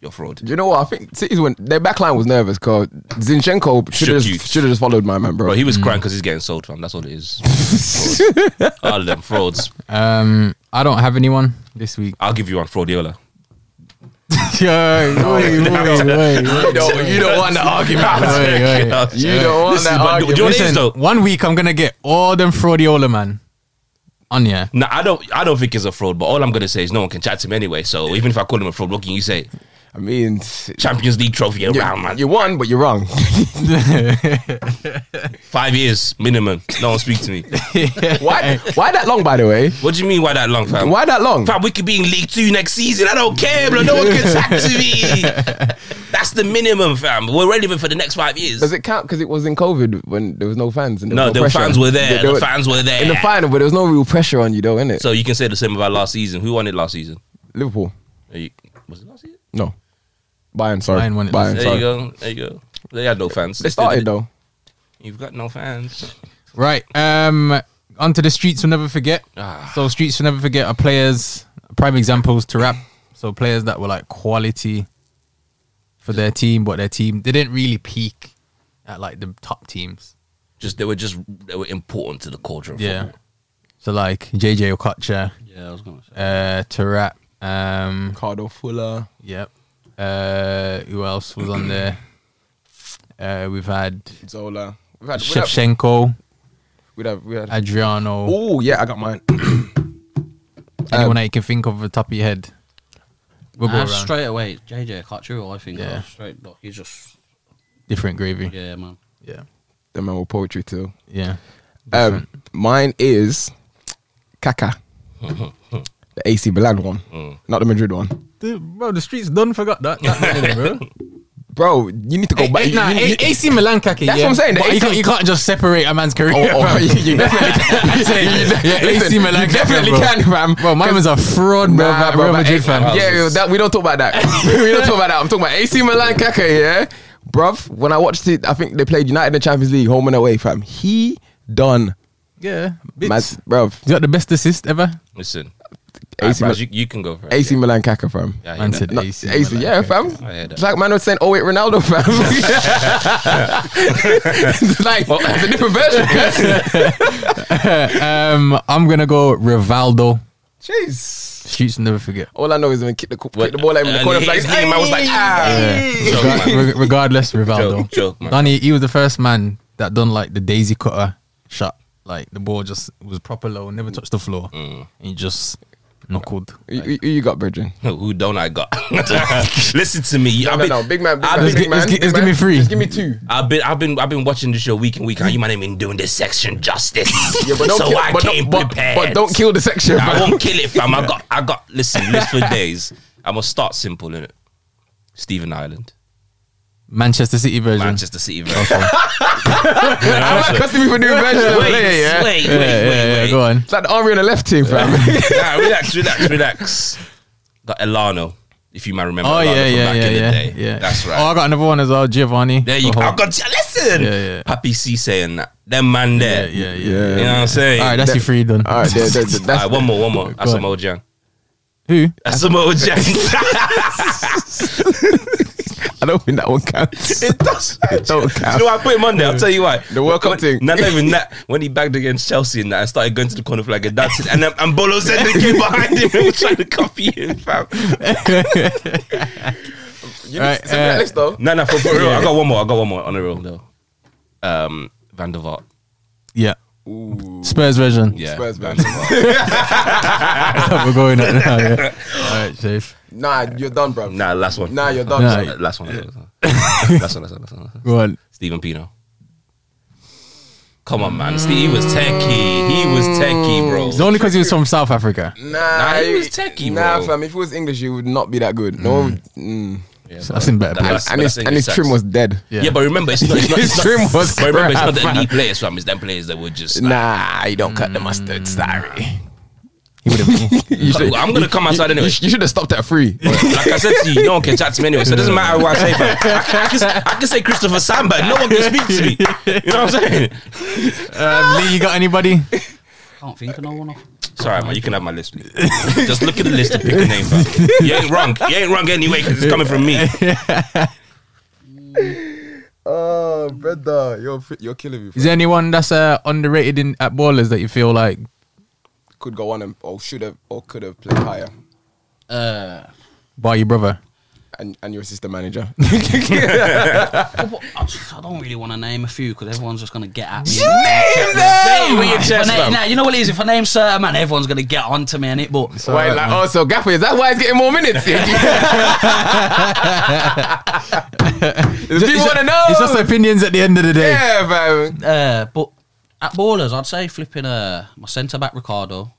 Speaker 5: you're fraud.
Speaker 1: you know what? I think City's when their backline was nervous because Zinchenko should have
Speaker 5: Shook you.
Speaker 1: should have just followed my man, bro.
Speaker 5: Bro, he was crying because he's getting sold, fam. That's all it is. Fraud. all of them frauds.
Speaker 3: Um, I don't have anyone this week.
Speaker 5: I'll give you one, fraudiola.
Speaker 3: Yeah, wait,
Speaker 5: *laughs*
Speaker 3: wait, wait,
Speaker 1: you, don't, you don't want the argument.
Speaker 3: wait, wait.
Speaker 1: You don't want
Speaker 5: Listen,
Speaker 1: that
Speaker 5: but do-
Speaker 1: argument.
Speaker 5: do you know what it is,
Speaker 3: Listen,
Speaker 5: though?
Speaker 3: one week I'm gonna get all them fraudiola man on ya.
Speaker 5: No, I don't. I don't think it's a fraud. But all I'm gonna say is no one can chat to him anyway. So even if I call him a fraud, what can you say?
Speaker 1: I mean,
Speaker 5: Champions League trophy
Speaker 1: you,
Speaker 5: around, man.
Speaker 1: you won, but you're wrong. *laughs*
Speaker 5: Five years minimum. No one speak to me.
Speaker 1: why? Why that long, by the way?
Speaker 5: What do you mean? Why that long, fam?
Speaker 1: Why that long?
Speaker 5: Fam, we could be in League Two next season. I don't care, bro. No one can chat to
Speaker 1: *laughs*
Speaker 5: me. That's the minimum, fam. We're relevant for the next five years.
Speaker 1: Does it count? Because it was in COVID when there was no fans. And there
Speaker 5: no,
Speaker 1: was no
Speaker 5: the
Speaker 1: pressure.
Speaker 5: fans were there.
Speaker 1: They- they
Speaker 5: the fans were there.
Speaker 1: in the final, but there was no real pressure on you, though, innit?
Speaker 5: so you can say the same about last season. Who won it last season?
Speaker 1: Liverpool,
Speaker 5: Are you- Was it last season?
Speaker 1: no. Bayern, sorry.
Speaker 3: Bayern won it last
Speaker 1: Bayern,
Speaker 5: There
Speaker 1: sorry.
Speaker 5: you go. There you go. They had no fans.
Speaker 1: They started though.
Speaker 5: You've got no fans.
Speaker 3: Right. Um onto the streets will never forget.
Speaker 5: Ah.
Speaker 3: So streets will never forget are players prime examples to rap. So players that were like quality for their team, but their team they didn't really peak at like the top teams.
Speaker 5: Just they were just they were important to the culture. Of
Speaker 3: Yeah.
Speaker 5: football.
Speaker 3: So like JJ Okocha,
Speaker 6: *laughs* Yeah, I was gonna say.
Speaker 3: uh Tarat, um
Speaker 1: Cardo Fuller.
Speaker 3: Yep. Uh, who else was on there? Uh, we've had
Speaker 1: Zola. We've had, we'd have,
Speaker 3: Shevchenko,
Speaker 1: we'd have, we'd have.
Speaker 3: Adriano.
Speaker 1: Oh yeah, I got mine. uh,
Speaker 3: Anyone that you can think of off the top of your head? We'll
Speaker 6: Ah,
Speaker 3: go around.
Speaker 6: straight away, JJ Kachu, I think.
Speaker 3: Yeah.
Speaker 6: oh, straight, like, he's just
Speaker 3: Different gravy.
Speaker 6: yeah, man.
Speaker 3: Yeah.
Speaker 1: the man with poetry too.
Speaker 3: Yeah.
Speaker 1: Um, mine is Kaka, the AC Milan one,
Speaker 3: Mm.
Speaker 1: not the Madrid one.
Speaker 3: Dude, bro, the streets done forgot that. that minute,
Speaker 1: *laughs*
Speaker 3: bro.
Speaker 1: Bro, you need to go
Speaker 3: Hey,
Speaker 1: back.
Speaker 3: hey,
Speaker 1: you-
Speaker 3: Eh, nah,
Speaker 1: you-
Speaker 3: A-
Speaker 1: you-
Speaker 3: AC Milan kaki.
Speaker 1: That's
Speaker 3: yeah.
Speaker 1: what I'm saying, the
Speaker 3: But you,
Speaker 1: AC
Speaker 3: can't, you can't just separate a man's career.
Speaker 1: Oh, oh,
Speaker 3: *laughs* bro.
Speaker 1: you, you definitely,
Speaker 3: I say, yeah, AC Milan.
Speaker 1: you definitely
Speaker 3: bro.
Speaker 1: can, fam.
Speaker 3: Bro, mine Oh, was a fraud, bro.
Speaker 1: Nah,
Speaker 3: Nah,
Speaker 1: bro,
Speaker 3: Real
Speaker 1: but
Speaker 3: Madrid
Speaker 1: A-
Speaker 3: fan.
Speaker 1: Yeah, that, we don't talk
Speaker 3: *laughs*
Speaker 1: about that. *laughs* we don't talk about that. I'm talking about AC Milan Kaka, yeah? Bruv, when I watched it, I think they played United in the Champions League, home and away, fam. He done.
Speaker 3: yeah.
Speaker 1: Mad,
Speaker 3: Bits.
Speaker 1: bruv,
Speaker 3: You got the best assist ever.
Speaker 5: Listen,
Speaker 1: AC,
Speaker 5: Alright,
Speaker 1: Mil-
Speaker 5: Baz, you, you can go first.
Speaker 1: AC Milan Kaka, fam.
Speaker 5: Yeah, I hear
Speaker 3: Man
Speaker 5: that.
Speaker 3: said
Speaker 1: No,
Speaker 3: AC.
Speaker 1: AC,
Speaker 3: Milan
Speaker 1: yeah,
Speaker 3: Kaka.
Speaker 1: fam.
Speaker 5: I hear that.
Speaker 1: It's like man was saying, oh wait, Ronaldo,
Speaker 5: *laughs*
Speaker 1: fam. *laughs* it's like, it's a different version.
Speaker 5: *laughs*
Speaker 3: Um, I'm gonna go Rivaldo.
Speaker 1: Jeez.
Speaker 3: Shoots will never forget.
Speaker 1: All I know is when he kicked the, kicked
Speaker 5: What-
Speaker 1: the ball out in the
Speaker 5: and
Speaker 1: corner,
Speaker 5: his
Speaker 1: it's like,
Speaker 5: name, I was like, ah. Joke,
Speaker 3: Reg-
Speaker 5: man.
Speaker 3: reg- regardless, Rivaldo.
Speaker 5: Joke, joke, man.
Speaker 3: Donny, he was the first man that done like the daisy cutter shot. Like the ball just was proper low, never touched the floor.
Speaker 5: Mm.
Speaker 3: And he just knuckled.
Speaker 1: Who- who- who you got, Bridget?
Speaker 5: Who don't
Speaker 1: *laughs*
Speaker 5: I got? *laughs* Listen to me.
Speaker 1: No,
Speaker 5: I've
Speaker 1: no,
Speaker 5: been,
Speaker 1: no, big man, big
Speaker 5: I've
Speaker 1: man,
Speaker 5: been-
Speaker 1: big
Speaker 3: gi-
Speaker 1: man.
Speaker 3: let's gi-
Speaker 1: big
Speaker 3: let's give
Speaker 1: man.
Speaker 3: me three.
Speaker 1: Just give me two.
Speaker 5: I've been, I've been, I've been watching this show week in week out. You might have been doing this section justice.
Speaker 1: Yeah, but don't
Speaker 5: so
Speaker 1: kill,
Speaker 5: I
Speaker 1: but,
Speaker 5: came
Speaker 1: don't, but,
Speaker 5: prepared.
Speaker 1: but don't kill the section.
Speaker 5: Nah, I
Speaker 1: bro.
Speaker 5: won't kill it, fam. I got, I got. Listen, list for days. I'm gonna start simple, innit? Stephen Ireland,
Speaker 3: Manchester City version. *laughs*
Speaker 5: *laughs* Manchester City version.
Speaker 1: I'm cussing me for doing vegetable layer, yeah?
Speaker 5: wait,
Speaker 3: go
Speaker 1: *laughs*
Speaker 3: on.
Speaker 1: It's like the army on the left team, fam.
Speaker 5: nah, relax, relax, relax. Got Elano, if you might remember.
Speaker 3: Oh
Speaker 5: Elano
Speaker 3: yeah,
Speaker 5: from
Speaker 3: yeah,
Speaker 5: back
Speaker 3: yeah,
Speaker 5: in the
Speaker 3: yeah,
Speaker 5: day.
Speaker 3: yeah.
Speaker 5: That's right.
Speaker 3: Oh, I got another one as well, Giovanni.
Speaker 5: there you
Speaker 3: Oh,
Speaker 5: go.
Speaker 3: hold-
Speaker 5: I've got listen.
Speaker 3: Yeah, yeah.
Speaker 5: Happy C saying that. Them man
Speaker 3: Yeah,
Speaker 5: there.
Speaker 3: yeah, yeah.
Speaker 1: Yeah.
Speaker 5: You know what I'm saying?
Speaker 3: All right, that's your free done.
Speaker 1: *laughs* All right, there- there- there-
Speaker 5: All
Speaker 1: that's
Speaker 5: right, one more, one more. That's
Speaker 3: on.
Speaker 5: some old jam.
Speaker 3: *laughs*
Speaker 1: *laughs*
Speaker 3: Who?
Speaker 5: That's some
Speaker 3: *laughs*
Speaker 5: old *laughs* jam.
Speaker 1: I don't think that one counts.
Speaker 5: It does.
Speaker 1: *laughs* It don't
Speaker 5: Do
Speaker 1: count.
Speaker 5: you know why I put him on there? I'll tell you why.
Speaker 1: The World Cup
Speaker 5: When-
Speaker 1: thing.
Speaker 5: No, not even that. When he bagged against Chelsea and that, I started going to the corner flag and dancing, and, um, and Bolo said they came behind him and was trying to copy him,
Speaker 3: *laughs*
Speaker 5: fam.
Speaker 1: You
Speaker 3: Alright,
Speaker 1: need to submit
Speaker 3: uh,
Speaker 1: a list, though.
Speaker 5: No, no, for, for real. I got one more. I got one more on the real though. Um, Van der Vaart.
Speaker 3: Yeah. Spurs version.
Speaker 5: Yeah.
Speaker 1: Spurs, man.
Speaker 3: *laughs* We're going at now.
Speaker 5: *laughs*
Speaker 3: Yeah. All right, safe.
Speaker 1: *laughs* Nah, you're done, bro.
Speaker 5: Nah, last one.
Speaker 1: Nah, you're
Speaker 5: Last
Speaker 1: done.
Speaker 3: Nah.
Speaker 5: one, Last one. Last one. Last one. Last one. Last one.
Speaker 3: Go on.
Speaker 5: Stephen Pino. Come on, man. Steve, he was techie. He was techie, bro.
Speaker 3: It's only because he was from South Africa.
Speaker 1: Nah,
Speaker 5: Nah, he
Speaker 1: you-
Speaker 5: was techie,
Speaker 1: Nah,
Speaker 5: bro.
Speaker 1: fam, if he was English, he would not be that good. No, one would- mm.
Speaker 3: So I've seen better
Speaker 5: That-
Speaker 3: players.
Speaker 5: that's-
Speaker 1: and
Speaker 5: but
Speaker 1: his and his
Speaker 5: that's English
Speaker 1: trim
Speaker 5: sucks.
Speaker 1: was dead.
Speaker 3: Yeah.
Speaker 5: Yeah, but remember, it's not. It's not,
Speaker 1: His
Speaker 5: it's not
Speaker 1: trim was
Speaker 5: but remember, it's not
Speaker 1: crap,
Speaker 5: the
Speaker 1: man.
Speaker 5: elite players, fam. It's them players that were just. Like,
Speaker 1: Nah, you don't cut the mustard, sorry.
Speaker 3: He would have been.
Speaker 1: *laughs* You should,
Speaker 5: Mm. I'm gonna come outside
Speaker 1: you,
Speaker 5: anyway.
Speaker 1: sh- you should have stopped at
Speaker 3: *laughs*
Speaker 1: three.
Speaker 5: Like I said to you, no one can chat to me anyway, so it doesn't matter what I say, fam. I, can- I, can, s- I can say Christopher Samba, no one can speak to me. You know what I'm saying?
Speaker 3: Um, Lee, you got anybody?
Speaker 6: Can't think of no one off.
Speaker 5: Sorry, man, you can have my list. Just look at the list and pick a name, fam. You ain't wrong. You ain't wrong anyway, because it's coming from *laughs* me.
Speaker 3: Uh,
Speaker 1: Oh, brother, you're fi- you're killing me.
Speaker 3: Is
Speaker 1: Fam.
Speaker 3: there anyone that's uh, underrated in at ballers that you feel like?
Speaker 1: Could go on and or should have or could have played higher.
Speaker 6: *laughs* Uh,
Speaker 3: By your brother.
Speaker 1: And and your sister
Speaker 3: *laughs*
Speaker 1: manager. *laughs*
Speaker 6: couple- I just- I don't really want to name a few because everyone's just gonna get at me.
Speaker 5: Name them!
Speaker 6: If I na- nah, you know what it is. If I name certain man, everyone's gonna get onto me and it. But
Speaker 3: all
Speaker 1: Wait,
Speaker 3: right,
Speaker 1: like, oh, so Gaffer, is that why he's getting more
Speaker 3: *laughs*
Speaker 1: minutes? *laughs* Does people want to know?
Speaker 3: It's just opinions at the end of the day.
Speaker 1: yeah, fam.
Speaker 6: uh, but at ballers, I'd say flipping uh, my centre back Ricardo,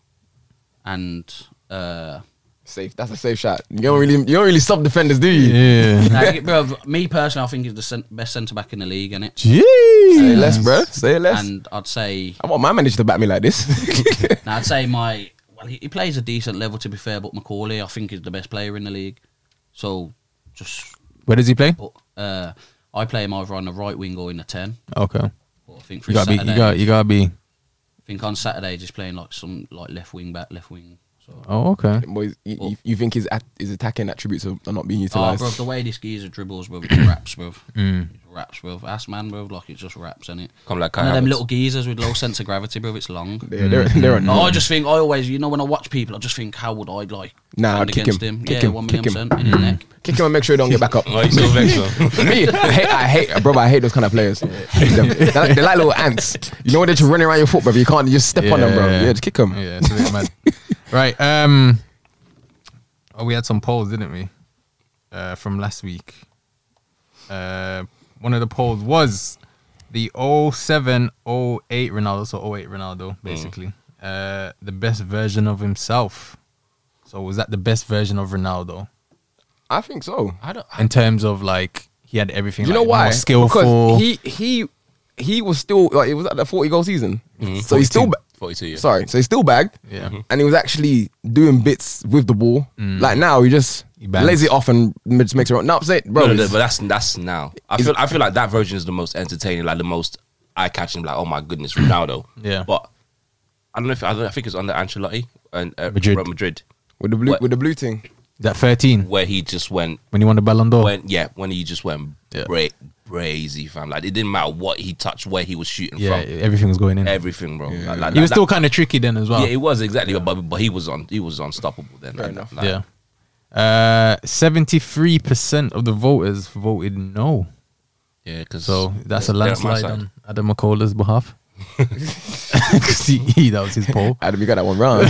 Speaker 6: and
Speaker 3: *laughs*
Speaker 6: uh,
Speaker 1: Safe. That's a safe shot. You don't really, you don't really sub defenders, do you?
Speaker 3: Yeah.
Speaker 6: nah, you- bro, me personally, I think he's the cent- best centre back in the league, and it.
Speaker 1: Say
Speaker 3: Jeez.
Speaker 1: less, bro. Say less.
Speaker 6: And I'd say,
Speaker 1: I want my manager to back me like *laughs* this.
Speaker 6: nah, I'd say my well, he, he plays a decent level to be fair, but Macaulay, I think, is the best player in the league. So just
Speaker 3: Where does he play?
Speaker 6: but uh, I play him either on the right wing or in the ten.
Speaker 3: Okay.
Speaker 6: But I think for
Speaker 3: You gotta be.
Speaker 6: Saturday,
Speaker 3: You got. You gotta be.
Speaker 6: I think on Saturday he's just playing like some like left wing back, left wing. So.
Speaker 3: Oh, okay.
Speaker 1: Boys, you, you, you think his at, his attacking attributes are, are not being
Speaker 6: Oh,
Speaker 1: utilized?
Speaker 6: bro, the way this geezer dribbles, bro, it raps, bro,
Speaker 1: *clears throat*
Speaker 6: mm. raps, bro. Ass man, bro, like it just raps, and it.
Speaker 5: Come like Kai
Speaker 6: None of them
Speaker 5: Havertz.
Speaker 6: little geezers with low sense of gravity, bro. It's long.
Speaker 1: they're, they're, they're a
Speaker 3: Mm.
Speaker 6: No,
Speaker 1: no.
Speaker 6: I just think I always, you know, when I watch people, I just think how would I like
Speaker 1: Nah,
Speaker 6: stand
Speaker 1: I'd kick
Speaker 6: against
Speaker 1: him.
Speaker 6: him?
Speaker 1: Kick
Speaker 6: yeah,
Speaker 1: him.
Speaker 6: one
Speaker 1: Kick
Speaker 6: million
Speaker 1: him.
Speaker 6: percent in the neck.
Speaker 1: Kick him and make sure he don't get back *laughs* up.
Speaker 5: Oh, you so vexed, though.
Speaker 1: Me, I hate, I hate, bro. I hate those kind of players. Hate them. They're, like, they're like little ants. You know when they're just running around your foot, bro. You can't just step on them, bro. Yeah, just kick them.
Speaker 3: Yeah, it's a bit mad. *laughs* Right. Um. Oh, we had some polls, didn't we? Uh, from last week. Uh, one of the polls was the 07 08 Ronaldo, so 08
Speaker 1: Mm.
Speaker 3: Ronaldo, basically. Uh, the best version of himself. So was that the best version of Ronaldo
Speaker 1: I think so.
Speaker 5: I don't.
Speaker 3: in terms of like he had everything?
Speaker 1: you know
Speaker 3: like,
Speaker 1: why?
Speaker 3: More
Speaker 1: Because
Speaker 3: skillful.
Speaker 1: He he he was still like it was at the forty goal season, so he's still. Ba-
Speaker 5: 42 years.
Speaker 1: Sorry, so he still bagged,
Speaker 3: Yeah. Mhm.
Speaker 1: and he was actually doing bits with the ball. Like now, he just
Speaker 3: He bangs.
Speaker 1: lays it off and just makes it. Wrong. No, I'm saying, bro,
Speaker 5: No, no,
Speaker 1: it's-
Speaker 5: no, but that's that's now. I feel I feel like that version is the most entertaining, like the most eye catching. Like, oh my goodness, Ronaldo.
Speaker 3: Yeah.
Speaker 5: But I don't know if I, don't, I think it's under Ancelotti and uh,
Speaker 3: Madrid.
Speaker 5: Real Madrid,
Speaker 1: with the blue
Speaker 5: What?
Speaker 1: with the blue thing.
Speaker 3: that 13
Speaker 5: where he just went
Speaker 3: when he won the Ballon d'Or.
Speaker 5: when yeah when he just went
Speaker 3: Oh. Yeah.
Speaker 5: bra- brazy fam. Like it didn't matter what he touched, where he was shooting
Speaker 3: yeah,
Speaker 5: from,
Speaker 3: everything was going in.
Speaker 5: everything, bro. Like, like,
Speaker 3: he was
Speaker 5: that-
Speaker 3: still kind of tricky then as well.
Speaker 5: yeah, it was exactly, but but he was on he was unstoppable then.
Speaker 1: Fair
Speaker 5: Like,
Speaker 1: enough.
Speaker 5: like,
Speaker 3: yeah. Uh, seventy-three percent of the voters voted no,
Speaker 5: yeah, because
Speaker 3: so that's a landslide on Adam McCullough's *laughs* behalf. 'Cause he, he- that was his poll.
Speaker 1: Adam, you got that one wrong.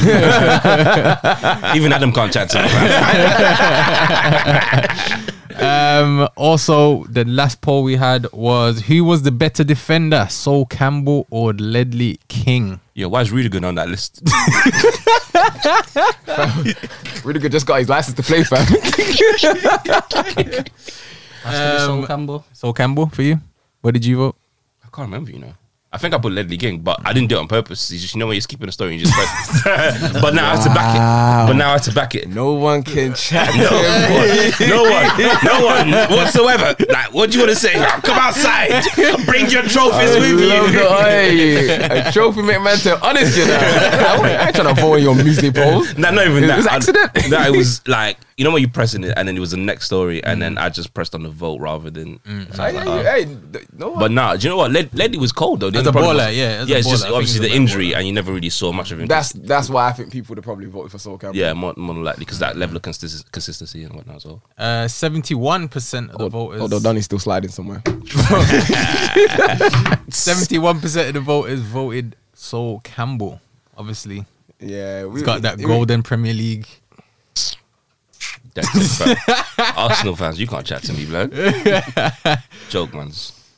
Speaker 5: Even Adam can't chat to me. fam. *laughs*
Speaker 3: Um, also, the last poll we had was who was the better defender, Sol Campbell or Ledley King?
Speaker 5: yeah, why is Rudiger on that list?
Speaker 1: really good. Just got his license to play, fam.
Speaker 6: That's gonna be Sol
Speaker 3: Um,
Speaker 6: Campbell.
Speaker 1: Um,
Speaker 3: Sol Campbell for you? What did you vote?
Speaker 1: I
Speaker 5: I can't remember, you know. I think I put Ledley King, but I didn't do it on purpose. You just you know when you're skipping a story, you just press. but now I have to back it. But now I have to back it.
Speaker 1: No
Speaker 5: No
Speaker 1: one *laughs* can chat.
Speaker 5: one, no one, no one whatsoever. Like, what do you want to say? Come outside. Bring your trophies
Speaker 1: I
Speaker 5: with
Speaker 1: love
Speaker 5: you.
Speaker 1: the- Oi, a trophy make man to honest you know. I ain't trying to follow your music polls.
Speaker 5: No, not even
Speaker 1: It
Speaker 5: that.
Speaker 1: was
Speaker 5: I-
Speaker 1: accident.
Speaker 5: No,
Speaker 3: *laughs*
Speaker 5: it was like you know when you pressing it, and then it was the next story, and
Speaker 3: Mm.
Speaker 5: then I just pressed on the vote rather than. so I was like, oh.
Speaker 1: no
Speaker 5: But nah, do you know what? Led, Ledley was cold though. The
Speaker 3: As a
Speaker 5: problem
Speaker 3: baller,
Speaker 5: was-
Speaker 3: yeah, as a
Speaker 5: yeah. It's
Speaker 3: baller, I
Speaker 5: just
Speaker 3: think he was
Speaker 5: obviously the
Speaker 3: a bad
Speaker 5: injury, and you never really saw much of him.
Speaker 1: that's that's why I think people would have probably voted for Soul Campbell.
Speaker 5: yeah, more, more than likely because that level of consist- consistency and whatnot as well.
Speaker 3: Uh, 71% of the voters.
Speaker 1: Although Donny's still sliding somewhere.
Speaker 3: 71% of the voters voted Sol Campbell, obviously.
Speaker 1: Yeah, we
Speaker 3: He's got that
Speaker 1: we-
Speaker 3: golden Premier League.
Speaker 5: That's so
Speaker 1: *laughs*
Speaker 5: bad. Arsenal fans, you can't chat to me, blood. Joke, man.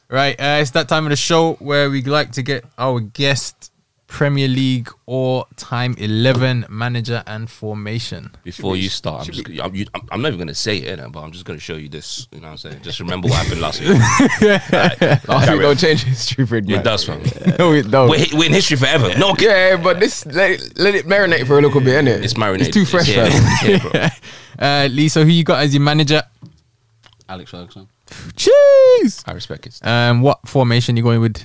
Speaker 3: Right, uh, it's that time of the show where we like to get our guest Premier League or time 11 manager and formation. *laughs*
Speaker 5: Before you start, I'm, just, I'm, you, I'm, I'm not even going to say it, innit, but I'm just going to show you this. You know what I'm saying? Just remember what
Speaker 1: *laughs*
Speaker 5: happened last week.
Speaker 1: Last
Speaker 5: Alright, carry
Speaker 1: week
Speaker 5: on.
Speaker 1: don't change history, Fred.
Speaker 3: *laughs*
Speaker 5: It
Speaker 1: man.
Speaker 5: does, fam.
Speaker 1: No, it don't.
Speaker 5: We're, hi- we're in history forever. No, okay.
Speaker 1: Yeah, but this let, let it marinate for a little bit, innit?
Speaker 5: It's
Speaker 1: It's
Speaker 5: marinated.
Speaker 1: too fresh,
Speaker 5: here.
Speaker 1: fam.
Speaker 5: It's here, bro.
Speaker 3: *laughs* Uh, Lisa, who you got as your manager?
Speaker 6: Alex Ferguson.
Speaker 3: Cheese!
Speaker 5: I respect it.
Speaker 3: Um, what formation you going with?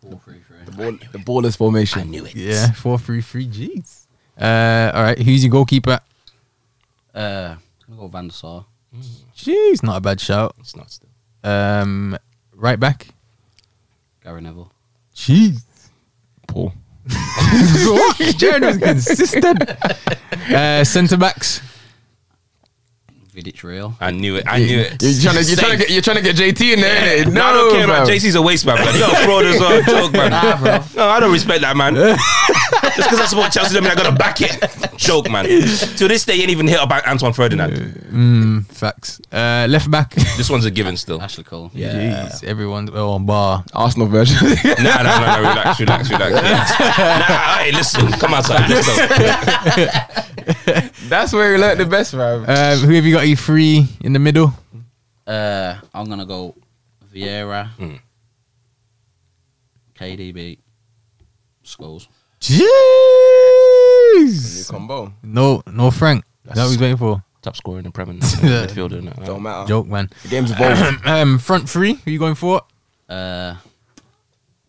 Speaker 6: Four, three, three.
Speaker 1: *laughs* Ball, the ballers formation. I knew it.
Speaker 3: Yeah, 4 3 3 G's. Uh, all right, who's your goalkeeper?
Speaker 6: Uh, I'm gonna go Van der Sar.
Speaker 3: Jeez, not a bad shout.
Speaker 5: It's not still.
Speaker 3: Um, right back.
Speaker 6: Gary Neville.
Speaker 3: Jeez.
Speaker 1: Paul.
Speaker 3: Jared was consistent. Uh, centre backs.
Speaker 6: Vidic Real.
Speaker 5: I knew it. I knew
Speaker 1: You're
Speaker 5: it.
Speaker 1: trying to you're trying to get you're trying to get JT in there, innit?
Speaker 5: No, I don't care about
Speaker 1: fam.
Speaker 5: JC's a waste man. man. You're a fraud as well, joke man. No, I don't respect that man. Just because I support Chelsea, don't mean I gotta back it. Joke man. To this day, you ain't even hit about Antoine Ferdinand.
Speaker 3: Mm, facts. Uh, left back.
Speaker 5: This one's a given still.
Speaker 6: Ashley Cole.
Speaker 3: Jeez, everyone. Oh, bar.
Speaker 1: Arsenal version. *laughs*
Speaker 5: No, no, no, no, relax, relax, relax. relax. Nah, hey, listen, come outside. Let's go.
Speaker 1: That's where we learnt the best, fam.
Speaker 3: Uh, who have you got? You three in the middle.
Speaker 6: Uh, I'm gonna go Vieira.
Speaker 1: Mm.
Speaker 6: KDB. Scholes.
Speaker 3: Jeez.
Speaker 1: combo.
Speaker 3: No, no Frank. That's that what he's waiting for.
Speaker 5: Top scorer in the Premier
Speaker 3: *laughs* Yeah.
Speaker 5: midfielder. No,
Speaker 1: Don't matter.
Speaker 3: Joke, man.
Speaker 1: The game's evolved.
Speaker 3: um, front three. Who you going for?
Speaker 6: Uh,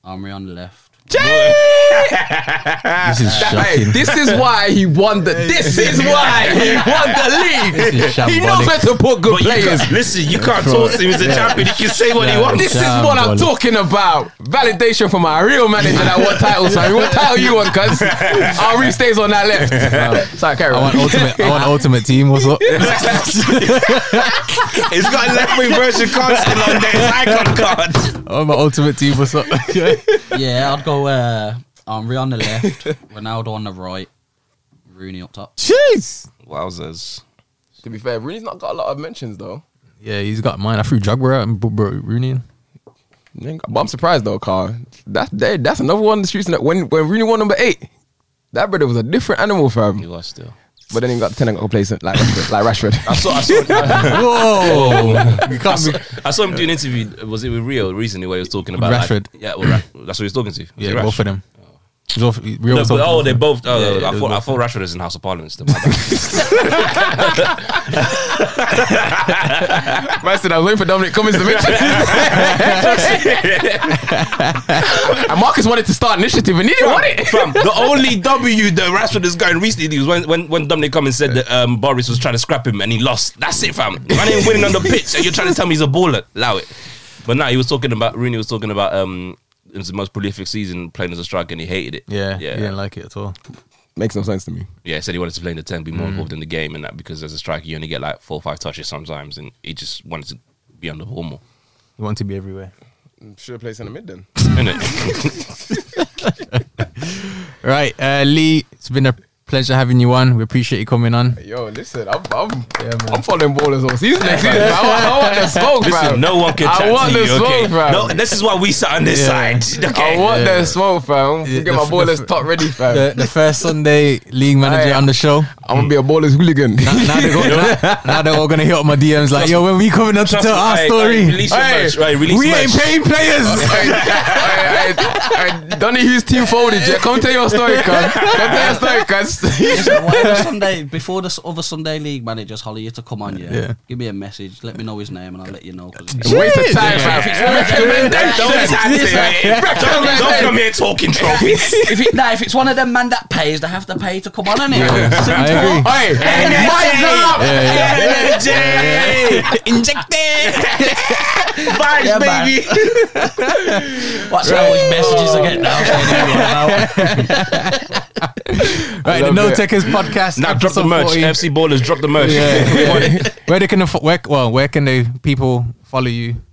Speaker 6: Omri on the *laughs* left.
Speaker 3: This is
Speaker 1: Hey,
Speaker 3: shocking.
Speaker 1: this is why he won the. This is
Speaker 5: *laughs*
Speaker 1: why he won the league.
Speaker 3: This is
Speaker 1: He knows
Speaker 3: shambolic.
Speaker 1: where to put good
Speaker 5: But you
Speaker 1: players.
Speaker 5: can't, listen, you can't talk to him. He's a champion. He can say what he
Speaker 3: Yeah.
Speaker 5: wants.
Speaker 1: This is what I'm
Speaker 3: Shambolic.
Speaker 1: talking about. Validation from our real manager that won titles. Sorry, what title you on,
Speaker 5: *laughs*
Speaker 1: cuz? Ari stays on that left. Sorry, carry
Speaker 3: I
Speaker 1: on.
Speaker 3: want ultimate. I want ultimate team. What's up?
Speaker 5: He's got a left wing version card still on there. His icon card.
Speaker 3: I want my ultimate team. What's up?
Speaker 6: yeah, I'd go uh, Omri on the left. *laughs* Ronaldo on the right. Rooney up *laughs* top.
Speaker 3: Jeez.
Speaker 5: Wowzers.
Speaker 1: to be fair, Rooney's not got a lot of mentions though.
Speaker 3: Yeah, he's got mine. I threw Jaguar out and put bro, Rooney in.
Speaker 1: But I'm surprised though, Carl. That's that, that's another one in the streets. That when when Rooney won number eight, that brother was a different animal,
Speaker 5: He
Speaker 1: fam.
Speaker 5: was still.
Speaker 1: But then he got ten and got complacent, like Rashford, like Rashford.
Speaker 5: I *laughs* saw, I saw,
Speaker 3: Whoa! *laughs* you can't be.
Speaker 5: I saw him do an interview. Was it with Rio recently where he was talking about like-
Speaker 3: Rashford.
Speaker 5: yeah, well, Ra- that's what he was talking to. Was
Speaker 3: Yeah,
Speaker 5: it
Speaker 3: both
Speaker 5: Rashford?
Speaker 3: of them. It was off- Real
Speaker 5: No,
Speaker 3: was
Speaker 5: but,
Speaker 3: off-
Speaker 5: oh, they both. Oh,
Speaker 3: Yeah, yeah,
Speaker 5: I,
Speaker 3: they
Speaker 5: thought,
Speaker 3: were
Speaker 5: I thought Rashford was in House of Parliament. Still, my
Speaker 3: *laughs*
Speaker 5: bad.
Speaker 1: Man said I was waiting for Dominic Cummings to
Speaker 3: *laughs*
Speaker 1: mention. and Marcus wanted to start initiative and he didn't want it.
Speaker 5: Fam, the only W that Rashford has gotten recently was when, when, when Dominic Cummings said that um, Boris was trying to scrap him and he lost. That's it, fam. Man ain't winning on the pitch and you're trying to tell me he's a baller. Allow it. But now he was talking about, Rooney was talking about um, it was the most prolific season playing as a striker and he hated it.
Speaker 3: Yeah, yeah,
Speaker 5: Yeah.
Speaker 3: he didn't like it at all.
Speaker 1: Makes no sense to me.
Speaker 5: Yeah, he said he wanted to play in the 10, be more involved in the game and that because as a striker, you only get like four or five touches sometimes and he just wanted to be on the ball more.
Speaker 3: He wanted to be everywhere.
Speaker 1: Should have played centre mid then.
Speaker 5: Innit?
Speaker 3: Right, uh, Lee. It's been a pleasure having you on. We appreciate you coming on.
Speaker 1: Yo, listen, I'm I'm, I'm following ballers all season next season. I, want- I want the smoke, bro.
Speaker 5: Listen, *laughs* no one can
Speaker 1: I
Speaker 5: chat
Speaker 1: want
Speaker 5: to
Speaker 1: the
Speaker 5: you.
Speaker 1: smoke,
Speaker 5: okay,
Speaker 1: fam.
Speaker 5: no, this is why we sat on this
Speaker 3: Yeah.
Speaker 5: side.
Speaker 1: I
Speaker 5: Okay,
Speaker 1: want
Speaker 3: Yeah.
Speaker 1: that smoke, fam.
Speaker 3: Yeah,
Speaker 1: Get
Speaker 3: the
Speaker 1: my
Speaker 3: f- the
Speaker 1: ballers
Speaker 3: f-
Speaker 1: top ready, fam.
Speaker 3: The, the first Sunday league manager
Speaker 1: Aye.
Speaker 3: on the show. Uh,
Speaker 1: I'm gonna be
Speaker 5: Mm.
Speaker 1: a ballers
Speaker 5: *laughs*
Speaker 1: hooligan. *laughs*
Speaker 3: Now they're, go, now, now they're all gonna hit up my DMs like, yo, when we coming up to
Speaker 5: Trust
Speaker 3: tell
Speaker 5: me,
Speaker 3: our
Speaker 5: aye,
Speaker 3: story?
Speaker 5: aye, release your
Speaker 1: Aye.
Speaker 5: merch, right, release
Speaker 3: we
Speaker 5: your
Speaker 3: ain't
Speaker 5: merch.
Speaker 3: paying players.
Speaker 1: Hey, hey, hey, Donny Hughes team folded, yeah. Come tell your story, cuz. Come tell your story,
Speaker 5: *laughs*
Speaker 1: cuz.
Speaker 6: Listen, whatever Sunday before this other Sunday league managers holler you to come on, yeah,
Speaker 3: Yeah.
Speaker 6: give me a message, let me know his name, and I'll let you know. 'cause it's-
Speaker 1: Waste of time, fam.
Speaker 5: Don't chat to me. Don't don't come here talking
Speaker 6: *laughs*
Speaker 5: trophies.
Speaker 6: if it, nah, if it's one of them man that pays, they have to pay to come on, innit? *laughs*
Speaker 3: I agree.
Speaker 1: Hey, my job.
Speaker 5: Energy! Injected! Vibes,
Speaker 6: Yeah, man.
Speaker 5: baby!
Speaker 6: What's how much messages I get now? saying,
Speaker 3: Right, the
Speaker 1: love
Speaker 3: No
Speaker 1: it.
Speaker 3: Techers podcast.
Speaker 5: Now drop the
Speaker 3: episode
Speaker 5: merch.
Speaker 3: 40.
Speaker 5: FC Ballers, drop the
Speaker 3: *laughs*
Speaker 5: merch.
Speaker 3: Yeah,
Speaker 5: We want it.
Speaker 3: yeah. where they can affo- where, well, where can the people follow you?
Speaker 6: *laughs*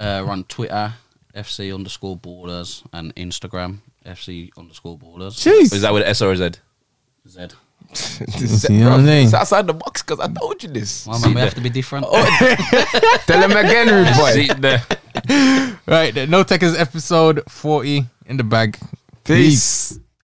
Speaker 6: Uh, we're on Twitter, FC underscore ballers, and Instagram, FC underscore ballers.
Speaker 5: Is that with S or a Z?
Speaker 6: Z.
Speaker 3: You know what I mean?
Speaker 1: It's outside the box, cuz I told you this.
Speaker 6: Well, man, we have to be different.
Speaker 1: Tell him again, rude boy.
Speaker 5: See there.
Speaker 3: Right, the No Techers episode forty in the bag.
Speaker 1: Peace.